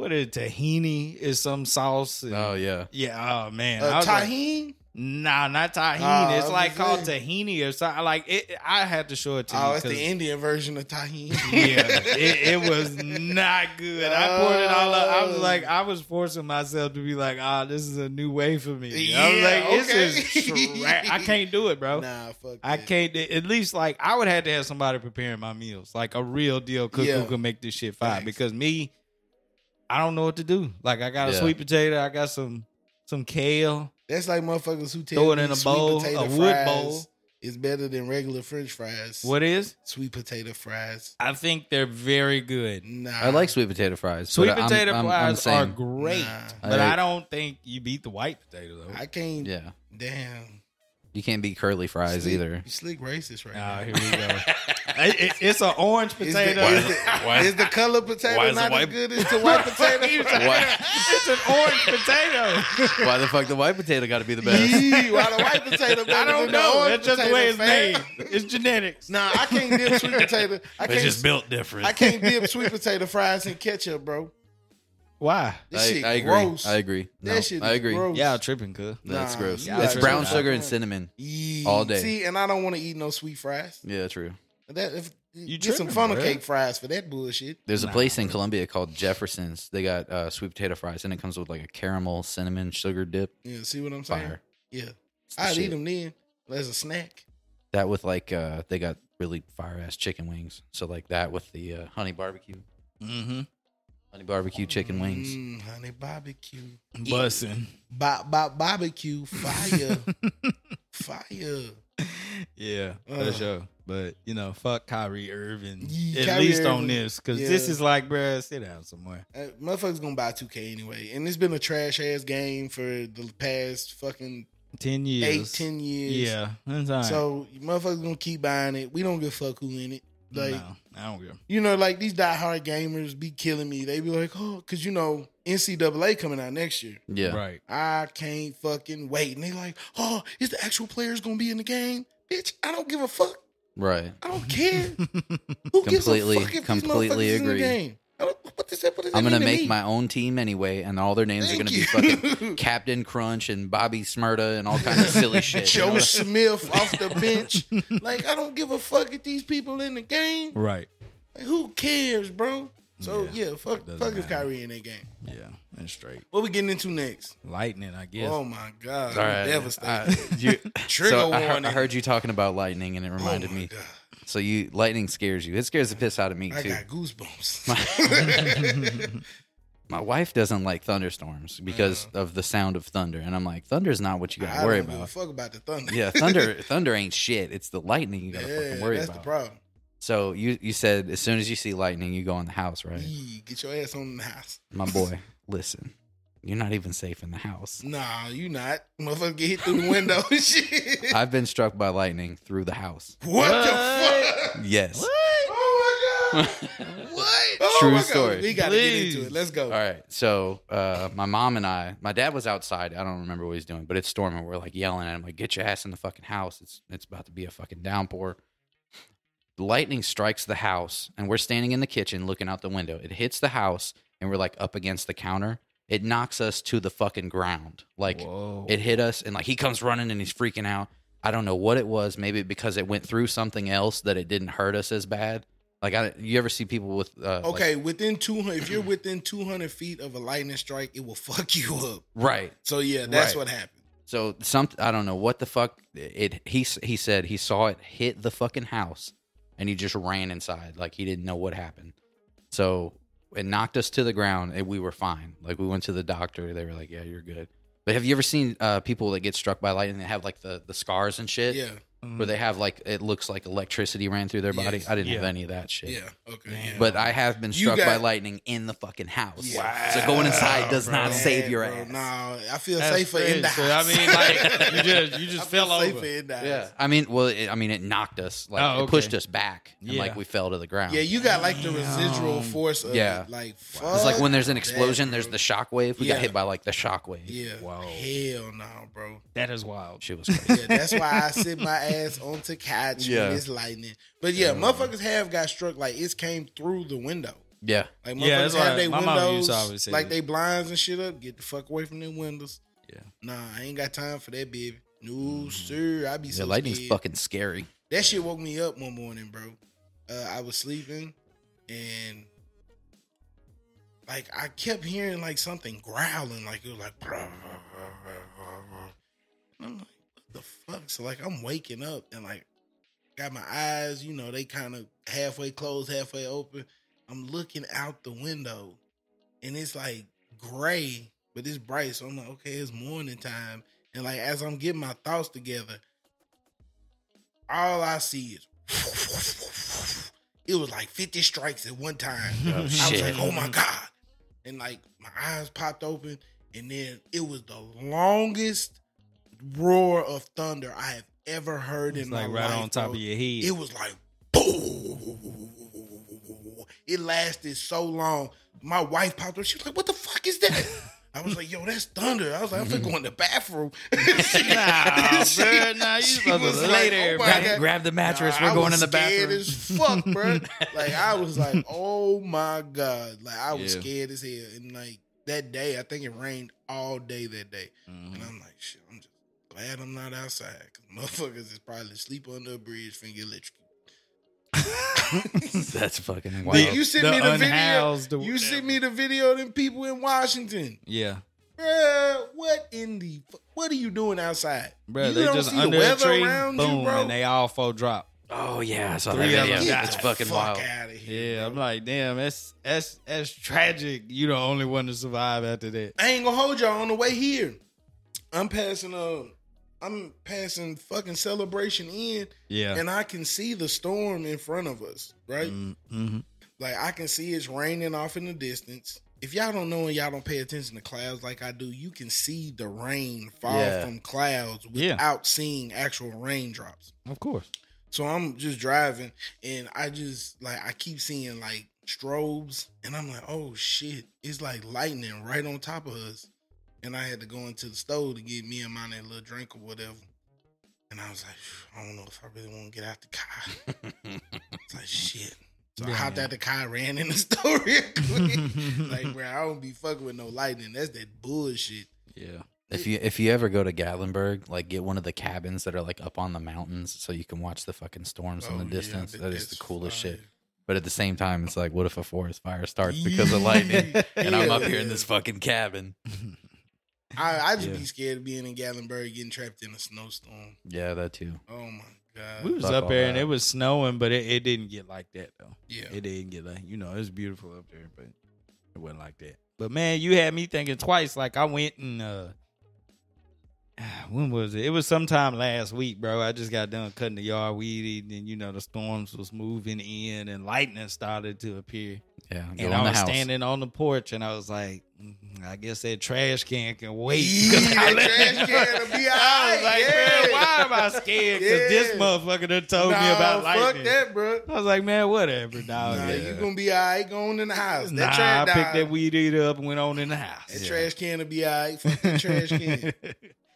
S2: what is it, tahini is some sauce. and-
S4: Oh yeah.
S2: yeah, oh man. I
S1: Uh,
S2: was like,
S1: tahine?
S2: nah, not tahini.
S1: Oh, I
S2: it's
S1: was
S2: like
S1: gonna
S2: called
S1: say.
S2: tahini or something. Like, it, I had to show it to
S1: oh,
S2: you.
S1: it's
S2: 'cause-
S1: the Indian version of tahine.
S2: yeah, it, it was not good. I poured it all up. I was
S1: Oh.
S2: like, I was forcing myself to be like, ah, this is a new way for me. I was
S1: Yeah,
S2: like, this
S1: okay.
S2: is, tra- I can't do it, bro.
S1: Nah, fuck.
S2: I
S1: that.
S2: can't. At least like I would have to have somebody preparing my meals, like a real deal cook
S1: Yeah.
S2: who can make this shit fine.
S1: Thanks.
S2: Because me, I don't know what to do. Like I got a
S4: Yeah.
S2: sweet potato, I got some some kale.
S1: That's like motherfuckers who tell
S2: Throw it
S1: me
S2: in a
S1: sweet
S2: bowl,
S1: potato
S2: a wood
S1: fries
S2: bowl.
S1: is better than regular French fries.
S2: What is?
S1: sweet potato fries?
S2: I think they're very good.
S1: Nah,
S4: I like sweet potato fries. but
S2: Sweet
S4: I'm-
S2: potato
S4: I'm- I'm
S2: fries are
S4: saying-
S2: great,
S1: Nah.
S2: but
S4: I-
S2: I, don't think you beat the white potato though.
S1: I can't.
S4: Yeah.
S1: Damn.
S4: You can't be curly fries
S1: Slick-
S4: either.
S1: You slick racist right
S2: Oh,
S1: now.
S2: here we go. It- it- it's an orange
S1: Is the,
S2: potato.
S1: is, the,
S3: Why-
S1: is the color potato
S3: why is it
S1: not as
S3: white?
S1: good as the white potato?
S3: Why,
S2: it's an orange potato.
S3: why the fuck the white potato got to be the best?
S1: Yee, Why the white potato better
S2: I don't
S1: than the
S2: know.
S1: orange
S2: That's just the
S1: potato,
S2: way it's
S1: fam?
S2: named. It's genetics.
S1: Nah, I can't dip sweet potato. I can't,
S3: built different.
S1: I can't dip sweet potato fries in ketchup, bro.
S2: Why?
S1: This
S3: I,
S1: shit
S3: I agree.
S1: gross.
S3: I agree. No,
S1: That shit
S3: I
S1: is
S3: agree.
S1: gross.
S2: Yeah, tripping, cuz.
S3: That's
S1: Nah,
S3: gross.
S2: yeah,
S3: it's
S2: that's
S3: brown
S2: right.
S3: sugar and cinnamon.
S1: Yee.
S3: All day.
S1: See, and I don't want to eat no sweet fries.
S3: Yeah, true.
S1: That if
S2: You
S1: get some
S2: tripping,
S1: funnel
S2: bruh.
S1: cake fries for that bullshit.
S3: There's a place in Columbia called Jefferson's. They got uh, sweet potato fries, and it comes with like a caramel, cinnamon, sugar dip.
S1: Yeah, see what I'm saying?
S3: Fire.
S1: Yeah,
S3: It's the
S1: I'd eat
S3: shit.
S1: them then as a snack.
S3: That with like uh, they got really fire ass chicken wings. So like that with the uh, honey barbecue,
S2: Mm-hmm.
S3: honey barbecue chicken wings.
S1: Mm, honey barbecue,
S2: Bussin'.
S1: bop bop barbecue, fire, fire.
S2: Yeah, for
S1: Uh.
S2: sure. But you know, fuck Kyrie Irving.
S1: Ye-
S2: at
S1: Kyrie
S2: least on
S1: Irving.
S2: this, because this
S1: Yeah.
S2: is like, bruh, sit down somewhere.
S1: Uh, motherfuckers gonna buy 2K anyway, and it's been a trash ass game for the past fucking
S2: Ten years.
S1: eight, ten years.
S2: Yeah, that's all right.
S1: So motherfuckers gonna keep buying it. We don't give a fuck who in it. Like
S2: no, I don't care.
S1: you know, like these diehard gamers be killing me. They be like, oh, cause you know NCAA coming out next year.
S3: Yeah,
S2: Right.
S1: I can't fucking wait. And they like, oh, is the actual players gonna be in the game? Bitch, I don't give a fuck.
S3: right.
S1: I don't care. Who
S3: Completely-
S1: gives a fuck if
S3: completely
S1: these motherfuckers is in the
S3: agree.
S1: game? I don't, what does that, what does
S3: I'm
S1: that
S3: gonna
S1: mean to
S3: make
S1: me?
S3: my own team anyway, and all their names are
S1: Thank
S3: gonna
S1: you.
S3: be fucking Captain Crunch and Bobby Smyrta and all kinds of silly shit. you know?
S1: Joe Smith off the bench. Like, I don't give a fuck if these people in the game.
S2: Right.
S1: Like, who cares, bro? So yeah, fuck,
S2: doesn't
S1: fuck if
S2: matter.
S1: Kyrie in that game.
S2: Yeah, that's straight.
S1: What we getting into next?
S2: Lightning, I guess.
S1: Oh my god,
S3: All right.
S1: devastating.
S3: Uh, you-
S1: Trigger
S3: so I, heard,
S1: warning.
S3: I heard you talking about lightning, and it
S1: oh
S3: reminded
S1: my
S3: me.
S1: god,
S3: So you lightning scares you. It scares the piss out of me
S1: I
S3: too.
S1: got goosebumps.
S3: My wife doesn't like thunderstorms because of the sound of thunder, and I'm like, thunder's not what you got
S1: I
S3: to worry
S1: don't give a
S3: about.
S1: fuck about the thunder.
S3: Yeah, thunder, thunder ain't shit. It's the lightning you got to fucking worry
S1: that's
S3: about.
S1: the problem.
S3: so you you said as soon as you see lightning, you go in the house, right?
S1: Yee, E, Get your ass on the house.
S3: My boy, listen, you're not even safe in the house.
S1: Nah, you not. Motherfucker get hit through the window. Shit.
S3: I've been struck by lightning through the house.
S1: What, the fuck?
S3: Yes.
S1: Oh my god. What? Oh
S3: True
S1: my God.
S3: story.
S1: We gotta get into
S2: Please.
S1: it. Let's go.
S3: All right. So uh, my mom and I, my dad was outside. I don't remember what he's doing, but it's storming. We're like yelling at him, like, "Get your ass in the fucking house! It's it's about to be a fucking downpour." Lightning strikes the house, and we're standing in the kitchen looking out the window. It hits the house, and we're like up against the counter. It knocks us to the fucking ground. Like
S2: Whoa.
S3: it hit us, and like he comes running and he's freaking out. I don't know what it was. Maybe because it went through something else that it didn't hurt us as bad. Like I, you ever see people with uh, like-
S1: Okay, within 200, if you're within 200 feet of a lightning strike, it will fuck you up.
S3: right?
S1: So, yeah, that's
S3: Right.
S1: what happened.
S3: So some I don't know what the fuck it he s- he said he saw it hit the fucking house and he just ran inside like he didn't know what happened. So it knocked us to the ground and we were fine. Like we went to the doctor, they were like, "Yeah, you're good." But have you ever seen uh, people that get struck by lightning that have like the the scars and shit?
S1: Yeah,
S3: Where they have like it looks like electricity ran through their body.
S1: Yes.
S3: I didn't have
S2: Yeah.
S3: any of that shit.
S1: yeah, okay. yeah.
S3: But I have been
S1: You
S3: struck by
S1: got-
S3: lightning in the fucking house.
S1: Yeah.
S3: So going inside does
S2: Wow,
S3: not
S2: bro.
S3: save your
S1: Bro,
S3: ass.
S1: Nah, I feel
S2: That's
S1: safer in
S2: crazy.
S1: the
S2: So,
S1: house.
S2: I mean, like, you just- you just
S1: I
S2: fell
S1: feel
S2: over.
S1: safer in the
S3: Yeah,
S1: house.
S3: I mean, well, it, I mean, it knocked us, like
S2: Oh,
S3: it pushed
S2: okay.
S3: us back, and
S2: Yeah.
S3: like we fell to the ground.
S1: Yeah, you got like the residual force of yeah.
S3: Yeah.
S1: like fuck.
S3: it's like when there's an
S1: that,
S3: explosion,
S1: bro.
S3: there's the shock wave. We
S1: Yeah.
S3: got hit by like the shock wave.
S1: Yeah.
S2: Wow.
S1: Hell no, bro.
S2: That is wild.
S3: Shit was crazy.
S1: Yeah, that's why I sit my ass on to couch
S3: Yeah.
S1: when it's lightning. But yeah, motherfuckers have got struck like it came through the window.
S3: yeah,
S1: Like motherfuckers
S2: Yeah, that's
S1: have
S2: why
S1: their
S2: my mama used
S1: windows
S2: to always say
S1: like
S2: that.
S1: they blinds and shit up. Get the fuck away from them windows.
S2: Yeah.
S1: Nah, I ain't got time for that, baby. No, sir. I be
S3: the
S1: so
S3: Mm. lightning's
S1: scared.
S3: fucking scary.
S1: That shit woke me up one morning, bro. Uh, I was sleeping and like I kept hearing like something growling, like it was like, "Bruh, bruh, bruh, bruh, bruh, bruh." And I'm like, what the fuck? So like I'm waking up and like got my eyes, you know, they kind of halfway closed, halfway open. I'm looking out the window and it's like gray, but it's bright. So I'm like, okay, it's morning time. And like as I'm getting my thoughts together, all I see is it was like 50 strikes at one time. I was
S3: shit.
S1: like, oh my God. And like my eyes popped open, and then it was the longest roar of thunder I have ever heard
S2: It's
S1: in
S2: like
S1: my
S2: right
S1: life.
S2: on top
S1: bro.
S2: of your head.
S1: It was like boom, It lasted so long. My wife popped up. She was like, "What the fuck is that?" I was like, "Yo, that's thunder." I was like, "I'm gonna go in the bathroom." she,
S2: Nah,
S1: she-
S2: Oh, bro, nah, you
S1: she
S2: supposed
S1: was
S2: to
S1: like,
S2: lay
S1: "Oh
S2: there,
S1: my
S2: bro.
S1: God."
S3: Grab, grab the mattress.
S1: Nah,
S3: We're
S1: I
S3: going
S1: was
S3: in the
S1: scared
S3: bathroom.
S1: As fuck, bro. like I was like, oh my god. Like I was
S2: Yeah.
S1: scared as hell. And like that day, I think it rained all day that day. And
S2: Mhm.
S1: I'm like, shit. I'm just glad I'm not outside. Cause motherfuckers is probably sleep under a bridge, finger electrocuted.
S3: That's fucking
S1: Like,
S3: wild.
S1: you sent me the video.
S2: unhoused, the
S1: You sent me the video of them people in Washington.
S2: Yeah,
S1: Bruh, what in the fu- what are you doing outside?
S2: bro,
S1: you
S2: they
S1: don't
S2: just
S1: see the
S2: under a
S1: weather
S2: tree,
S1: around
S2: boom,
S1: you, bro.
S2: and they all four drop.
S3: oh yeah, I saw that
S2: Three of
S3: video.
S2: them
S1: Get
S3: That's
S1: the
S3: fucking
S1: fuck
S3: wild.
S1: Out of here.
S2: Yeah, I'm like, damn, that's that's that's tragic. You the only one to survive after that.
S1: I ain't gonna hold y'all on the way here. I'm passing uh I'm passing fucking celebration in
S2: Yeah.
S1: and I can see the storm in front of us, right?
S2: Mm-hmm.
S1: Like I can see it's raining off in the distance. If y'all don't know and y'all don't pay attention to clouds like I do, you can see the rain fall
S4: Yeah.
S1: from clouds
S2: Yeah.
S1: without seeing actual raindrops.
S2: Of course.
S1: So I'm just driving and I just like I keep seeing like strobes and I'm like, oh shit, it's like lightning right on top of us. And I had to go into the store to get me and mine a little drink or whatever. And I was like, I don't know if I really want to get out the car. it's like shit. So I hopped
S2: Yeah.
S1: out the car, ran in the store real quick. like, bro, I don't be fucking with no lightning. That's that bullshit.
S2: yeah.
S4: If you if you ever go to Gatlinburg, like get one of the cabins that are like up on the mountains so you can watch the fucking storms
S1: Oh,
S4: in the
S1: yeah,
S4: distance.
S1: that-
S4: that is the
S1: that's
S4: coolest
S1: fire.
S4: shit. But at the same time, it's like, what if a forest fire starts because of lightning? And I'm up here in this fucking cabin.
S1: I, I just
S2: Yeah.
S1: be scared of being in Gatlinburg, getting trapped in a snowstorm.
S4: Yeah, that too.
S1: Oh my god.
S2: We was
S4: Fuck
S2: up
S4: all
S2: there and
S4: that.
S2: it was snowing, but it, it didn't get like that though.
S1: yeah.
S2: It didn't get like you know, it was beautiful up there, but it wasn't like that. But man, you had me thinking twice. Like I went and uh when was it? It was sometime last week, bro. I just got done cutting the yard weed and you know the storms was moving in and lightning started to appear.
S4: Yeah, go in
S2: And I
S4: the
S2: was
S4: house.
S2: standing on the porch and I was like, "Mm, I guess that trash can can wait.
S1: Yeah,
S2: 'Cause
S1: that
S2: I let-
S1: trash can will be
S2: I was
S1: alright,
S2: like,
S1: yeah.
S2: man, why am I scared? Because this
S1: Yeah.
S2: motherfucker done told me
S1: Nah,
S2: about
S1: fuck
S2: lightning.
S1: that, bro.
S2: I was like, man, whatever, dog.
S1: Nah,
S2: Yeah.
S1: you gonna be alright going in the house. That
S2: Nah,
S1: trash,
S2: I picked
S1: nah,
S2: that weed eater up and went on in the house.
S1: that trash can will be alright. Fuck that trash can.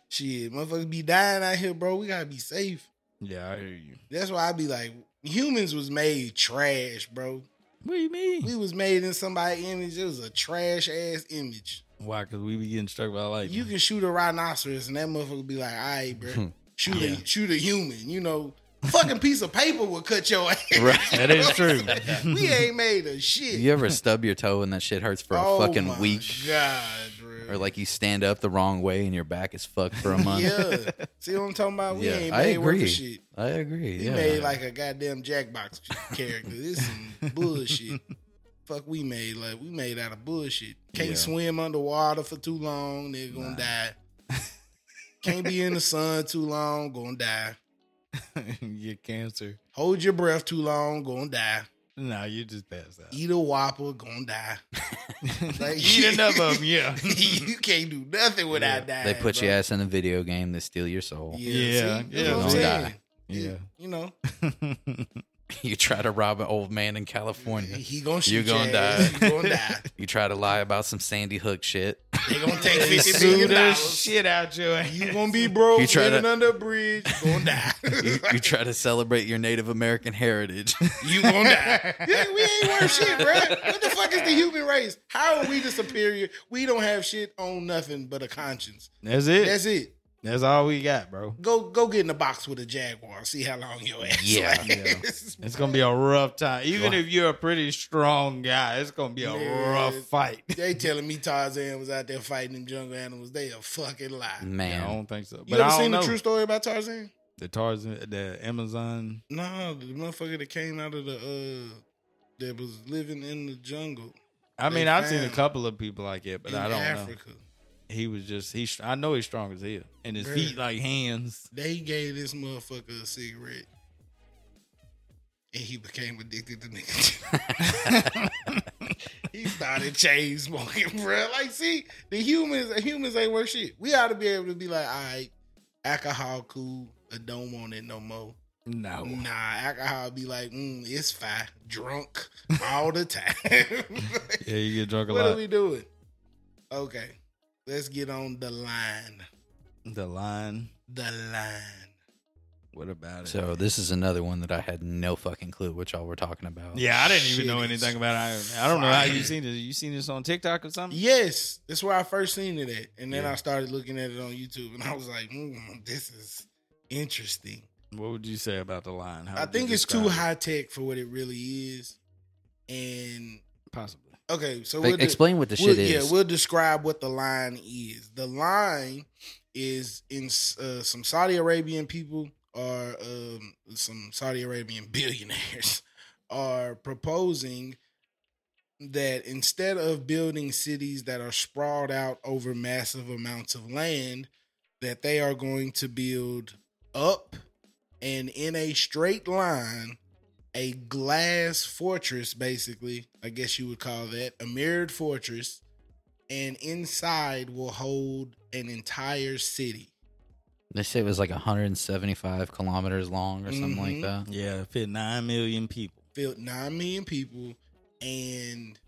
S1: Shit, motherfuckers be dying out here, bro. We gotta be safe.
S2: yeah, I hear you.
S1: That's why I be like, humans was made trash, bro.
S2: What do you mean?
S1: We was made in somebody's image. It was a trash ass image.
S2: Why? Because we be getting struck by lightning.
S1: You can shoot a rhinoceros and that motherfucker be like, all right,
S4: Hmm.
S1: bro. Shoot
S2: Yeah.
S1: a shoot a human, you know. Fucking piece of paper will cut your ass.
S2: that is true.
S1: we ain't made of shit.
S4: You ever stub your toe and that shit hurts for a
S1: Oh my
S4: fucking week?
S1: God, bro.
S4: Or like you stand up the wrong way and your back is fucked for a month?
S1: yeah. See what I'm talking about? We
S4: Yeah,
S1: ain't
S4: I
S1: made worth
S4: agree.
S1: of shit.
S4: I agree.
S1: He
S4: yeah.
S1: made like a goddamn Jackbox character. This some bullshit. Fuck, we made like we made out of bullshit. Can't
S2: Yeah.
S1: swim underwater for too long, they're gonna
S2: Nah.
S1: die. Can't be in the sun too long, gonna die.
S2: Get cancer.
S1: Hold your breath too long, gonna die.
S2: Nah, you just passed out.
S1: Eat a whopper, gonna die. Like-
S2: Eat enough of 'em, yeah.
S1: you can't do nothing without dying.
S4: they put
S1: bro.
S4: your ass in a video game, they steal your soul.
S1: Yeah,
S2: Yeah,
S1: see?
S2: yeah,
S1: You know what I'm
S4: gonna
S1: saying?
S4: die.
S2: Yeah.
S1: You know,
S4: you try to rob an old man in California.
S1: he gonna shoot
S4: You gonna
S1: your ass.
S4: die.
S1: You gonna die.
S4: You try to lie about some Sandy Hook shit.
S1: They gonna take
S2: And
S1: fifty
S2: sue
S1: million
S2: the
S1: dollars.
S2: shit out your ass.
S1: You gonna be broke,
S4: You try to-
S1: living under a bridge, gonna die.
S4: You, you try to celebrate your Native American heritage.
S1: You gonna die. Yeah, we ain't worth shit, bro. What the fuck is the human race? How are we the superior? We don't have shit on nothing but a conscience.
S2: That's it. That's,
S1: That's it.
S2: all we got, bro.
S1: Go go get in a box with a jaguar. See how long your ass.
S4: Yeah.
S1: lasts.
S2: It's gonna be a rough time. Even
S4: Wha-
S2: if you're a pretty strong guy, it's gonna be a
S1: Man.
S2: rough fight.
S1: They telling me Tarzan was out there fighting them jungle animals. They a fucking lie.
S4: Man.
S2: I don't think so. Mm, But
S1: You ever
S2: I don't
S1: seen
S2: know.
S1: the true story about Tarzan?
S2: The Tarzan, the Amazon.
S1: No, the motherfucker that came out of the uh that was living in the jungle
S2: I
S1: They
S2: mean, I've seen a
S1: found
S2: couple of people like it, but
S1: in
S2: I don't know.
S1: Africa.
S2: He was just he. str- I know he's strong as hell, and his
S1: Bruh.
S2: feet like hands.
S1: They gave this motherfucker a cigarette. And he became addicted to nicotine. he started chain smoking, bro. Like, see, the humans, humans ain't worth shit. We ought to be able to be like, all right, alcohol cool, I don't want it no more.
S2: No.
S1: Nah, alcohol be like, mm, it's fine. Drunk all the time.
S2: Yeah, you get drunk a
S1: what are
S2: lot.
S1: we doing? Okay, let's get on the line.
S2: the line.
S1: The line.
S2: What about it?
S4: So this is another one that I had no fucking clue what y'all were talking about.
S2: yeah, I didn't even
S1: Shit
S2: know
S1: is
S2: anything about it. I, I don't know how you
S1: fire.
S2: seen this. You seen this on TikTok or something?
S1: Yes, that's where I first seen it at, and then
S2: Yeah.
S1: I started looking at it on YouTube, and I was like, mm, this is interesting.
S2: What would you say about the line? How
S1: I
S2: would you
S1: think it's too
S2: describe it?
S1: high tech for what it really is. And
S2: Possibly.
S1: okay, so
S4: Like,
S1: we'll do-
S4: explain what the
S1: we'll-
S4: shit is.
S1: Yeah, we'll describe what the line is. The line is in uh, some Saudi Arabian people or um, some Saudi Arabian billionaires are proposing that instead of building cities that are sprawled out over massive amounts of land, that they are going to build up and in a straight line a glass fortress, basically. I guess you would call that a mirrored fortress, and inside will hold an entire city.
S4: They say it was like 175 kilometers long or something
S1: Mhm.
S4: like that.
S2: Yeah, fit nine million people.
S1: filled nine million people, and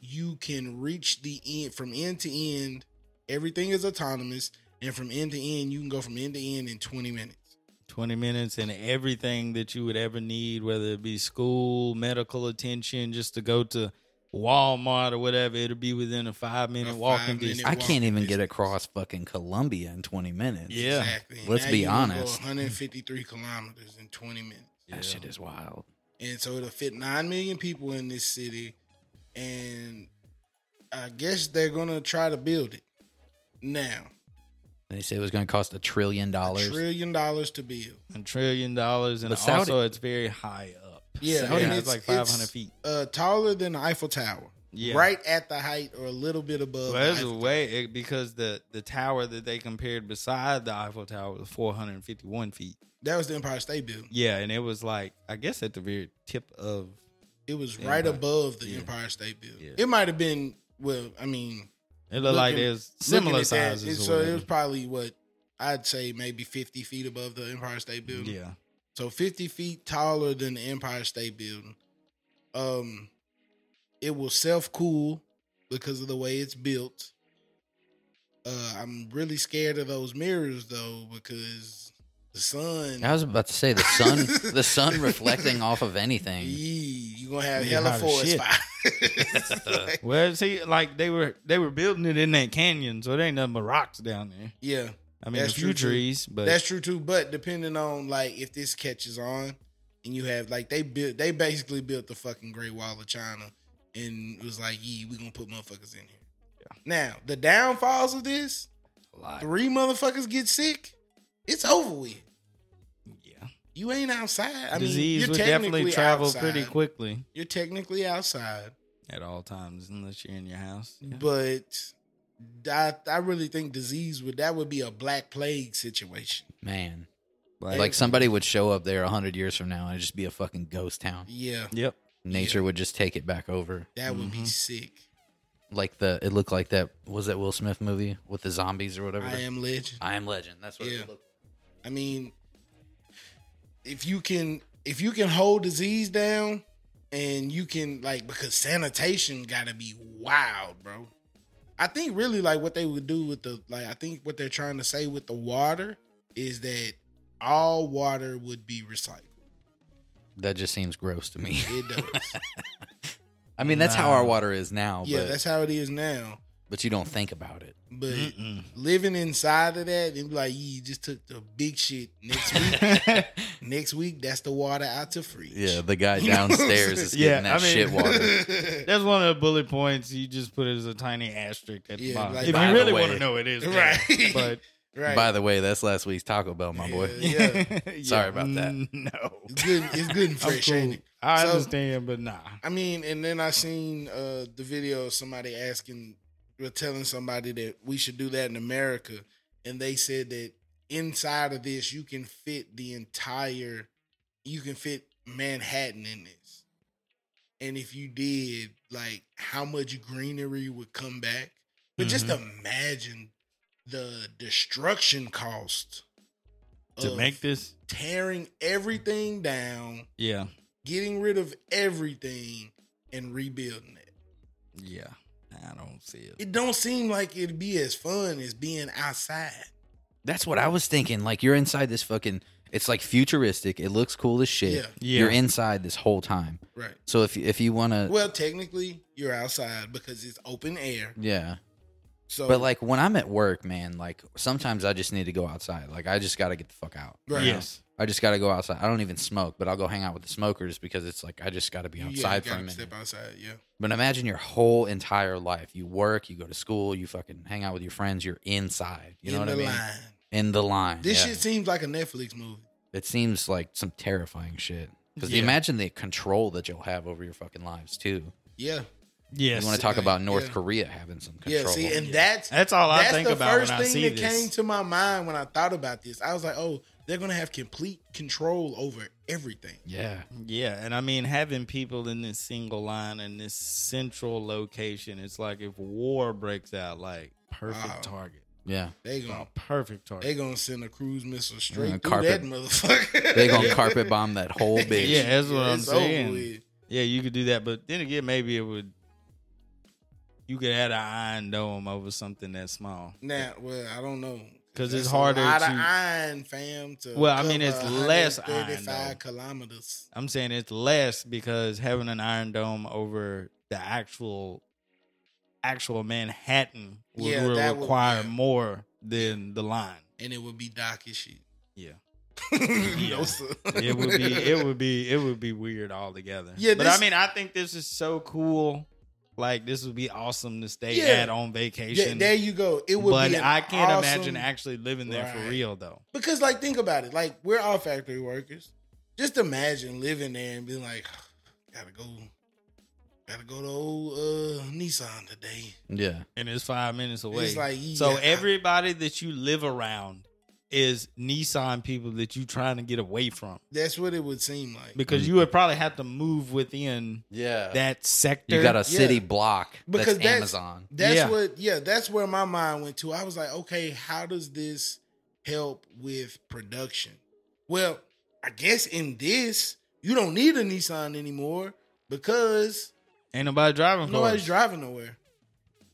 S1: you can reach the end from end to end. Everything is autonomous, and from end to end, you can go from end to end in 20 minutes.
S2: 20 minutes and everything that you would ever need, whether it be school, medical attention, just to go to Walmart or whatever, it'll be within a five minute
S1: A
S2: walking
S1: five-minute
S2: distance.
S1: It
S4: I
S1: walked
S4: can't even get
S1: distance.
S4: across fucking Colombia in 20 minutes.
S2: Yeah.
S1: exactly. And
S4: Let's
S1: now
S4: be
S1: you can go
S4: honest.
S1: 153 kilometers in 20 minutes.
S2: Yeah.
S4: That shit is wild.
S1: and so it'll fit nine million people in this city, and I guess they're gonna try to build it now.
S4: They say it was going to cost a trillion dollars.
S1: Trillion dollars to build.
S2: A trillion dollars. And
S4: But Saudi-
S2: also, it's very high up.
S1: Yeah,
S2: Saudi
S1: and
S2: has
S1: it's-
S2: like 500
S1: it's-
S2: feet.
S1: Uh, taller than the Eiffel Tower,
S2: Yeah.
S1: right at the height or a little bit above.
S2: Well,
S1: the
S2: there's a
S1: Eiffel-
S2: way it, because the, the tower that they compared beside the Eiffel Tower was 451 feet.
S1: that was the Empire State Building.
S2: Yeah. And it was like, I guess at the very tip of,
S1: It was
S2: Yeah,
S1: right
S2: right.
S1: above the
S2: Yeah.
S1: Empire State Building.
S2: Yeah.
S1: It might have been. Well, I mean,
S2: it looked like
S1: Looking-
S2: there's similar
S1: looking at that,
S2: sizes.
S1: it-
S2: or
S1: so it
S2: whatever.
S1: was probably what I'd say maybe fifty feet above the Empire State Building.
S2: yeah.
S1: So 50 feet taller than the Empire State Building. Um, it will self cool because of the way it's built. Uh, I'm really scared of those mirrors though because the sun.
S4: I was about to say the sun, the sun reflecting off of anything.
S1: Yee, you gonna have
S2: Be
S1: hella
S2: hot as
S1: forest
S2: shit.
S1: fires. Like,
S2: Well, see, like they were they were building it in that canyon, so it ain't nothing but rocks down there.
S1: yeah,
S2: I mean, a
S1: That's
S2: few
S1: true, too.
S2: trees, but
S1: that's true too. But depending on like if this catches on, and you have like they built, they basically built the fucking Great Wall of China, and it was like, yee, we gonna put motherfuckers in here. Now the downfalls of this, three motherfuckers get sick, it's over with.
S2: yeah,
S1: You ain't outside. I
S2: disease
S1: mean,
S2: would
S1: you're technically
S2: definitely travel
S1: outside.
S2: pretty quickly
S1: You're technically outside,
S2: at all times, unless you're in your house. Yeah.
S1: but I, I really think disease would that would be a black plague situation.
S4: Man,
S2: Like,
S4: like somebody would show up there 100 years from now and it'd just be a fucking ghost town.
S1: Yeah,
S2: yep,
S4: Nature would just take it back over.
S1: that would
S2: Mm-hmm.
S1: be sick.
S4: Like the, it looked like that, was that Will Smith movie with the zombies or whatever?
S1: I am legend.
S4: I Am legend. That's what
S1: Yeah.
S4: it looked
S1: I mean, if you can if you can hold disease down and you can like because sanitation gotta be wild, bro. I think really like what they would do with the like I think what they're trying to say with the water is that all water would be recycled.
S4: That just seems gross to me.
S1: It does.
S4: I mean, that's how
S2: Nah.
S4: our water is now,
S1: yeah,
S4: but,
S1: that's how it is now.
S4: but you don't think about it.
S1: But
S2: Mm-mm.
S1: living inside of that and be like, you just took the big shit next week. next week, that's the water out to free.
S4: Yeah, the guy downstairs is
S2: Yeah,
S4: getting that
S2: I mean-
S4: shit water.
S2: that's one of the bullet points. You just put it as a tiny asterisk at the
S1: Yeah,
S2: bottom.
S1: like,
S2: if
S4: by
S2: you
S4: the
S2: really
S4: way.
S2: want to know, it is
S1: Right.
S2: there. But
S1: right.
S4: By the way, that's last week's Taco Bell, my boy.
S1: Yeah,
S2: yeah,
S4: Sorry about that.
S2: No,
S1: it's good. It's good and
S2: I'm
S1: fresh,
S2: cool.
S1: ain't it?
S2: I
S1: So-
S2: understand, but nah.
S1: I mean, and then I seen uh, the video of somebody asking, or telling somebody that we should do that in America, and they said that inside of this you can fit the entire, you can fit Manhattan in this, and if you did, like how much greenery would come back.
S2: Mm-hmm.
S1: But just imagine the destruction cost
S2: to
S1: of
S2: make this.
S1: tearing everything down,
S2: Yeah,
S1: getting rid of everything, and rebuilding it.
S2: yeah. I don't see it.
S1: It don't seem like it'd be as fun as being outside.
S3: That's what I was thinking. Like you're inside this fucking. It's like futuristic. It looks cool as shit.
S1: Yeah.
S2: Yeah.
S3: You're inside this whole time.
S1: Right.
S3: So if if you want to,
S1: Well, technically, you're outside because it's open air.
S3: yeah.
S1: So,
S3: But like when I'm at work, man, like sometimes I just need to go outside. Like I just got to get the fuck out.
S1: right.
S2: Yes.
S3: I just got to go outside. I don't even smoke, but I'll go hang out with the smokers because it's like I just got to be
S1: You- yeah, you
S3: outside for a
S1: gotta
S3: minute.
S1: Step outside. Yeah.
S3: But imagine your whole entire life. You work, you go to school, you fucking hang out with your friends, you're inside. You know
S1: In
S3: what I
S1: the
S3: mean?
S1: line.
S3: In the line.
S1: This
S3: yeah.
S1: shit seems like a Netflix movie.
S3: It seems like some terrifying shit. Because
S2: Yeah.
S3: imagine the control that you'll have over your fucking lives too.
S1: Yeah.
S2: Yes.
S3: You want to talk
S1: like,
S3: about North
S1: yeah.
S3: Korea having some
S1: Yeah.
S3: control.
S1: See, and that's
S2: That's all I
S1: that's
S2: think
S1: the
S2: about
S1: first
S2: when I
S1: thing
S2: see
S1: that
S2: this.
S1: came to my mind when I thought about this. I was like, oh, they're gonna have complete control over everything.
S3: yeah,
S2: Yeah, and I mean having people in this single line and this central location, it's like if war breaks out, like perfect
S1: Wow.
S2: target.
S3: yeah.
S1: They
S2: A
S1: gonna
S2: perfect target.
S1: they gonna send a cruise missile straight
S3: Mm,
S1: through that
S3: carpet-
S1: motherfucker.
S3: They gonna carpet bomb that whole bitch.
S2: Yeah, that's what I'm
S1: It's over
S2: saying.
S1: with.
S2: Yeah, you could do that, but then again, maybe it would. You could add an iron dome over something that small.
S1: Nah, well, I don't know
S2: 'Cause it's
S1: That's
S2: harder
S1: A lot
S2: to-
S1: of iron, fam. To
S2: Well, I mean, it's
S1: cover
S2: less iron,
S1: 135
S2: though.
S1: kilometers.
S2: I'm saying it's less because having an iron dome over the actual, actual Manhattan would,
S1: Yeah,
S2: would
S1: that would-
S2: require
S1: yeah.
S2: more than the line.
S1: and it would be dark as shit.
S2: Yeah.
S1: No,
S2: Yeah.
S1: sir.
S2: it would be it would be it would be weird altogether.
S1: Yeah,
S2: but
S1: this-
S2: I mean, I think this is so cool. Like this would be awesome to stay
S1: Yeah.
S2: at on
S1: Yeah,
S2: vacation.
S1: there you go. It would
S2: but
S1: be. an
S2: I can't
S1: awesome-
S2: imagine actually living there for
S1: Right.
S2: real though.
S1: because, like, think about it. Like, we're all factory workers. Just imagine living there and being like, gotta go, gotta go to old uh, Nissan today.
S3: Yeah.
S2: And it's five minutes away.
S1: It's like,
S2: so
S1: yeah, I-
S2: everybody that you live around is Nissan people that you trying to get away from.
S1: that's what it would seem like.
S2: Because you
S3: Mm-hmm.
S2: would probably have to move within
S3: Yeah.
S2: that sector.
S3: you got a city
S1: Yeah.
S3: block
S1: Because
S3: that's,
S1: that's-
S3: Amazon.
S1: That's
S2: Yeah.
S1: what, yeah, that's where my mind went to. I was like, okay, how does this help with production? Well, I guess in this, you don't need a Nissan anymore because
S2: ain't nobody driving
S1: nobody's
S2: cars.
S1: driving nowhere.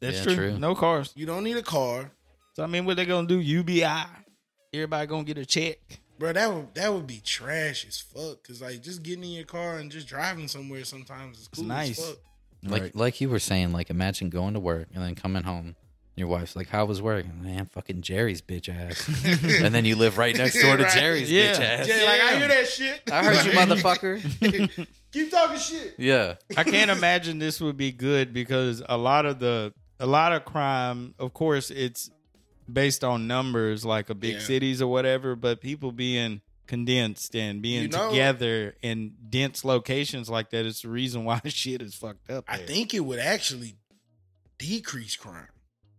S2: That's
S3: Yeah,
S2: true.
S3: true.
S2: No cars.
S1: You don't need a car,
S2: So I mean what they gonna do? UBI. Everybody gonna get a check.
S1: bro. That would that would be trash as fuck. Cause like just getting in your car and just driving somewhere sometimes is cool
S2: nice.
S1: as fuck.
S3: Like
S2: Right.
S3: like you were saying, like imagine going to work and then coming home. Your wife's like, "How was work?" Man, fucking Jerry's bitch ass. and then you live right next door to
S1: Right.
S3: Jerry's
S2: Yeah.
S3: bitch ass.
S1: Yeah, like I
S2: Yeah.
S1: hear that shit.
S3: I heard you, motherfucker.
S1: motherfucker. Keep talking shit.
S3: Yeah.
S2: I can't imagine this would be good because a lot of the a lot of crime, of course, it's based on numbers like a big
S1: Yeah.
S2: cities or whatever, but people being condensed and being
S1: You know-
S2: together in dense locations like that is the reason why shit is fucked up.
S1: I
S2: there.
S1: think it would actually decrease crime.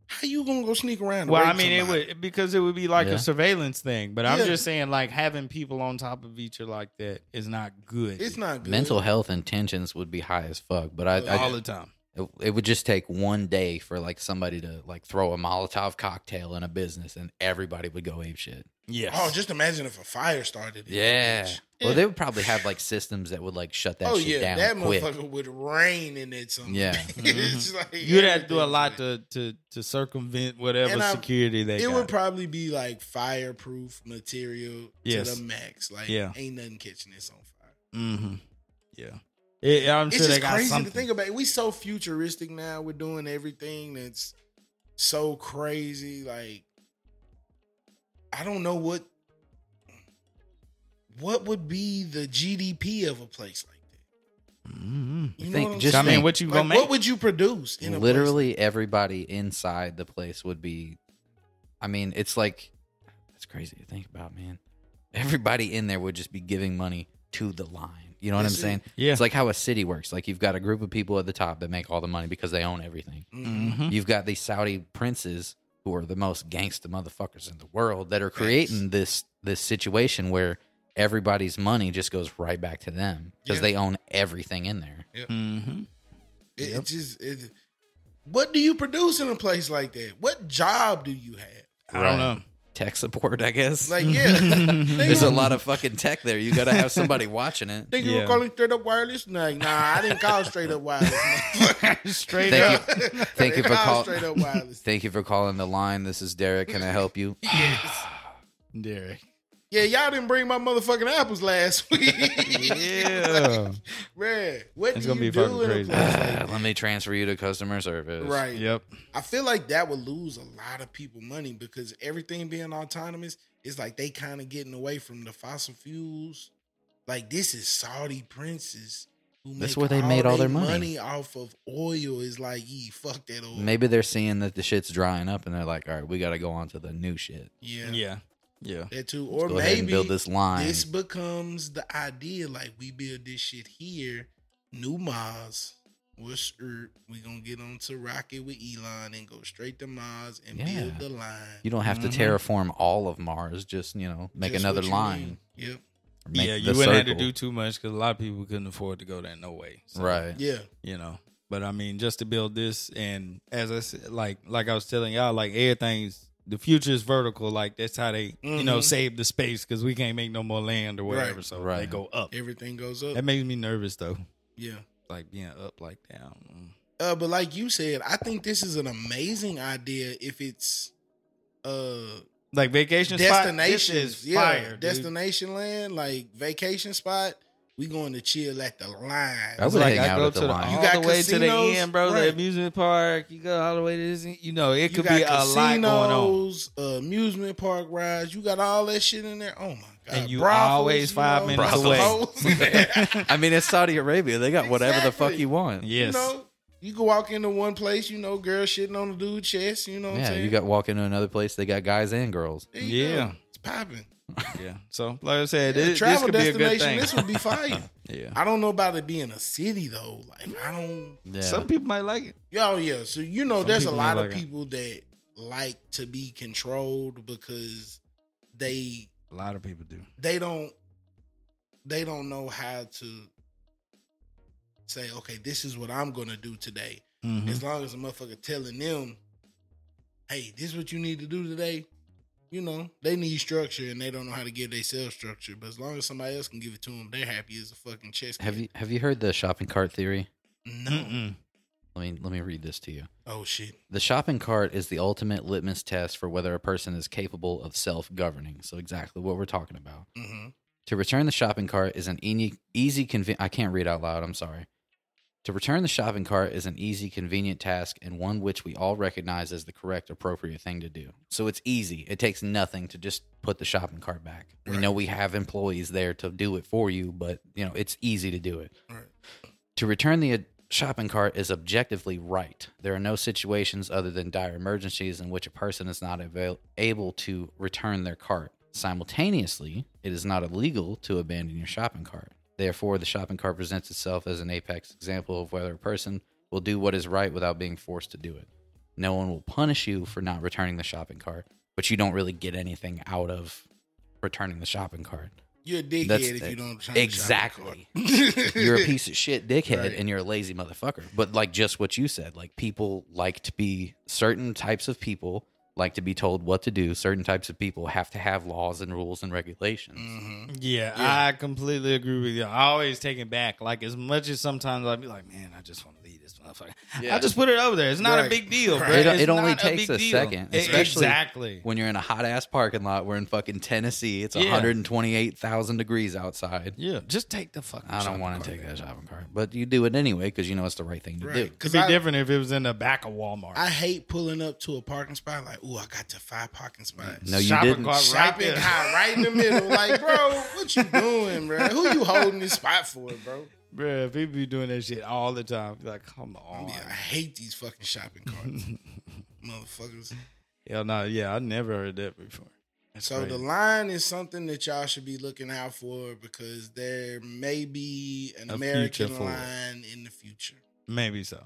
S1: How you gonna go sneak around? and
S2: Well, I
S1: rape
S2: mean, it
S1: somebody?
S2: would because it would be like
S3: Yeah.
S2: a surveillance thing, but I'm
S1: Yeah.
S2: just saying, like having people on top of each other like that is not good.
S1: It's not good.
S3: Mental health and tensions would be high as fuck, but I,
S2: all
S3: I
S2: the time.
S3: it, it would just take one day for like somebody to like throw a Molotov cocktail in a business and everybody would go ape shit.
S2: Yes.
S1: Oh, just imagine if a fire started. in that
S3: Yeah.
S1: bitch.
S3: Well, they would probably have like systems that would like shut that
S1: oh
S3: shit
S1: yeah,
S3: down
S1: that
S3: quick.
S1: motherfucker would rain in it. Some
S3: Yeah.
S1: bitch. Like,
S2: Mm-hmm. You'd have to do a
S1: everything.
S2: lot to to to circumvent whatever
S1: And I-
S2: security they
S1: It
S2: got.
S1: would probably be like fireproof material
S2: Yes.
S1: to the max. Like,
S2: Yeah.
S1: ain't nothing catching this on fire.
S2: Mm-hmm. Yeah. It, I'm
S1: It's
S2: sure they
S1: just
S2: got
S1: crazy to
S2: something.
S1: think about. We so futuristic now. We're doing everything that's so crazy. Like, I don't know what what would be the GDP of a place like that.
S2: mm-hmm.
S1: You
S3: Think-
S1: what I'm
S3: just
S2: I mean,
S1: saying?
S2: what you
S1: Like,
S2: gonna make?
S1: What would you produce in a place
S3: Literally everybody inside the place would be. I mean, it's like that's crazy to think about, man. Everybody in there would just be giving money to the line. You know what
S1: Yes,
S3: I'm
S1: it-
S3: saying?
S2: yeah.
S3: It's like how a city works. Like you've got a group of people at the top that make all the money because they own everything.
S1: like- Mm.
S2: Mhm.
S3: You've got these Saudi princes who are the most gangsta motherfuckers in the world that are creating this this situation where everybody's money just goes right back to them because
S1: Yeah.
S3: they own everything in there. mm-hmm.
S2: Mhm.
S1: It,
S2: Yep.
S1: it just it, what do you produce in a place like that? What job do you have?
S2: I don't know.
S3: tech support, I guess.
S1: Like yeah,
S3: There's a lot of fucking tech there. You got to have somebody watching it.
S1: Think you
S2: Yeah.
S1: were calling straight up wireless? Like, nah, I didn't call straight up wireless.
S2: Straight
S3: Thank
S2: up.
S1: you,
S3: thank you for call-
S1: Straight up wireless.
S3: Thank you for calling the line. This is Derek. Can I help you?
S1: yes.
S2: Derek.
S1: Yeah, y'all didn't bring my motherfucking apples last week.
S2: Yeah.
S1: Man, what
S2: It's
S1: do
S2: gonna
S1: you
S2: be
S1: do
S2: fucking
S1: in
S2: crazy.
S1: a place like
S3: Let me transfer you to customer service.
S1: Right.
S2: yep.
S1: I feel like that would lose a lot of people money because everything being autonomous is like they kind of getting away from the fossil fuels. Like this is Saudi princes who
S3: That's
S1: make
S3: where they made all their money.
S1: off of oil. Is like, ye fuck that oil.
S3: Maybe they're seeing that the shit's drying up and they're like, all right, we got to go on to the new shit.
S1: Yeah,
S2: Yeah. Yeah. Yeah.
S1: that too. Or
S3: go ahead and
S1: maybe
S3: build this line.
S1: this becomes the idea. Like we build this shit here, new Mars. What's Earth? We gonna get onto rocket with Elon and go straight to Mars and
S3: Yeah.
S1: build the line.
S3: you don't have
S2: Mhm.
S3: to terraform all of Mars. Just, you know,
S1: Mm-hmm.
S3: make
S1: Just
S3: another
S1: what you
S3: line.
S1: need. Yep.
S3: or make
S2: yeah,
S3: the
S2: you wouldn't have to
S3: circle.
S2: do too much because a lot of people couldn't afford to go there no way. So,
S3: Right.
S1: Yeah.
S2: You know. But I mean, just to build this and as I said, like like I was telling y'all, like everything's the future is vertical. Like that's how they you know
S1: Mhm.
S2: save the space because we can't make no more land or whatever.
S1: Right.
S2: So they
S3: Right.
S2: go up.
S1: Everything goes up.
S2: That makes me nervous though.
S1: Yeah.
S2: Like being up like down.
S1: Uh, but like you said, I think this is an amazing idea if it's uh
S2: Like vacation
S1: destination.
S2: spot. This is
S1: yeah,
S2: fire, dude.
S1: destination land, like vacation spot. We going to chill at the line.
S3: I
S2: It's
S3: would
S2: like
S3: hang
S2: I
S3: out
S2: go
S3: at the
S2: to
S3: line.
S1: You
S2: all
S1: got
S2: the way to the
S1: casinos,
S2: end, bro.
S1: right.
S2: The amusement park. You go all the way to this. You know, it
S1: You
S2: could
S1: got
S2: be a lot going on.
S1: casinos, amusement park rides. You got all that shit in there. Oh my god!
S2: And you always five minutes
S1: brothels.
S2: away.
S3: I mean, it's Saudi Arabia. They got whatever the fuck
S1: Exactly.
S3: you want.
S1: you
S2: Yes.
S1: know, you can walk into one place. You know, girl shitting on the dude chest. You know, what I'm
S3: Yeah,
S1: saying?
S3: you got walk into another place. They got guys and girls.
S1: There you go.
S2: Yeah.
S1: it's popping.
S2: yeah. So, like I said,
S1: Yeah,
S2: this, this
S1: travel
S2: could be a good
S1: destination.
S2: thing.
S1: This would be fire.
S2: yeah.
S1: I don't know about it being a city though. Like I don't.
S3: Yeah.
S2: Some people might like it.
S1: Yo, yeah. So you know,
S2: Some
S1: there's a
S2: people
S1: lot
S2: may
S1: of
S2: like it.
S1: people that like to be controlled because they
S2: A lot of people do.
S1: they don't they don't know how to say okay, this is what I'm gonna do today.
S2: Mhm.
S3: Mm-hmm.
S1: As long as a motherfucker telling them, hey, this is what you need to do today. You know, they need structure and they don't know how to give themselves structure. But as long as somebody else can give it to them, they're happy as a fucking chess.
S3: Have Hmm.
S1: kid.
S3: you have you heard the shopping cart theory?
S1: No.
S2: Mm-mm.
S3: Let me let me read this to you.
S1: Oh shit.
S3: The shopping cart is the ultimate litmus test for whether a person is capable of self-governing. So exactly what we're talking about.
S1: hmm
S3: To return the shopping cart is an easy, easy conven- I can't read out loud. I'm sorry. To return the shopping cart is an easy, convenient task and one which we all recognize as the correct, appropriate thing to do. So it's easy. It takes nothing to just put the shopping cart back. We
S1: Right.
S3: know we have employees there to do it for you, but you know it's easy to do it.
S1: Right.
S3: To return the uh, shopping cart is objectively right. There are no situations other than dire emergencies in which a person is not avail- able to return their cart. Simultaneously, it is not illegal to abandon your shopping cart. Therefore, the shopping cart presents itself as an apex example of whether a person will do what is right without being forced to do it. No one will punish you for not returning the shopping cart, but you don't really get anything out of returning the shopping cart.
S1: You're a dickhead
S3: That's-
S1: if you don't try
S3: exactly.
S1: To shop at Walmart.
S3: you're a piece of shit dickhead
S1: Right.
S3: and you're a lazy motherfucker. But like just what you said, like people like to be certain types of people like to be told what to do. Certain types of people have to have laws and rules and regulations.
S2: Mm.
S1: Mhm.
S2: Yeah,
S1: Yeah.
S2: I completely agree with you. I always take it back. Like as much as sometimes I'd be like, man, I just want to leave this motherfucker. I just put it over there. It's not a
S1: Right.
S2: big deal, bro.
S1: Right.
S3: It-
S2: It's
S3: it only
S2: not
S3: takes
S2: big
S3: a
S2: deal.
S3: second,
S2: E-
S3: especially
S2: exactly.
S3: When you're in a hot ass parking lot, we're in fucking Tennessee. It's
S2: Yeah.
S3: 128,000 degrees outside.
S2: Yeah, just take the fucking.
S3: I don't
S2: shopping
S3: want
S2: cart,
S3: to take
S2: man.
S3: that shopping cart, but you do it anyway because you know it's the right thing to
S1: Right.
S3: do.
S2: It'd
S1: Because
S2: be
S1: I,
S2: different if it was in the back of Walmart.
S1: I hate pulling up to a parking spot like, ooh, I got to five parking spots.
S3: No, you
S2: Shopping
S3: didn't.
S2: cart right
S1: Shopping
S2: there.
S1: cart right in the middle. Like, bro, what you doing, bro? Who you holding this spot for, bro?
S2: Bruh, people be doing that shit all the time. Be Like, come
S1: I,
S2: on.
S1: mean, I hate these fucking shopping carts, motherfuckers.
S2: Hell no, yeah, I never heard that before. That's
S1: So the
S2: crazy.
S1: line is something that y'all should be looking out for because there may be an
S2: A future
S1: American
S2: for it.
S1: line in the future.
S2: maybe so.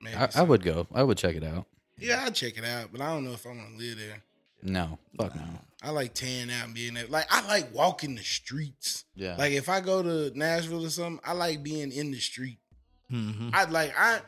S1: Maybe
S3: I, I
S1: so.
S3: would go. I would check it out.
S1: Yeah, I'll check it out, but I don't know if I'm gonna live there.
S3: No, fuck no.
S1: I like tearing out and being there. Like I like walking the streets.
S3: Yeah.
S1: Like if I go to Nashville or something, I like being in the street.
S2: Mm-hmm.
S1: I like I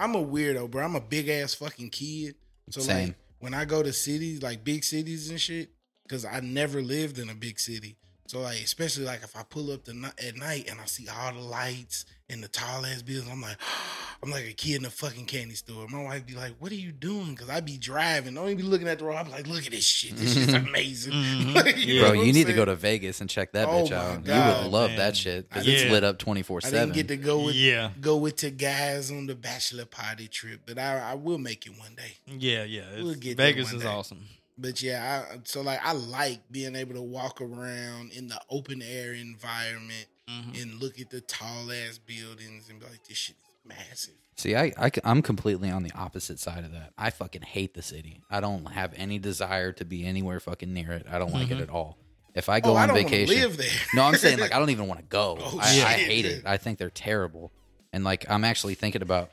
S1: I'm a weirdo, bro. I'm a big ass fucking kid. So
S3: Same.
S1: like when I go to cities, like big cities and shit, because I never lived in a big city. So like, especially like if I pull up the ni- at night and I see all the lights and the tall ass buildings, I'm like, I'm like a kid in a fucking candy store. My wife be like, "What are you doing?" Because I be driving, I don't even be looking at the road. I'm like, "Look at this shit. This shit's amazing."
S2: Mhm. Yeah.
S3: Bro, you need to go to Vegas and check that
S1: Oh
S3: bitch
S1: my
S3: out. you
S1: God,
S3: would love
S2: man.
S3: that shit 'cause
S2: Yeah.
S3: it's lit up twenty four
S1: I didn't
S3: seven.
S1: get to go with
S2: yeah,
S1: go with the guys on the bachelor party trip, but I I will make it one day.
S2: yeah, yeah. It's-
S1: We'll get there
S2: Vegas
S1: one
S2: is
S1: day.
S2: awesome.
S1: But yeah, I, so like I like being able to walk around in the open air environment
S2: Mhm.
S3: Mm-hmm.
S1: and look at the tall ass buildings and be like, this shit is massive.
S3: See, I, I am completely on the opposite side of that. I fucking hate the city. I don't have any desire to be anywhere fucking near it. I don't like it at all. If I go
S1: Mm-hmm. oh, I
S3: on
S1: don't wanna
S3: vacation,
S1: live there.
S3: no, I'm saying like I don't even want to go.
S1: Oh,
S3: I, I
S1: shit.
S3: hate it. I think they're terrible. And like I'm actually thinking about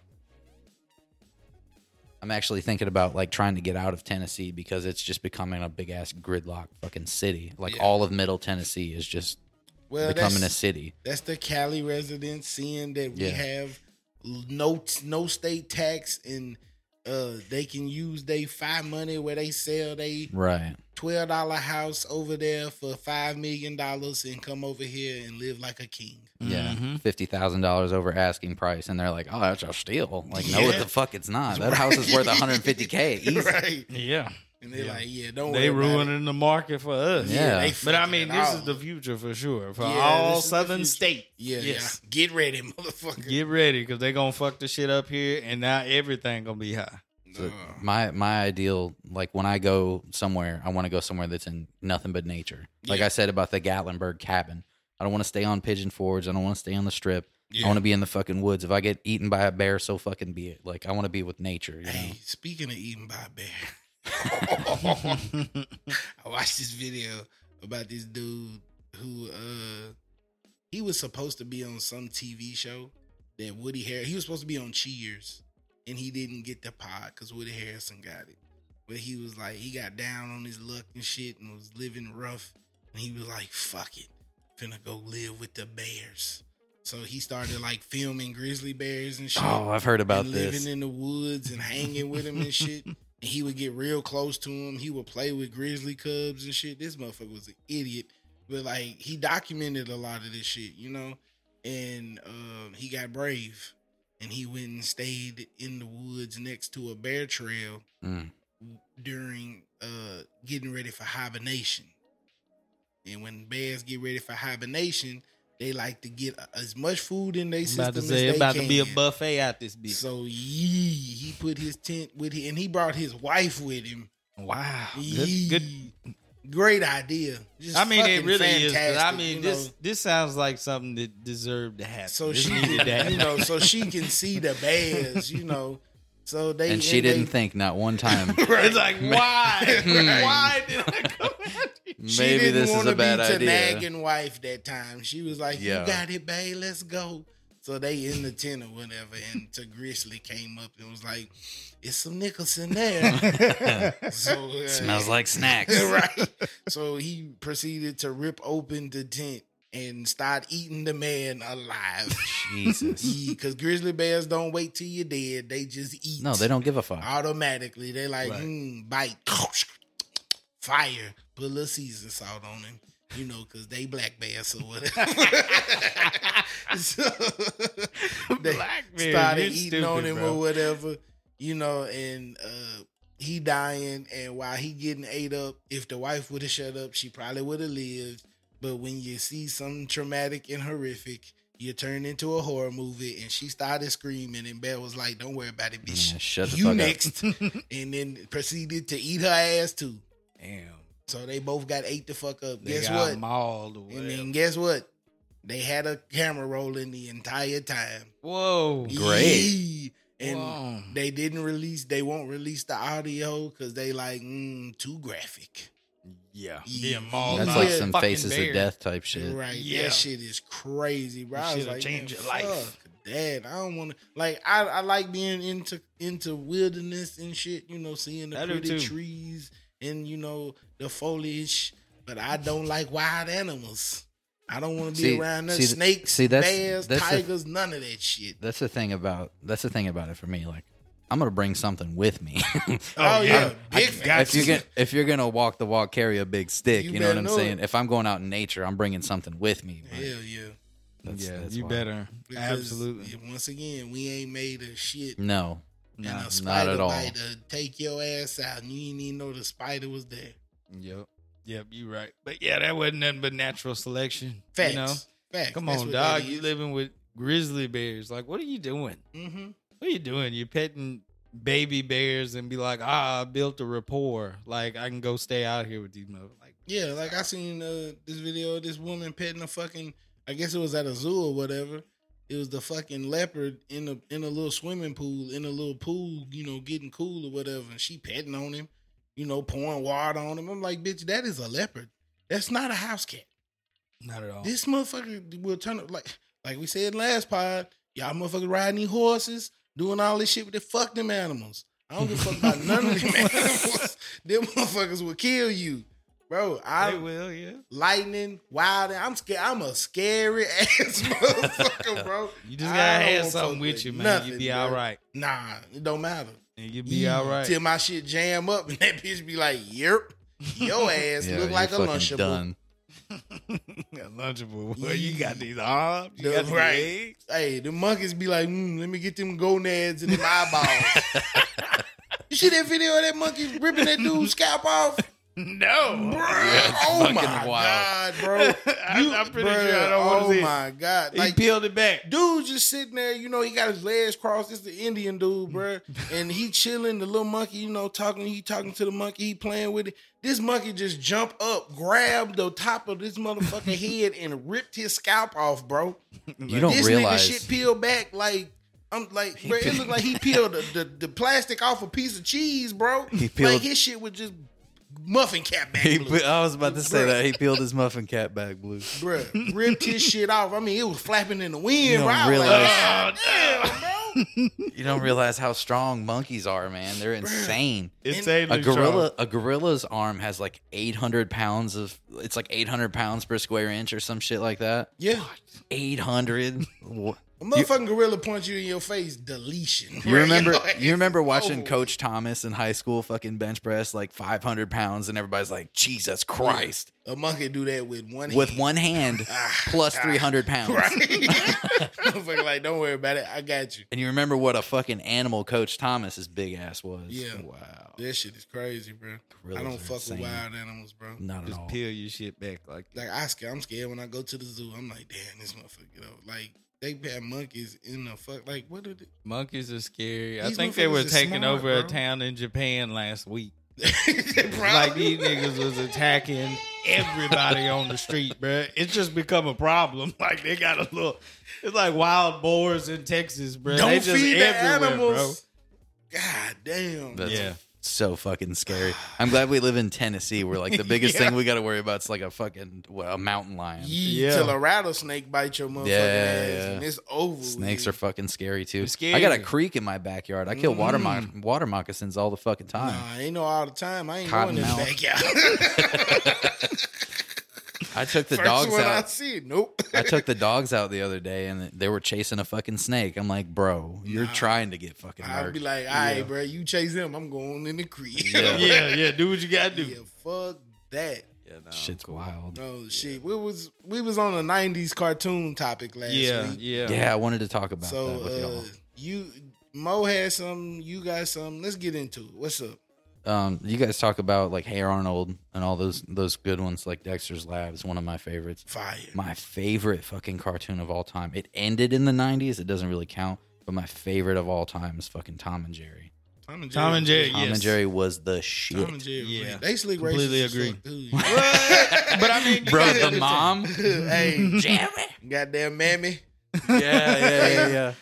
S3: I'm actually thinking about like trying to get out of Tennessee because it's just becoming a big ass gridlock fucking city. Like
S1: Yeah.
S3: all of middle Tennessee is just
S1: well,
S3: becoming a
S1: that's,
S3: city.
S1: that's the Cali residents seeing that we
S3: Yeah.
S1: have no no state tax and uh they can use they five money where they sell they
S3: Right.
S1: twelve dollar house over there for five million dollars and come over here and live like a king.
S3: Yeah,
S1: Mm-hmm.
S2: Mhm.
S3: fifty thousand dollars over asking price, and they're like, "Oh, that's a steal!" Like, no,
S1: Yeah.
S3: what the fuck, it's not. That house is worth one hundred fifty k easy.
S1: right.
S2: Yeah,
S1: And they're
S2: Yeah.
S1: like, yeah, don't
S2: they
S1: worry about it.
S2: ruining the market for us.
S3: Yeah.
S1: they
S2: But I
S1: fucking
S2: mean,
S1: it
S2: this
S1: all.
S2: is the future for sure for
S1: Yeah,
S2: all
S1: this is the
S2: Southern
S1: future.
S2: states.
S1: yeah,
S2: Yes.
S1: yeah. Get ready, motherfucker.
S2: Get ready because they're gonna fuck the shit up here, and now everything gonna be high.
S3: So
S1: Nah.
S3: my my ideal, like when I go somewhere, I want to go somewhere that's in nothing but nature. Like
S1: Yeah.
S3: I said about the Gatlinburg cabin, I don't want to stay on Pigeon Forge. I don't want to stay on the Strip.
S1: Yeah.
S3: I want to be in the fucking woods. If I get eaten by a bear, so fucking be it. Like I want to be with nature. You know?
S1: Hey, speaking of eating by a bear, I watched this video about this dude who uh he was supposed to be on some TV show that Woody Harris he was supposed to be on Cheers and he didn't get the pod because Woody Harrison got it. But he was like he got down on his luck and shit and was living rough and he was like, fuck it. Finna go live with the bears. So he started like filming grizzly bears and shit
S3: Oh, I've heard about
S1: and
S3: this.
S1: living in the woods and hanging with him and shit. And he would get real close to him. He would play with grizzly cubs and shit. This motherfucker was an idiot, but like he documented a lot of this shit, you know. And uh, he got brave, and he went and stayed in the woods next to a bear trail
S3: Mm.
S1: during uh, getting ready for hibernation. And when bears get ready for hibernation, they like to get as much food in their
S2: I'm
S1: system
S2: about to
S1: as
S2: say
S1: they
S2: it's about
S1: can.
S2: to be a buffet out this bitch.
S1: So yee, he put his tent with him, and he brought his wife with him.
S2: wow,
S1: Yee.
S2: good, good
S1: great idea. Just
S2: I mean, it
S1: fucking
S2: really is. 'cause I
S1: fantastic,
S2: mean,
S1: you
S2: this
S1: know.
S2: this sounds like something that deserved to happen.
S1: So
S2: This
S1: she,
S2: needed to
S1: you
S2: happen.
S1: know, so she can see the bears, you know. So they
S3: and she didn't
S1: they-
S3: think not one time.
S2: it's like why, why did I come out here?
S1: she
S3: Maybe
S1: didn't
S3: this is
S1: wanna
S3: a bad
S1: be
S3: idea.
S1: nagging wife that time. She was like,
S3: Yeah.
S1: "You got it, babe. Let's go." So they in the tent or whatever, and to Grizzly came up and was like, "It's some Nicholson there." so uh,
S3: Smells like snacks.
S1: right. So he proceeded to rip open the tent and start eating the man alive.
S3: Jesus.
S1: Because grizzly bears don't wait till you're dead; they just eat.
S3: No, they don't give a fuck.
S1: Automatically, they like
S2: Right.
S1: mm, bite, fire, put a little season salt on him. You know, because they black bears or whatever. so they
S2: Black man,
S1: started
S2: you
S1: eating
S2: stupid,
S1: on him
S2: bro.
S1: or whatever. You know, and uh, he dying, and while he getting ate up, if the wife would have shut up, she probably would have lived. But when you see something traumatic and horrific, you turn into a horror movie, and she started screaming, and Belle was like, "Don't worry about it, bitch.
S3: Yeah, shut the
S1: you
S3: fuck up."
S1: next," and then proceeded to eat her ass too.
S2: Damn,
S1: So they both got ate the fuck up.
S2: they
S1: guess
S2: got
S1: what?
S2: mauled or
S1: and
S2: whatever.
S1: then guess what? They had a camera rolling the entire time.
S2: Whoa,
S3: Great.
S1: Yeah. And
S2: Whoa.
S1: they didn't release. They won't release the audio because they like mm, too graphic.
S2: yeah,
S1: Yeah.
S2: being mauled.
S3: That's
S2: by
S3: like
S2: a
S1: Yeah.
S3: some
S2: fucking
S3: faces
S2: bear.
S3: of death type shit.
S1: Right?
S2: Yeah.
S1: That shit is crazy, bro.
S2: That
S1: I was
S2: shit'll
S1: like,
S2: change
S1: man,
S2: your life.
S1: fuck That I don't want to. Like I, I like being into into wilderness and shit. You know, seeing the
S2: I do
S1: pretty
S2: too.
S1: trees and you know the foliage. But I don't like wild animals. I don't want to be
S3: See-
S1: around them.
S3: see th-
S1: snakes,
S3: see, that's-
S1: bears,
S3: that's the-
S1: tigers, none of that shit.
S3: That's the thing about that's the thing about it for me. Like I'm gonna bring something with me.
S1: Oh, yeah,
S3: I-
S1: big
S3: if
S1: facts.
S3: you get if you're gonna walk the walk, carry a big stick.
S1: You
S3: You, know what
S1: better
S3: I'm
S1: know
S3: saying?
S1: it.
S3: If I'm going out in nature, I'm bringing something with me. but
S1: Hell yeah.
S3: that's-
S2: yeah,
S3: that's
S2: you
S3: why.
S2: better.
S1: Because,
S2: Absolutely.
S1: yeah, Once again, we ain't made a shit.
S3: No,
S1: and
S2: Nah.
S1: a spider
S3: at all.
S1: bite to take your ass out, and you didn't even know the spider was there.
S2: Yep. Yep, you right. But yeah, that wasn't nothing but natural selection.
S1: Facts.
S2: You know?
S1: Facts.
S2: Come on, dog. You living with grizzly bears. Like, what are you doing?
S1: Mm-hmm.
S2: What are you doing? You're petting baby bears and be like, ah, I built a rapport. Like, I can go stay out here with these mother. Like,
S1: Yeah, like I seen uh, this video of this woman petting a fucking. I guess it was at a zoo or whatever. It was the fucking leopard in a in a little swimming pool in a little pool, you know, getting cool or whatever, and she petting on him, you know, pouring water on him. I'm like, bitch, that is a leopard. That's not a house cat.
S2: not at all.
S1: This motherfucker will turn up like like we said last pod. Y'all motherfuckers riding these horses, doing all this shit with the fuck them animals. I don't give a fuck about none of them animals. Them motherfuckers will kill you, bro. I
S2: they will, yeah.
S1: lightning, wild. I'm scared. I'm a scary ass motherfucker, bro.
S2: You just
S1: I
S2: gotta have
S1: don't
S2: something
S1: fuck
S2: with
S1: with
S2: you, man.
S1: nothing,
S2: you be
S1: bro.
S2: all right.
S1: Nah, it don't matter.
S2: And you be all right.
S1: Till my shit jam up and that bitch be like, "Yep, your ass
S3: Yeah,
S1: look
S3: you're
S1: like a
S3: fucking
S1: lunchable."
S3: done.
S2: Lunchable. Well, you got these arms. You
S1: The-
S2: got these
S1: right.
S2: legs.
S1: Hey, the monkeys be like, mm, let me get them gonads and them eyeballs. you see that video of that monkey ripping that dude's scalp off?
S2: No.
S1: Bruh,
S3: it's
S1: oh
S3: fucking
S1: my
S3: wild.
S1: god, bro!
S2: I-
S1: You-
S2: I'm pretty
S1: bruh,
S2: sure I don't wanna
S1: Oh
S2: see it.
S1: my god!
S2: he peeled it back.
S1: dude just sitting there, you know, he got his legs crossed. It's the Indian dude, bruh. And he chilling, the little monkey, you know, talking, he talking to the monkey, he playing with it. This monkey just jump up, grabbed the top of this motherfucking head and ripped his scalp off, bro.
S3: You don't
S1: this
S3: realize.
S1: nigga shit peeled back like I'm like, bro, it looked like he peeled the, the, the plastic off a piece of cheese, bro.
S3: He peeled-
S1: like his shit was just muffin cap back.
S3: He
S1: look.
S3: pe- I was about to say
S1: Bruh.
S3: that he peeled his muffin cap back blue.
S1: Bruh, ripped his shit off. I mean, it was flapping in the wind,
S3: You don't
S1: bro. I was like,
S3: realize-
S1: "God damn, bro.
S3: You don't realize how strong monkeys are, man. They're insane.
S2: It's
S3: A gorilla, a gorilla's arm has like 800 pounds of. It's like 800 pounds per square inch or some shit like that.
S1: Yeah.
S3: 800. Wha-
S1: A motherfucking gorilla punch you in your face, deletion.
S3: You remember?
S1: know, it's
S3: You remember watching
S1: over.
S3: Coach Thomas in high school fucking bench press like 500 pounds, and everybody's like, Jesus Christ,
S1: A monkey do that with one
S3: with
S1: hand.
S3: one hand plus 300 pounds.
S1: Ah, Right. Motherfucker like, don't worry about it. I got you.
S3: And you remember what a fucking animal Coach Thomas's big ass was?
S1: Yeah.
S2: Wow.
S1: That shit is crazy, bro.
S3: Gorillas
S1: I
S3: are
S1: don't fuck
S3: insane.
S1: with wild animals, bro.
S3: Not at
S2: Just
S3: all.
S2: peel your shit back like
S1: Like I scared, I'm scared when I go to the zoo. I'm like, damn, this motherfucker. You know, like they had monkeys in the fuck. Like what did?
S2: monkeys are scary. I
S1: These
S2: think they were
S1: motherfuckers is
S2: taking
S1: smart,
S2: over a
S1: bro.
S2: town in Japan last week.
S1: It,
S2: Like these niggas was attacking everybody on the street, bruh. It's just become a problem. Like they got a little, it's like wild boars in Texas, bruh.
S1: don't
S2: they just
S1: feed the
S2: everywhere,
S1: animals. God damn.
S3: That's
S2: Yeah.
S3: so fucking scary. I'm glad we live in Tennessee where like the biggest
S1: Yeah.
S3: thing we got to worry about is like a fucking what, a mountain lion.
S1: Yee,
S2: Yeah.
S1: till a rattlesnake bite your motherfucking
S3: Yeah,
S1: ass,
S3: yeah.
S1: and it's over.
S3: Snakes
S1: with.
S3: are fucking scary Mm. too.
S2: They're
S3: I got a
S2: scary.
S3: creek in my backyard. I kill water mo- water moccasins all the fucking time.
S1: Nah, I ain't know all the time. I ain't
S3: Cotton
S1: going in the
S3: mouth.
S1: backyard.
S3: I took the
S1: First
S3: dogs
S1: one I
S3: out.
S1: see, nope.
S3: I took the dogs out the other day and they were chasing a fucking snake. I'm like, bro, you're trying to get fucking
S1: I'd be
S3: murdered.
S1: like, all right, bro, you chase him. I'm going in the creek.
S2: bro.
S3: Yeah.
S2: Yeah, yeah. Do what you gotta do.
S1: Yeah, fuck that.
S2: Yeah, no.
S3: Shit's wild.
S1: Oh shit, we was we was on a '90s cartoon topic last
S2: yeah,
S1: week.
S2: yeah,
S3: Yeah, I wanted to talk about
S1: So
S3: that with
S1: uh,
S3: y'all.
S1: you, Mo had some, you got some. Let's get into it. What's up?
S3: um, you guys talk about like Hey Arnold and all those those good ones like Dexter's Lab is one of my favorites.
S1: Fire.
S3: My favorite fucking cartoon of all time. It ended in the '90s. It doesn't really count, but my favorite of all time is fucking Tom and Jerry.
S1: Tom and
S2: Tom and Jerry.
S3: Tom
S2: Yes.
S3: and Jerry was the shit,
S1: Tom and Jerry.
S2: Yeah.
S1: Yeah, they sleep
S2: Completely
S1: racist as
S2: agree.
S1: fuck, too, you
S2: but I mean,
S3: bro. The mom,
S1: know? hey,
S3: Jerry.
S1: goddamn mammy.
S3: Yeah, yeah, yeah, yeah.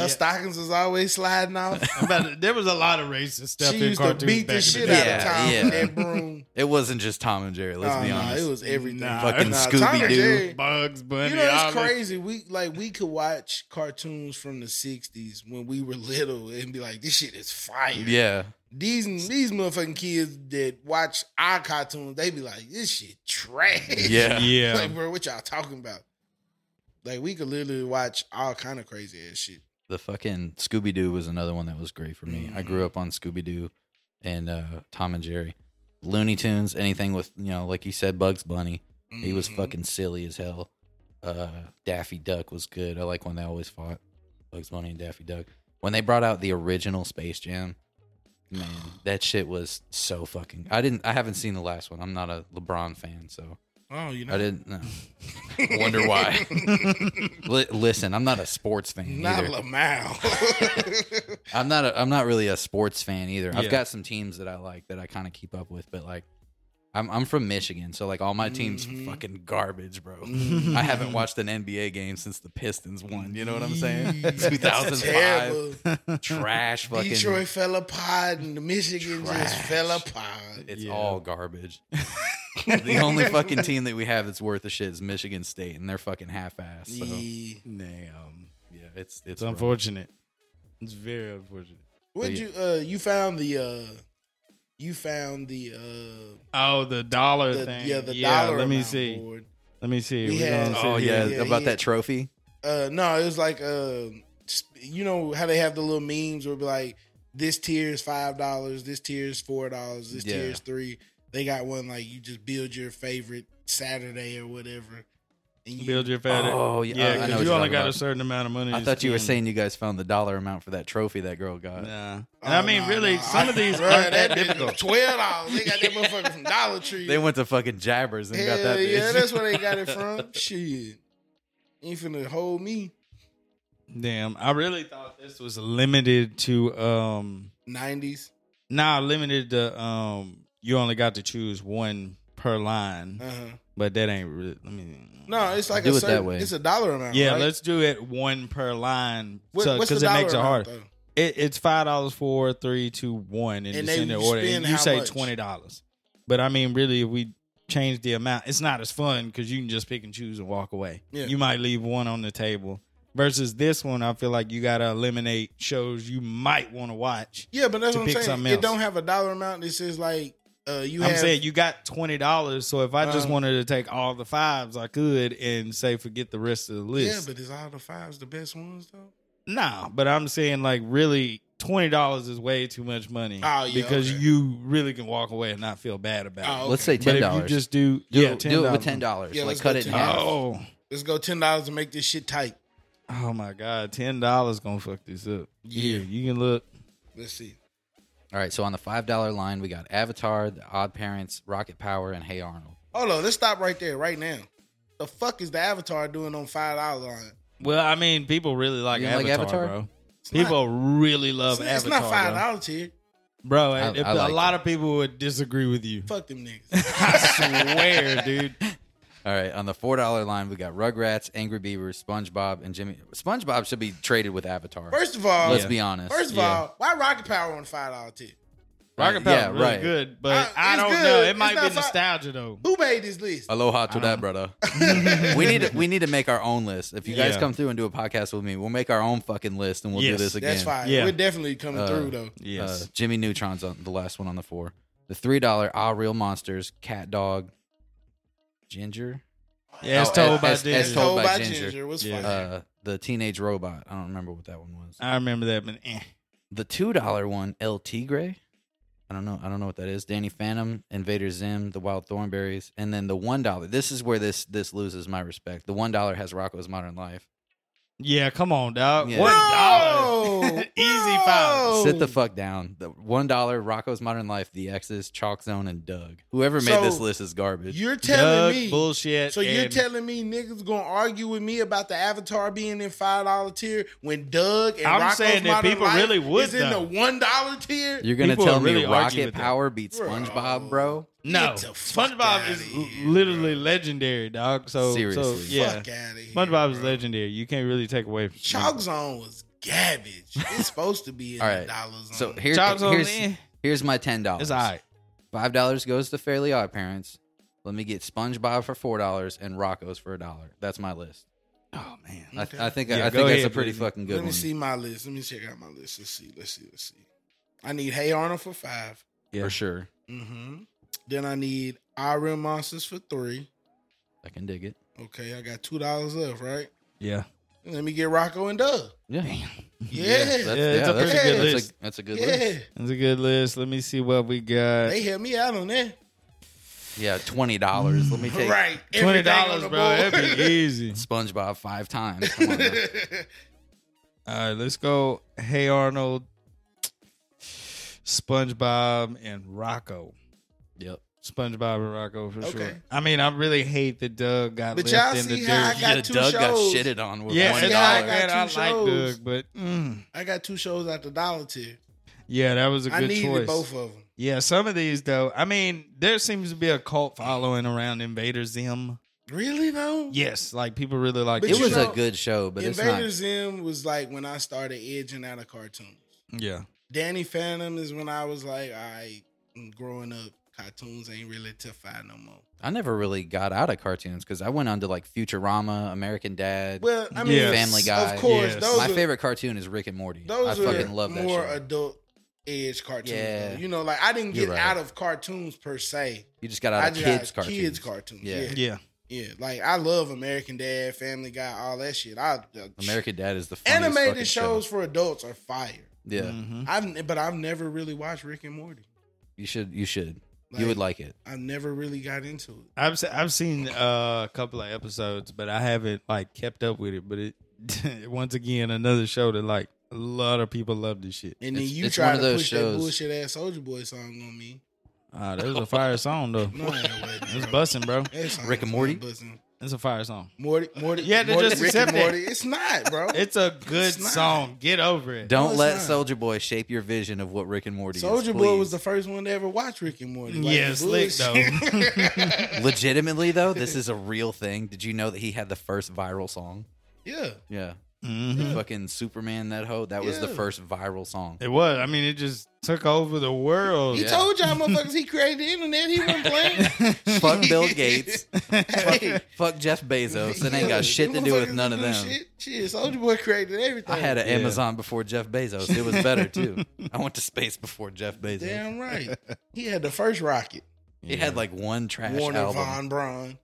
S1: Her stockings was always sliding off.
S2: But there was a lot of racist stuff
S1: she
S2: in
S1: used to
S2: cartoons
S1: beat the
S2: back in
S1: shit
S2: day.
S1: out
S3: Yeah,
S1: of Tom
S3: yeah.
S1: with that broom.
S3: It wasn't just Tom and Jerry. Let's
S1: Nah,
S3: be
S1: nah,
S3: honest.
S1: Oh, it was everything.
S2: Nah,
S3: Fucking
S1: Nah, Tom and
S3: Scooby Doo.
S1: Jerry-
S2: Bugs Bunny.
S1: You know,
S2: all
S1: it's
S2: that-
S1: crazy. We like we could watch cartoons from the '60s when we were little and be like, "This shit is fire."
S3: Yeah,
S1: These these motherfucking kids that watch our cartoons, they be like, "This shit trash."
S3: yeah.
S2: Yeah.
S1: like, bro, what y'all talking about? Like, we could literally watch all kind of crazy ass shit.
S3: the fucking Scooby Doo was another one that was great for me. I grew up on Scooby Doo and uh, Tom and Jerry, Looney Tunes, anything with you know, like you said, Bugs Bunny. He was
S1: Mhm.
S3: fucking silly as hell. Uh, Daffy Duck was good. I like when they always fought Bugs Bunny and Daffy Duck. When they brought out the original Space Jam, man, that shit was so fucking. I didn't. I haven't seen the last one. I'm not a LeBron fan, so
S1: Oh, you know.
S3: I didn't. No. Wonder why. Li- listen, I'm not a sports fan.
S1: Not
S3: either.
S1: Lamal.
S3: I'm not. A, I'm not really a sports fan either.
S2: Yeah.
S3: I've got some teams that I like that I kind of keep up with, but like, I'm I'm from Michigan, so like all my teams
S1: Mhm.
S3: fucking garbage, bro.
S1: Mm-hmm.
S3: I haven't watched an NBA game since the Pistons won. You know what I'm saying?
S1: That's
S3: 2005
S1: terrible.
S3: trash fucking.
S1: Detroit fell apart and Michigan just
S3: Trash.
S1: fell apart.
S3: It's
S2: Yeah.
S3: all garbage. the only fucking team that we have that's worth a shit is Michigan State, and they're fucking half-ass. So yeah,
S1: Yeah.
S2: Damn.
S3: it's
S2: It's
S3: it's rough.
S2: unfortunate. It's very unfortunate.
S1: What would you uh you found the uh you found the uh
S2: Oh, the dollar
S1: the,
S2: thing.
S1: yeah the dollar
S2: Let me
S1: amount
S2: see.
S1: board.
S2: Let me see.
S1: We
S2: We're
S1: had-
S2: gonna sit
S3: Oh yeah,
S2: here.
S1: yeah,
S3: about
S1: yeah.
S3: that trophy.
S1: Uh no, it was like uh sp- you know how they have the little memes where it'd be like this tier is five dollars, this tier is four dollars, this tier
S3: Yeah.
S1: is three. They got one like you just build your favorite Saturday or whatever. And you
S2: Build your fat.
S3: Oh, yeah, I- I know
S2: because
S3: what
S2: you only
S3: you're talking
S2: got a
S3: about.
S2: certain amount of money.
S3: I
S2: to
S3: thought you were
S2: spend.
S3: saying you guys found the dollar amount for that trophy that girl got.
S2: Nah. And
S1: Oh,
S2: I mean,
S1: no,
S2: really,
S1: no.
S2: some of these
S1: Bruh,
S2: aren't that
S1: bitch was
S2: difficult.
S1: Twelve dollars. They got that motherfucker from Dollar Tree.
S3: They went to fucking Jabbers and
S1: Hell
S3: got that.
S1: yeah,
S3: bitch.
S1: that's where they got it from. Shit, ain't finna hold me.
S2: Damn, I really thought this was limited to um
S1: Nineties.
S2: nah limited to um you only got to choose one per line,
S1: Uh huh.
S2: but that ain't really let me
S1: No, it's like
S3: Do
S1: a
S3: it that
S1: certain,
S3: way.
S1: It's a dollar amount.
S2: Yeah,
S1: right?
S2: let's do it one per line
S1: What-
S2: because
S1: what's the
S2: it makes it
S1: dollar
S2: harder.
S1: amount, though?
S2: It, it's five dollars for three, two, one, and,
S1: And they-
S2: descending
S1: you
S2: order.
S1: spend
S2: And you
S1: how
S2: say
S1: much?
S2: twenty dollars, but I mean, really, if we change the amount, it's not as fun because you can just pick and choose and walk away.
S1: Yeah.
S2: You might leave one on the table versus this one. I feel like you gotta eliminate shows you might want to watch.
S1: Yeah, but that's
S2: to
S1: what I'm
S2: pick
S1: saying.
S2: something
S1: It
S2: else.
S1: don't have a dollar amount. This is like uh, you
S2: I'm
S1: have.
S2: saying you got twenty dollars, so if I just
S1: Um,
S2: wanted to take all the fives I could and say forget the rest of the
S1: yeah,
S2: list,
S1: but is all the fives the best ones though?
S2: Nah, but I'm saying like really twenty dollars is way too much money.
S1: Oh, yeah,
S2: because
S1: okay.
S2: you really can walk away and not feel bad about
S1: Oh,
S2: it.
S1: okay.
S3: Let's say
S2: But
S3: ten
S2: if you
S3: dollars.
S2: just do,
S3: do,
S2: yeah,
S3: it- do it with ten
S2: $10.
S3: dollars.
S1: Yeah,
S3: like
S1: let's
S3: cut
S1: go
S3: it in
S1: $10.
S3: half.
S2: Oh,
S1: Let's go ten dollars and make this shit tight.
S2: oh my God, ten dollars gonna fuck this up. Yeah, you can look.
S1: Let's see.
S3: All right, so on the five dollar line, we got Avatar, The Odd Parents, Rocket Power, and Hey Arnold.
S1: Hold on, let's stop right there, right now. The fuck is the Avatar doing on five dollar line?
S2: Well, I mean, people really like,
S3: You
S2: Avatar,
S3: don't like Avatar?
S2: bro.
S1: It's not-
S2: People really love
S1: it's, it's
S2: Avatar,
S1: not five dollars here.
S2: bro. bro
S3: I-
S2: if-
S3: I like
S2: a lot of people would disagree with you.
S1: Fuck them niggas.
S2: I swear, dude.
S3: All right, on the four dollar line, we got Rugrats, Angry Beavers, SpongeBob, and Jimmy. SpongeBob should be traded with Avatar.
S1: First of all,
S3: Let's be honest.
S1: First of
S2: Yeah.
S1: all, why Rocket Power on five dollar tip?
S2: Rocket Power
S3: yeah,
S2: really
S3: right.
S2: good, but
S1: Uh,
S2: I
S1: it's
S2: don't
S1: good.
S2: know. It
S1: It's
S2: might
S1: not
S2: be
S1: fi-
S2: nostalgia though.
S1: Who made this list?
S3: Aloha to
S2: Uh-huh.
S3: that, brother. we need to, we need to make our own list. If you guys
S2: Yeah.
S3: come through and do a podcast with me, we'll make our own fucking list and we'll
S2: Yes,
S3: do this again.
S1: That's fine.
S2: Yeah.
S1: We're definitely coming
S3: Uh,
S1: through though.
S2: Yes.
S3: Uh, Jimmy Neutron's on the last one on the four. The three dollar Ah Real Monsters, Cat Dog, Ginger.
S2: yeah, it's
S3: oh,
S2: told
S3: as-
S2: by
S3: as-
S2: Disney.
S3: as told by Ginger.
S1: was
S2: Yeah.
S1: funny.
S3: Uh, the Teenage Robot. I don't remember what that one was.
S2: I remember that, but eh.
S3: The two dollar one, El Tigre. I don't know. I don't know what that is. Danny Phantom, Invader Zim, The Wild Thornberries, and then the one dollar. This is where this this loses my respect. The one dollar has Rocco's Modern Life.
S2: yeah, come on, dog.
S3: Yeah.
S2: One dollar,
S1: No!
S2: easy
S1: No!
S2: five.
S3: Uh, Sit the fuck down. The one dollar, Rocco's Modern Life, The X's, Chalk Zone, and Doug. Whoever made
S1: So,
S3: this list is garbage.
S1: You're
S2: Doug,
S1: telling me.
S2: bullshit.
S1: so you're
S2: and-
S1: telling me niggas gonna argue with me about the Avatar being in five dollar tier when Doug and
S2: I'm
S1: Rocko's
S2: saying that
S1: Modern
S2: people
S1: Life
S2: really would,
S1: is in
S2: though.
S1: the one dollar tier.
S3: You're gonna
S2: People
S3: tell
S2: are really
S3: me
S2: arguing
S3: Rocket
S2: with that.
S3: Power beats
S1: Bro.
S3: SpongeBob, bro?
S2: no.
S1: Get the fuck
S2: SpongeBob
S1: outta
S2: is
S1: here,
S2: literally legendary, dog. So so
S3: Seriously.
S2: yeah,
S1: Fuck out of here.
S2: SpongeBob is
S1: bro.
S2: legendary. You can't really take away from
S1: Chalk Zone was garbage. It's supposed to be in
S3: All
S1: the
S3: right.
S1: dollar zone.
S3: So here,
S2: Chalk's on
S3: here's
S2: in.
S3: here's my ten dollars.
S2: It's all right.
S3: Five dollars goes to Fairly Odd Parents. Let me get SpongeBob for four dollars and Rocco's for a dollar. That's my list.
S2: Oh man,
S1: Okay.
S3: I, I think
S2: Yeah,
S3: I
S2: go
S3: think that's
S2: ahead,
S3: a pretty
S2: Brittany.
S3: fucking good
S1: Let me
S3: one.
S1: see my list. Let me check out my list. Let's see. Let's see. Let's see. I need Hey Arnold for five.
S2: Yeah.
S3: For sure.
S1: Mm-hmm. Then I need I Real Monsters for three.
S3: I can dig it.
S1: Okay, I got two dollars left, right?
S2: yeah.
S1: Let me get Rocco and Doug.
S3: Yeah.
S1: Yeah.
S3: that's,
S2: Yeah, it's a
S3: that's,
S1: pretty good
S3: that's
S2: list.
S3: A, that's a good
S1: Yeah.
S3: list.
S2: That's a good list. Let me see what we got.
S1: They helped me out on that.
S3: Yeah, twenty dollars. Let me take
S1: Right.
S2: Twenty
S1: Everything on
S2: dollars,
S1: the
S2: bro. That'd be easy.
S3: SpongeBob five times. Come on, now.
S1: board.
S2: All right, let's go. Hey Arnold, SpongeBob, and Rocco.
S3: yep.
S2: SpongeBob and Rocco for
S1: Okay.
S2: sure. I mean, I really hate that Doug got
S1: But y'all
S2: left in the
S1: see
S2: dirt.
S1: how I got
S3: yeah,
S1: two
S3: Doug got
S1: shows.
S3: shitted on with
S2: yeah,
S3: one
S2: and
S1: how
S2: I,
S1: I
S3: dollar.
S1: got
S2: and I
S1: two
S2: like
S1: shows.
S2: Doug, but mm,
S1: I got two shows out the dollar tier.
S2: yeah, that was a
S1: I
S2: good
S1: needed
S2: choice.
S1: both of them.
S2: Yeah, some of these though. I mean, there seems to be a cult following around Invader Zim.
S1: Really though?
S2: Yes, like people really like
S1: But
S3: It
S1: you
S3: was
S1: know-
S3: a good show, but it's
S1: Invader
S3: not.
S1: Zim was like when I started edging out of cartoons.
S2: yeah.
S1: Danny Phantom is when I was like, I growing up, cartoons ain't really to find no more.
S3: I never really got out of cartoons because I went on to like Futurama, American Dad.
S1: Well, I mean,
S2: Yeah.
S3: Family Guy.
S1: Of course,
S2: Yes.
S1: those
S3: My
S1: are,
S3: favorite cartoon is Rick and Morty.
S1: Those
S3: I
S1: are
S3: fucking love that
S1: more
S3: show.
S1: adult edge cartoons.
S3: Yeah.
S1: though. you know, like I didn't
S3: You're
S1: get
S3: right.
S1: out of cartoons per se.
S3: you just got
S1: I
S3: out of
S1: just
S3: kids
S1: got
S3: cartoons.
S1: kids cartoons. Yeah.
S3: Yeah.
S1: yeah,
S2: Yeah.
S1: Like I love American Dad, Family Guy, all that shit. I uh,
S3: American Dad is the funniest fucking
S1: animated
S3: show.
S1: shows Mm. for adults are fire.
S3: Yeah,
S2: Mhm.
S1: I've but I've never really watched Rick and Morty.
S3: you should. You should. you would like it.
S1: I never really got into it.
S2: I've se- I've seen uh, a couple of episodes, but I haven't like kept up with it. But it once again another show that like a lot of people love this shit.
S1: And then
S3: It's-
S1: you
S3: it's
S1: try
S3: one
S1: to
S3: of those
S1: push that
S3: shows.
S1: bullshit ass Soldier Boy song on me.
S2: Ah, that was a fire song though.
S1: No, it wasn't,
S2: It's
S1: bro.
S2: busting, bro.
S1: That song
S3: Rick and
S1: is
S3: Morty?
S1: not buzzing.
S2: It's a fire song.
S1: Morty, Morty.
S2: You had to
S1: Morty,
S2: just
S1: Rick and
S2: accept that.
S1: Morty. It's not, bro.
S2: It's a good
S1: It's not.
S2: song. Get over it.
S3: Don't
S1: it's
S3: let
S1: not.
S3: Soldier Boy shape your vision of what Rick and Morty is.
S1: Soldier Boy was
S3: please.
S1: the first one to ever watch Rick and Morty. Like,
S2: yeah, it's lit
S1: bullshit.
S2: though.
S3: Legitimately though, this is a real thing. Did you know that he had the first viral song?
S1: yeah,
S3: Yeah.
S2: Mhm.
S3: Fucking Superman that hoe. That was the
S1: Yeah.
S3: first viral song.
S2: It was. I mean, it just took over the world.
S3: Oh,
S1: he told y'all motherfuckers he created the internet. He wasn't playing.
S3: fuck Bill Gates.
S1: Hey.
S3: Fuck Jeff Bezos. It ain't
S1: Yeah,
S3: got shit to do with
S1: motherfuckers
S3: none of
S1: do
S3: them.
S1: Shit, shit Soldier Boy created everything.
S3: I had an
S2: Yeah.
S3: Amazon before Jeff Bezos. It was better too. I went to space before Jeff Bezos.
S1: damn right. He had the first rocket.
S3: He had like one trash
S1: Warner
S3: album.
S1: Von Braun.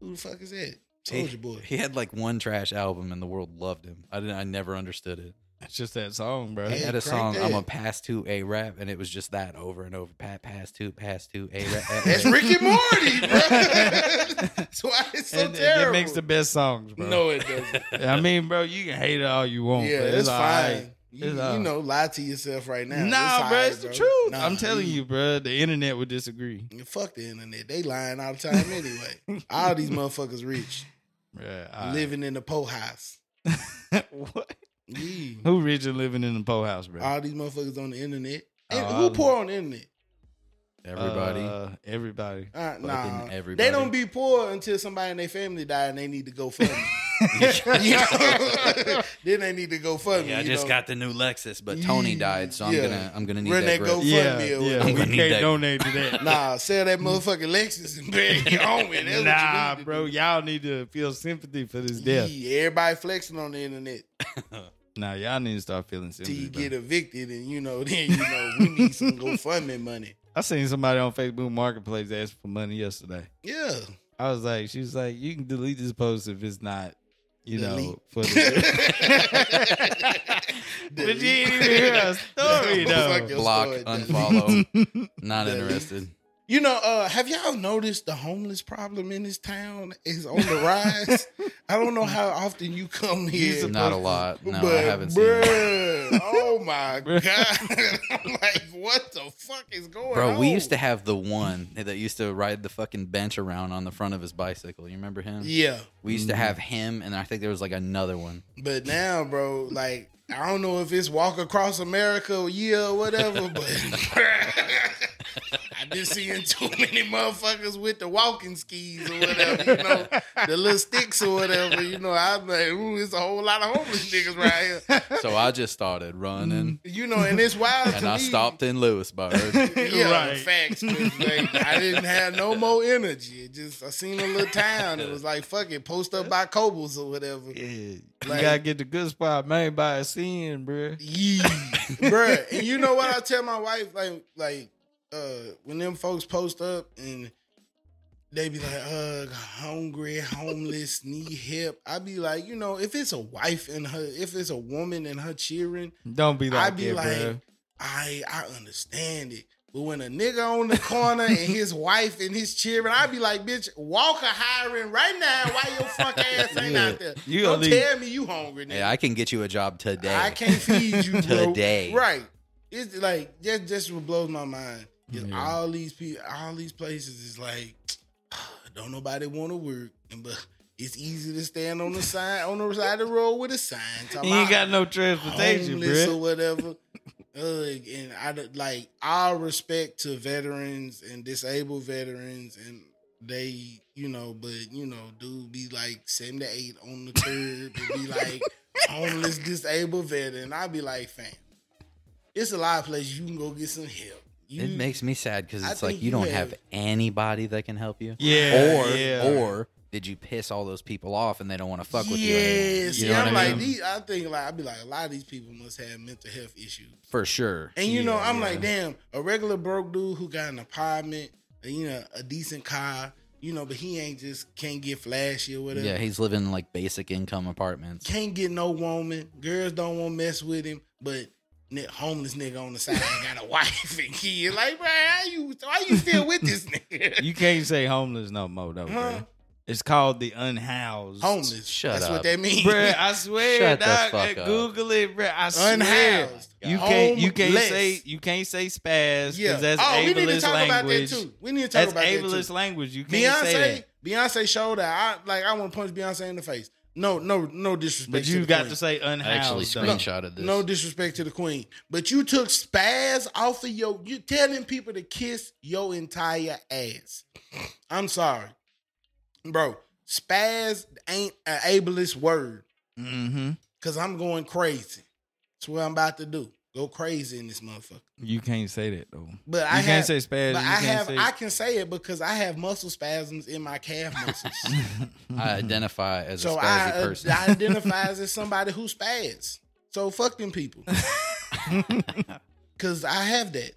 S1: Who the fuck is that? Soldier Boy.
S3: He had like one trash album, and the world loved him. I didn't. I never understood it.
S2: It's just that song, bro.
S3: He
S1: Yeah.
S3: had a
S1: crank
S3: song. I'm
S1: that.
S3: a pass to a rap, and it was just that over and over. Pat pass to pass to a rap.
S1: That's Rick and Morty, bro. That's why it's so
S2: And- and
S1: terrible.
S2: it makes the best songs, bro.
S1: no, it doesn't.
S2: I mean, bro, you can hate it all you want.
S1: yeah,
S2: but
S1: it's
S2: all
S1: fine.
S2: right.
S1: You,
S2: It's
S1: you
S2: all-
S1: know, lie to yourself right now.
S2: Nah,
S1: all
S2: bro,
S1: right,
S2: it's the truth.
S1: Nah,
S2: I'm telling you, bro. The internet would disagree.
S1: Fuck the internet. They lying all the time anyway. all these motherfuckers rich,
S2: Bruh, all right.
S1: living in the po house.
S2: what?
S1: Yeah.
S2: Who rich and living in the po house, bro?
S1: All these motherfuckers on the internet. And
S2: Oh,
S1: who
S2: I-
S1: poor on the internet?
S3: Everybody.
S2: Uh, everybody.
S1: Uh, nah,
S3: Fucking
S1: they
S3: everybody.
S1: don't be poor until somebody in their family die and they need to go for me. You know? then they need to go for me.
S3: yeah, I
S1: you
S3: just
S1: know?
S3: got the new Lexus, but Tony died, so I'm
S1: Yeah.
S3: gonna I'm gonna need
S1: Run
S3: that.
S1: that
S3: growth.
S1: GoFundMe
S2: Yeah,
S1: or
S2: yeah.
S1: whatever.
S2: We
S3: I'm gonna need
S2: can't
S3: that.
S2: donate to that.
S1: Nah, sell that motherfucking Lexus and bury your own with. That's
S2: nah,
S1: what you need to
S2: bro.
S1: do.
S2: Y'all need to feel sympathy for this death.
S1: Yeah, everybody flexing on the internet
S2: Nah, y'all need to start feeling
S1: till
S2: sympathy.
S1: you get
S2: bro.
S1: evicted, and you know, then you know we need some GoFundMe money.
S2: I seen somebody on Facebook Marketplace ask for money yesterday.
S1: Yeah,
S2: I was like, she was like, you can delete this post if it's not, you know,
S1: Delete.
S2: for the. but you
S1: Delete.
S2: didn't even hear a story
S1: Fuck
S2: though.
S1: your
S3: Block,
S1: story, Dudley.
S3: unfollow. Not
S1: Delete.
S3: interested.
S1: You know, uh, have y'all noticed the homeless problem in this town is on the rise? I don't know how often you come here.
S3: Not a lot. No, I
S1: but,
S3: haven't seen. it.
S1: bruh, Oh my god! I'm like, what the fuck is going on?
S3: Bro, we used to have the one that used to ride the fucking bench around on the front of his bicycle. You remember him?
S1: Yeah,
S3: We used to have him, and I think there was like another one.
S1: but now, bro, like, I don't know if it's Walk Across America, yeah, or whatever, but bruh, I've been seeing too many motherfuckers with the walking skis or whatever, you know, the little sticks or whatever, you know. I'm like, ooh, it's a whole lot of homeless niggas right here.
S3: So I just started running,
S1: You know, and it's wild
S3: and
S1: to
S3: I
S1: me.
S3: stopped in Lewisburg.
S1: Yeah,
S2: Right.
S1: facts. 'cause, like, I didn't have no more energy. It just I seen a little town. It was like fuck it, post up by Cobbles or whatever.
S2: Yeah.
S1: Like-
S2: you gotta get the good spot made by a sin, bruh.
S1: Yeah. Bruh. And you know what I tell my wife, like, like uh when them folks post up and they be like, "Ugh, hungry, homeless, knee hip." I be like, you know, if it's a wife and her, if it's a woman and her children,
S2: Don't be like
S1: I be
S2: that,
S1: like,
S2: bruh.
S1: I I understand it. But when a nigga on the corner and his wife and his children, I be like, bitch, walk a hiring right now. Why your fuck ass ain't out there?
S2: You
S1: Don't
S2: gonna leave-
S1: tell me you hungry, nigga.
S3: Yeah, I can get you a job today.
S1: I can't feed you bro.
S3: Today.
S1: Right. It's like that just what blows my mind. Is
S2: Yeah.
S1: all these people all these places is like don't nobody wanna work and but it's easy to stand on the sign on the side of the road with a sign talking
S2: You ain't
S1: about
S2: got no transportation,
S1: homeless or
S2: bruh.
S1: whatever. Ugh, and I don't- like all respect to veterans and disabled veterans, and they, you know, but you know, dude be like seventy eight on the curb, and be like homeless disabled veteran. I'd be like, fam, it's a lot of places you can go get some help. You,
S3: it makes me sad because
S1: I
S3: it's like
S1: think
S3: you
S1: you
S3: don't
S1: have-
S3: have anybody that can help you.
S2: Yeah,
S3: or
S2: yeah.
S3: or did you piss all those people off and they don't want to fuck with you anymore?
S1: Yes, and
S3: You know
S1: I'm
S3: what I
S1: like,
S3: mean?
S1: these, I think like I'd be like, a lot of these people must have mental health issues.
S3: For sure.
S1: And you know,
S2: Yeah,
S1: I'm
S2: yeah.
S1: like, damn, a regular broke dude who got an apartment, and, you know, a decent car, you know, but he ain't just can't get flashy or whatever.
S3: Yeah, he's living in like basic income apartments.
S1: Can't get no woman. Girls don't want to mess with him, but ni- homeless nigga on the side got a wife and kid. Like, bro, how you why you still with this nigga?
S2: You can't say homeless no more, though,
S1: Huh?
S2: bruh. It's called the unhoused.
S1: homeless.
S3: Shut
S1: That's
S3: up.
S1: what that means.
S2: Bruh, I swear,
S3: Shut the
S2: dog.
S3: fuck up.
S2: Google it, bruh. I swear.
S1: Unhoused.
S2: You can't you can't
S1: Homeless.
S2: say you can't say spaz because
S1: yeah.
S2: that's
S1: oh, we
S2: ableist
S1: need to talk about that
S2: language.
S1: too. We need to talk
S2: That's
S1: about that too.
S2: ableist language. You can't say
S1: Beyonce,
S2: that.
S1: Beyonce showed that. I like. I want to punch Beyonce in the face. No, no, no disrespect.
S2: But
S1: to
S2: you
S1: the
S2: got
S1: queen.
S2: to say unhoused.
S3: I actually
S2: though.
S3: screenshotted this.
S1: No disrespect to the queen, but you took spaz off of your. You telling people to kiss your entire ass. I'm sorry, bro. Spaz ain't an ableist word
S2: Mhm.
S1: because I'm going crazy. That's what I'm about to do. Go crazy in this motherfucker.
S2: You can't say that though.
S1: But
S2: You
S1: I
S2: can't
S1: have,
S2: say spaz.
S1: but I
S2: you can't
S1: have,
S2: say-
S1: I can say it because I have muscle spasms in my calf muscles.
S3: I identify as
S1: So
S3: a
S1: I, uh,
S3: spazzy person.
S1: I identify as somebody who spaz. So fuck them people. Cause I have that.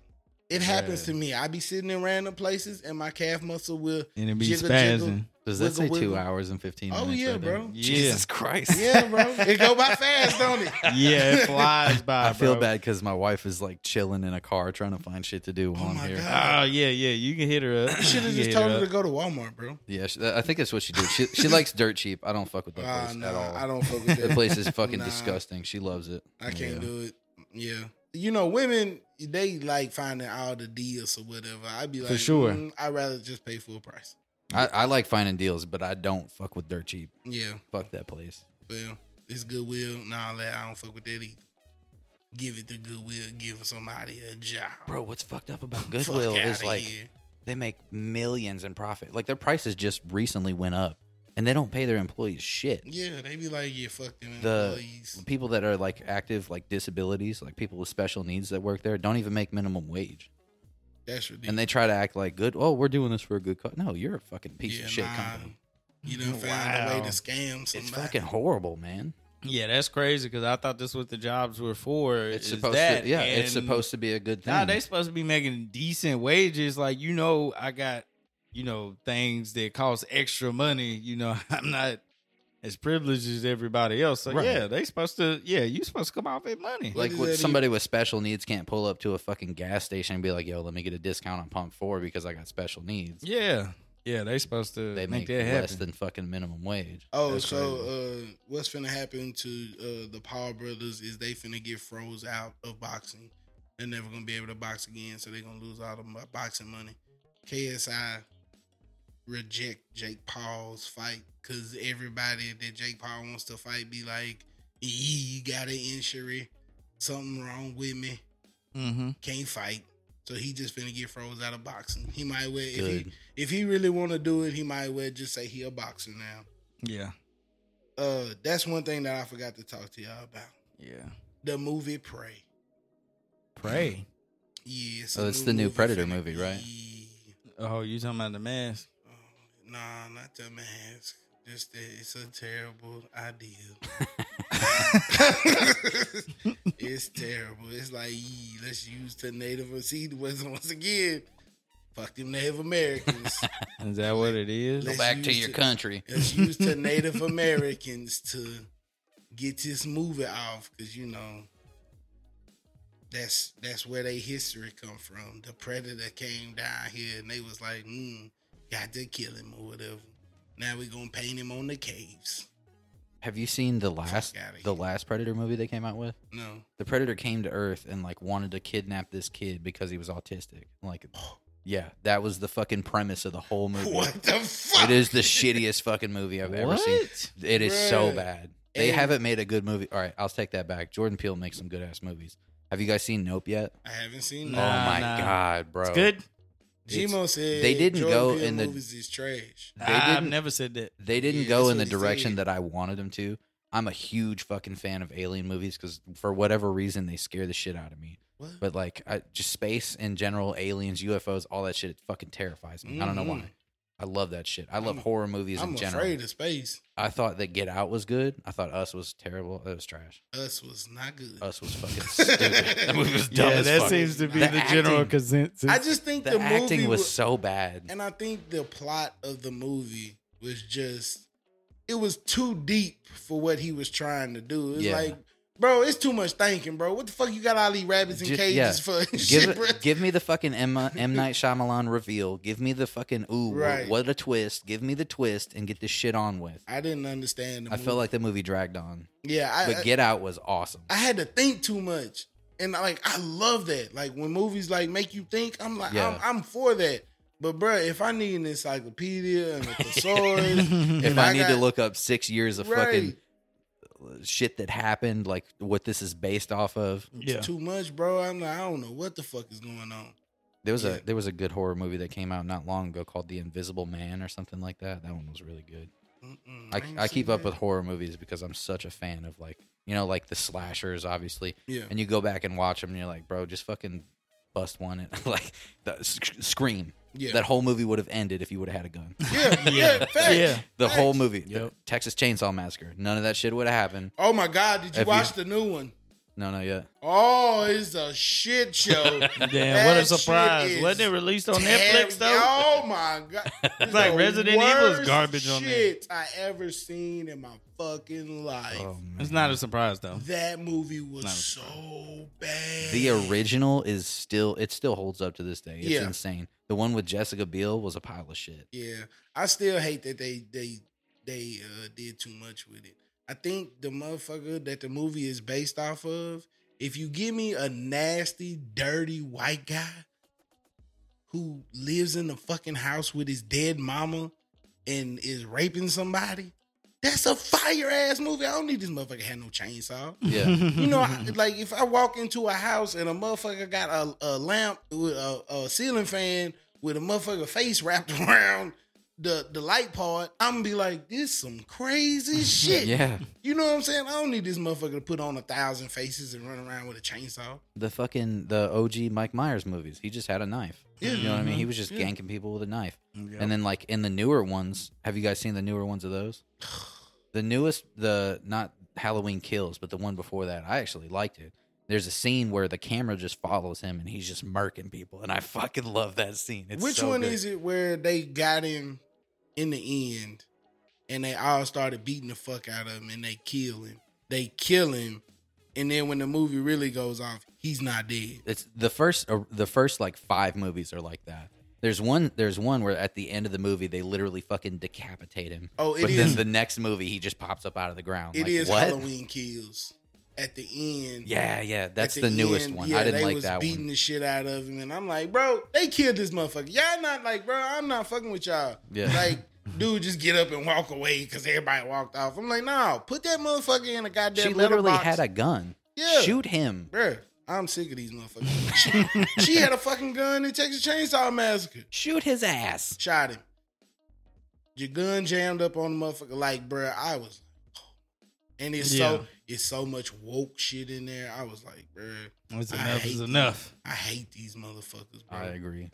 S1: It happens to me. I be sitting in random places and my calf muscle will
S2: and it be
S1: jiggle,
S2: spazzing.
S3: Does that
S1: Wiggle,
S3: say two
S1: wiggle.
S3: hours and fifteen
S1: jiggle.
S3: minutes?
S1: Oh yeah,
S3: right there?
S1: bro.
S2: Jesus Christ.
S1: Yeah, bro. It go by fast, don't it?
S2: yeah, it flies by.
S3: I feel
S2: bro.
S3: bad because my wife is like chilling in a car trying to find shit to do while
S1: Oh
S3: I'm
S1: my
S3: here.
S1: God.
S2: Oh yeah, yeah. You can hit her up.
S1: You should have
S2: You
S1: just
S2: can
S1: told
S2: hit
S1: her to go
S2: up.
S1: to Walmart, bro.
S3: Yeah, she, I think that's what she did. She, she likes dirt cheap. I don't fuck with that
S1: Ah,
S3: place
S1: nah,
S3: at all.
S1: I don't fuck with
S3: That
S1: that.
S3: place is fucking
S1: Nah.
S3: disgusting. She loves it.
S1: I can't
S3: Yeah.
S1: do it. Yeah. You know, women they like finding all the deals or whatever. I'd be like,
S2: For sure.
S1: "Mm, I'd rather just pay full price.
S3: I, I like finding deals, but I don't fuck with dirt cheap.
S1: Yeah.
S3: Fuck that place.
S1: Well, it's goodwill and all that. I don't fuck with that either. Give it to goodwill. Give somebody a job.
S3: Bro, what's fucked up about
S1: Fuck
S3: Goodwill is
S1: outta
S3: like
S1: here.
S3: they make millions in profit. Like their prices just recently went up, and they don't pay their employees shit.
S1: yeah, they be like, yeah, fuck them
S3: The-
S1: employees.
S3: People that are like active, like disabilities, like people with special needs that work there, don't even make minimum wage,
S1: That's ridiculous.
S3: and they try to act like good. Oh, we're doing this for a good cause. No, you're a fucking piece
S1: Yeah,
S3: of shit
S1: nah.
S3: company.
S1: You done found a way
S2: Wow.
S1: to scam somebody.
S3: It's fucking horrible, man.
S2: Yeah, that's crazy because I thought that's what the jobs were for.
S3: It's
S2: is
S3: supposed
S2: that,
S3: to, yeah, it's
S2: and-
S3: supposed to be a good thing.
S2: Nah, they supposed to be making decent wages. Like you know, I got you know things that cost extra money. You know, I'm not as privileged as everybody else. So
S3: Right.
S2: yeah, they supposed to. Yeah, you supposed to come off with money.
S1: What
S3: like
S1: is
S3: what
S1: that even-
S3: somebody with special needs can't pull up to a fucking gas station and be like, "Yo, let me get a discount on pump four because I got special needs."
S2: yeah, yeah, they supposed to
S3: They
S2: make,
S3: make,
S2: that
S3: less
S2: happen.
S3: than fucking minimum wage.
S1: oh,
S2: That's
S1: so uh, what's finna happen to uh, the Paul brothers is they finna get froze out of boxing. They're never gonna be able to box again, so they're gonna lose all the mo- boxing money. KSI reject Jake Paul's fight because everybody that Jake Paul wants to fight be like, "Ee, you got an injury, something wrong with me,
S2: mm-hmm.
S1: can't fight. So he just finna get froze out of boxing. He might well if he
S3: Good.
S1: if he really want to do it, he might well just say he a boxer now.
S2: Mm-hmm. Yeah,
S1: Uh, that's one thing that I forgot to talk to y'all about.
S2: yeah.
S1: The movie Prey.
S2: Pray.
S1: Yeah,
S3: Oh,
S1: a
S3: it's the new Predator
S1: finna
S3: movie, right?
S1: be-
S2: Oh, you talking about the mask?
S1: Oh, Nah, not the mask. Just that it's a terrible idea. it's terrible. It's like yee, let's use the native. See, once once again, Fuck them Native Americans.
S2: Is that what it is?
S1: Let-
S3: Go
S1: Let's
S3: back to
S1: use
S3: your
S1: it.
S3: country.
S1: it's used to Native Americans to get this movie off because you know that's that's where they history come from. The predator came down here and they was like, mm, got to kill him or whatever. Now we gonna paint him on the caves.
S3: Have you seen the last
S1: outta
S3: the
S1: here.
S3: last Predator movie they came out with?
S1: No,
S3: The Predator came to Earth and like wanted to kidnap this kid because he was autistic. Like, yeah, that was the fucking premise of the whole movie.
S1: what the fuck?
S3: It is the shittiest fucking movie I've ever seen. It is so
S1: Bruh.
S3: bad. They
S1: And-
S3: haven't made a good movie. All right, I'll take that back. Jordan Peele makes some good ass movies. Have you guys seen Nope yet?
S1: I haven't seen
S2: Nah,
S1: that.
S3: oh my
S2: nah.
S3: god, bro!
S2: It's good.
S3: It's-
S1: Gmo said
S3: they didn't
S1: Jordan
S3: go
S1: Peele
S3: in the-
S1: movies is trash.
S3: They
S2: I've
S3: didn't-
S2: never said that.
S3: They didn't
S1: Yeah,
S3: go
S1: that's
S3: in the
S1: what he
S3: direction
S1: said.
S3: that I wanted them to. I'm a huge fucking fan of alien movies because for whatever reason they scare the shit out of me.
S1: What?
S3: But like, I, just space in general, aliens, UFOs, all that shit, it fucking terrifies me. I don't know why.
S1: Mhm.
S3: I love that shit. I love
S1: I'm-
S3: horror movies
S1: I'm
S3: in general.
S1: afraid of space.
S3: I thought that Get Out was good. I thought Us was terrible. It was trash.
S1: Us was not good.
S3: Us was fucking stupid. That movie was dumb
S2: Yeah,
S3: as
S2: that
S3: fuck.
S2: seems to be the,
S3: The
S2: general
S3: acting.
S2: consensus.
S1: I just think
S3: the,
S1: the,
S3: acting
S1: movie
S3: was,
S1: wa-
S3: so bad.
S1: And I think the plot of the movie was just it was too deep for what he was trying to do. It's
S3: Yeah.
S1: like, bro, it's too much thinking, bro. What the fuck you got all these rabbits in
S3: Ju-
S1: cages
S3: yeah.
S1: for? and
S3: Give,
S1: Shit, bro.
S3: it- give me the fucking Emma, M. Night Shyamalan reveal. Give me the fucking, ooh, wh-
S1: Right.
S3: what a twist. Give me the twist and get this shit on with.
S1: I didn't understand the
S3: I
S1: movie.
S3: felt like the movie dragged on.
S1: yeah, I,
S3: But Get Out was awesome.
S1: I had to think too much. And like I love that. Like when movies like make you think, I'm like
S3: Yeah.
S1: I'm, I'm for that. But bruh, if I need an encyclopedia and a thesaurus,
S3: if I, need to
S1: got-
S3: look up six years of
S1: right,
S3: fucking shit that happened, like what this is based off of.
S2: yeah.
S1: too much, bro. I'm like, I don't know what the fuck is going on.
S3: There was
S1: Yeah.
S3: a there was a good horror movie that came out not long ago called The Invisible Man or something like that. That one was really good.
S1: Mm-mm,
S3: I,
S1: ain't
S3: I keep
S1: seen
S3: up
S1: that.
S3: with horror movies because I'm such a fan of like you know like the slashers obviously,
S1: yeah.
S3: and you go back and watch them and you're like, bro, just fucking bust one and like the, sc- scream.
S1: Yeah.
S3: That whole movie would have ended if you would have had a gun.
S1: yeah, yeah, facts.
S2: Yeah.
S3: The whole
S1: Facts.
S3: movie,
S2: Yep.
S3: Texas Chainsaw Massacre, none of that shit would have happened.
S1: Oh my God, did you
S3: If you-
S1: watch the new one?
S3: No, no, yeah.
S1: Oh, it's a shit show.
S2: Damn, what
S1: That
S2: a
S1: shit
S2: surprise.
S1: is
S2: Wasn't it released on
S1: Damn,
S2: Netflix, though?
S1: Oh my God. It's
S2: like
S1: the
S2: Resident Evil is
S1: worst
S2: garbage on there.
S1: Shit I ever seen in my fucking life.
S3: Oh, man.
S2: It's not a surprise, though.
S1: That movie was
S2: No.
S1: so bad.
S3: The original is still it still holds up to this day. It's
S1: Yeah.
S3: insane. The one with Jessica Biel was a pile of shit.
S1: Yeah, I still hate that they they they uh, did too much with it. I think the motherfucker that the movie is based off of. If you give me a nasty, dirty white guy who lives in the fucking house with his dead mama and is raping somebody, that's a fire ass movie. I don't need this motherfucker to have no chainsaw.
S3: Yeah.
S1: You know, I, like if I walk into a house and a motherfucker got a, a lamp with a, a ceiling fan with a motherfucker face wrapped around the the light part, I'm gonna be like, this some crazy shit.
S3: yeah.
S1: You know what I'm saying? I don't need this motherfucker to put on a thousand faces and run around with a chainsaw.
S3: The fucking the OG Mike Myers movies. He just had a knife.
S1: Yeah. Mm-hmm.
S3: You know what I mean? He was just
S1: Yeah.
S3: ganking people with a knife. And then like in the newer ones, have you guys seen the newer ones of those? The newest the not Halloween Kills, but the one before that, I actually liked it. There's a scene where the camera just follows him and he's just murking people, and I fucking love that scene. It's
S1: Which
S3: so
S1: one
S3: good.
S1: is it where they got him in the end and they all started beating the fuck out of him and they kill him? They kill him, and then when the movie really goes off, he's not dead.
S3: it's the first uh, the first like five movies are like that. There's one there's one where at the end of the movie they literally fucking decapitate him.
S1: Oh, it
S3: but
S1: is-
S3: then the next movie he just pops up out of the ground.
S1: It
S3: like,
S1: is
S3: what?
S1: Halloween Kills at the end.
S3: Yeah, yeah, that's
S1: At
S3: the, newest
S1: end,
S3: one.
S1: yeah,
S3: I didn't
S1: they
S3: like
S1: was
S3: that
S1: beating
S3: one.
S1: the shit out of him, and I'm like, bro, they killed this motherfucker. Y'all not like, bro, I'm not fucking with y'all.
S3: Yeah.
S1: Like, dude, just get up and walk away because everybody walked off. I'm like, no, put that motherfucker in a goddamn.
S3: She literally
S1: letterbox.
S3: had a gun.
S1: Yeah.
S3: Shoot him.
S1: Bruh, I'm sick of these motherfuckers. she, she had a fucking gun in Texas Chainsaw Massacre.
S3: Shoot his ass.
S1: Shot him. Your gun jammed up on the motherfucker. Like, bruh, I was and it's
S2: Yeah.
S1: so it's so much woke shit in there. I was like, bruh,
S2: What's
S1: I
S2: enough
S1: hate
S2: is
S1: you.
S2: enough.
S1: I hate these motherfuckers, bro.
S3: I
S1: I,
S3: agree.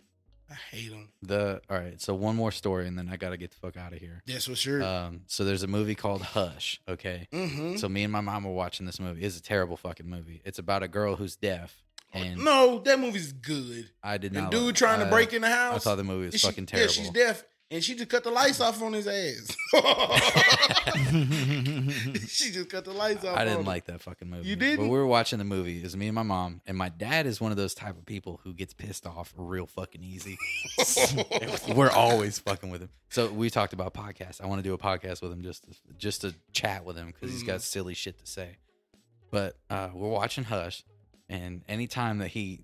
S1: hate them.
S3: The all right, so one more story and then I got to get the fuck out of here.
S1: That's for sure.
S4: Uh,
S3: Um so there's a movie called Hush, okay?
S1: mm-hmm.
S3: So me and my mom were watching this movie. It's a terrible fucking movie. It's about a girl who's deaf
S4: And
S1: No, that movie's good.
S4: I did
S1: And
S4: not.
S1: dude
S4: like-
S1: trying
S4: I-
S1: to break in the house.
S4: I thought the movie was
S1: and she-
S4: fucking terrible.
S1: Yeah, she's deaf, and she just cut the lights off on his ass. she just cut the lights off.
S4: I
S1: on
S4: didn't
S1: him.
S4: like that fucking movie.
S1: You
S4: But
S1: didn't?
S4: we were watching the movie. It was me and my mom, and my dad is one of those type of people who gets pissed off real fucking easy. we're always fucking with him. So we talked about podcasts. I want to do a podcast with him just to, just to chat with him because he's got silly shit to say. But uh, we're watching Hush, and anytime that he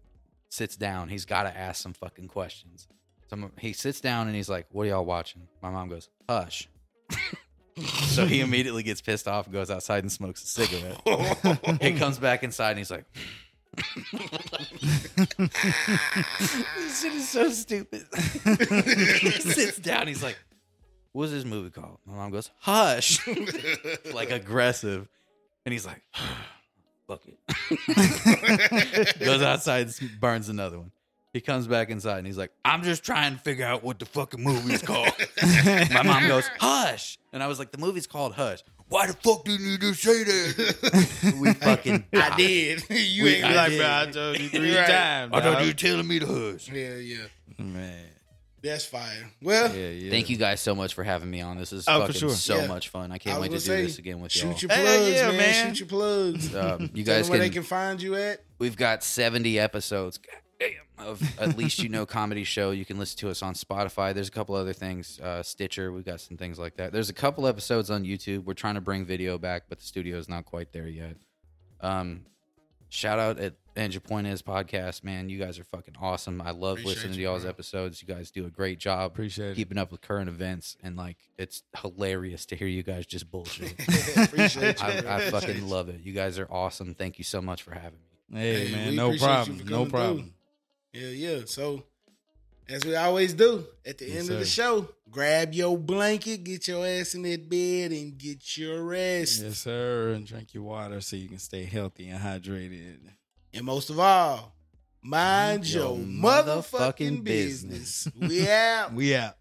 S4: sits down, he's got to ask some fucking questions. So I'm- he sits down and he's like, "What are y'all watching?" My mom goes, "Hush." so he immediately gets pissed off and goes outside and smokes a cigarette. he comes back inside and he's like, "This shit is so stupid." he sits down. He's like, "What's this movie called?" My mom goes, "Hush." like aggressive, and he's like, "Fuck it." goes outside and burns another one. He comes back inside and he's like, "Ah," I'm just trying to figure out what the fucking movie's called. My mom goes, Hush. And I was like, The movie's called Hush. Why the fuck didn't you just say that? we fucking
S1: I did. you
S4: We-
S1: ain't
S4: I
S1: like.
S2: like, bro, I told you three
S1: Right.
S2: times.
S4: I thought
S2: dog.
S4: you were telling me to hush.
S1: Yeah, yeah.
S2: Man.
S1: That's fire. Well,
S2: Yeah, yeah.
S3: Thank you guys so much for having me on. This is
S2: Oh, for
S3: fucking
S2: sure.
S3: so
S1: Yeah.
S3: much fun. I
S1: I
S3: can't
S1: was
S3: wait to do
S1: gonna say,
S3: this again with y'all.
S1: shoot your
S2: Hey,
S1: plugs,
S2: yeah,
S1: man.
S2: man.
S1: Shoot your plugs.
S3: Um, you
S1: Tell
S3: guys
S1: them where
S3: can,
S1: they can find you at.
S3: We've got 70 episodes goddamn, of At Least You Know Comedy Show. You can listen to us on Spotify. There's a couple other things, uh, Stitcher. We've got some things like that. There's a couple episodes on YouTube. We're trying to bring video back, but the studio's not quite there yet. Um, shout out at and your point is podcast, man. You guys are fucking awesome. I love
S1: Appreciate
S3: listening to
S1: you,
S3: y'all's
S1: bro.
S3: episodes. You guys do a great job
S2: Appreciate it.
S3: keeping up with current events, and like it's hilarious to hear you guys just bullshit.
S1: Appreciate you.
S3: I,
S1: bro.
S3: I
S1: Appreciate
S3: fucking
S1: you.
S3: love it. You guys are awesome. Thank you so much for having me.
S2: Hey,
S1: Hey,
S2: man,
S1: we
S2: no
S1: appreciate you
S2: problem.
S1: for
S2: No
S1: coming
S2: problem.
S1: Yeah, yeah. So, as we always do at the
S2: Yes,
S1: end of the
S2: sir.
S1: show, grab your blanket, get your ass in that bed, and get your rest.
S2: Yes, sir. And drink your water so you can stay healthy and hydrated.
S1: And most of all, mind
S3: Mind your
S1: your,
S3: motherfucking
S1: motherfucking business. we out.
S2: We out.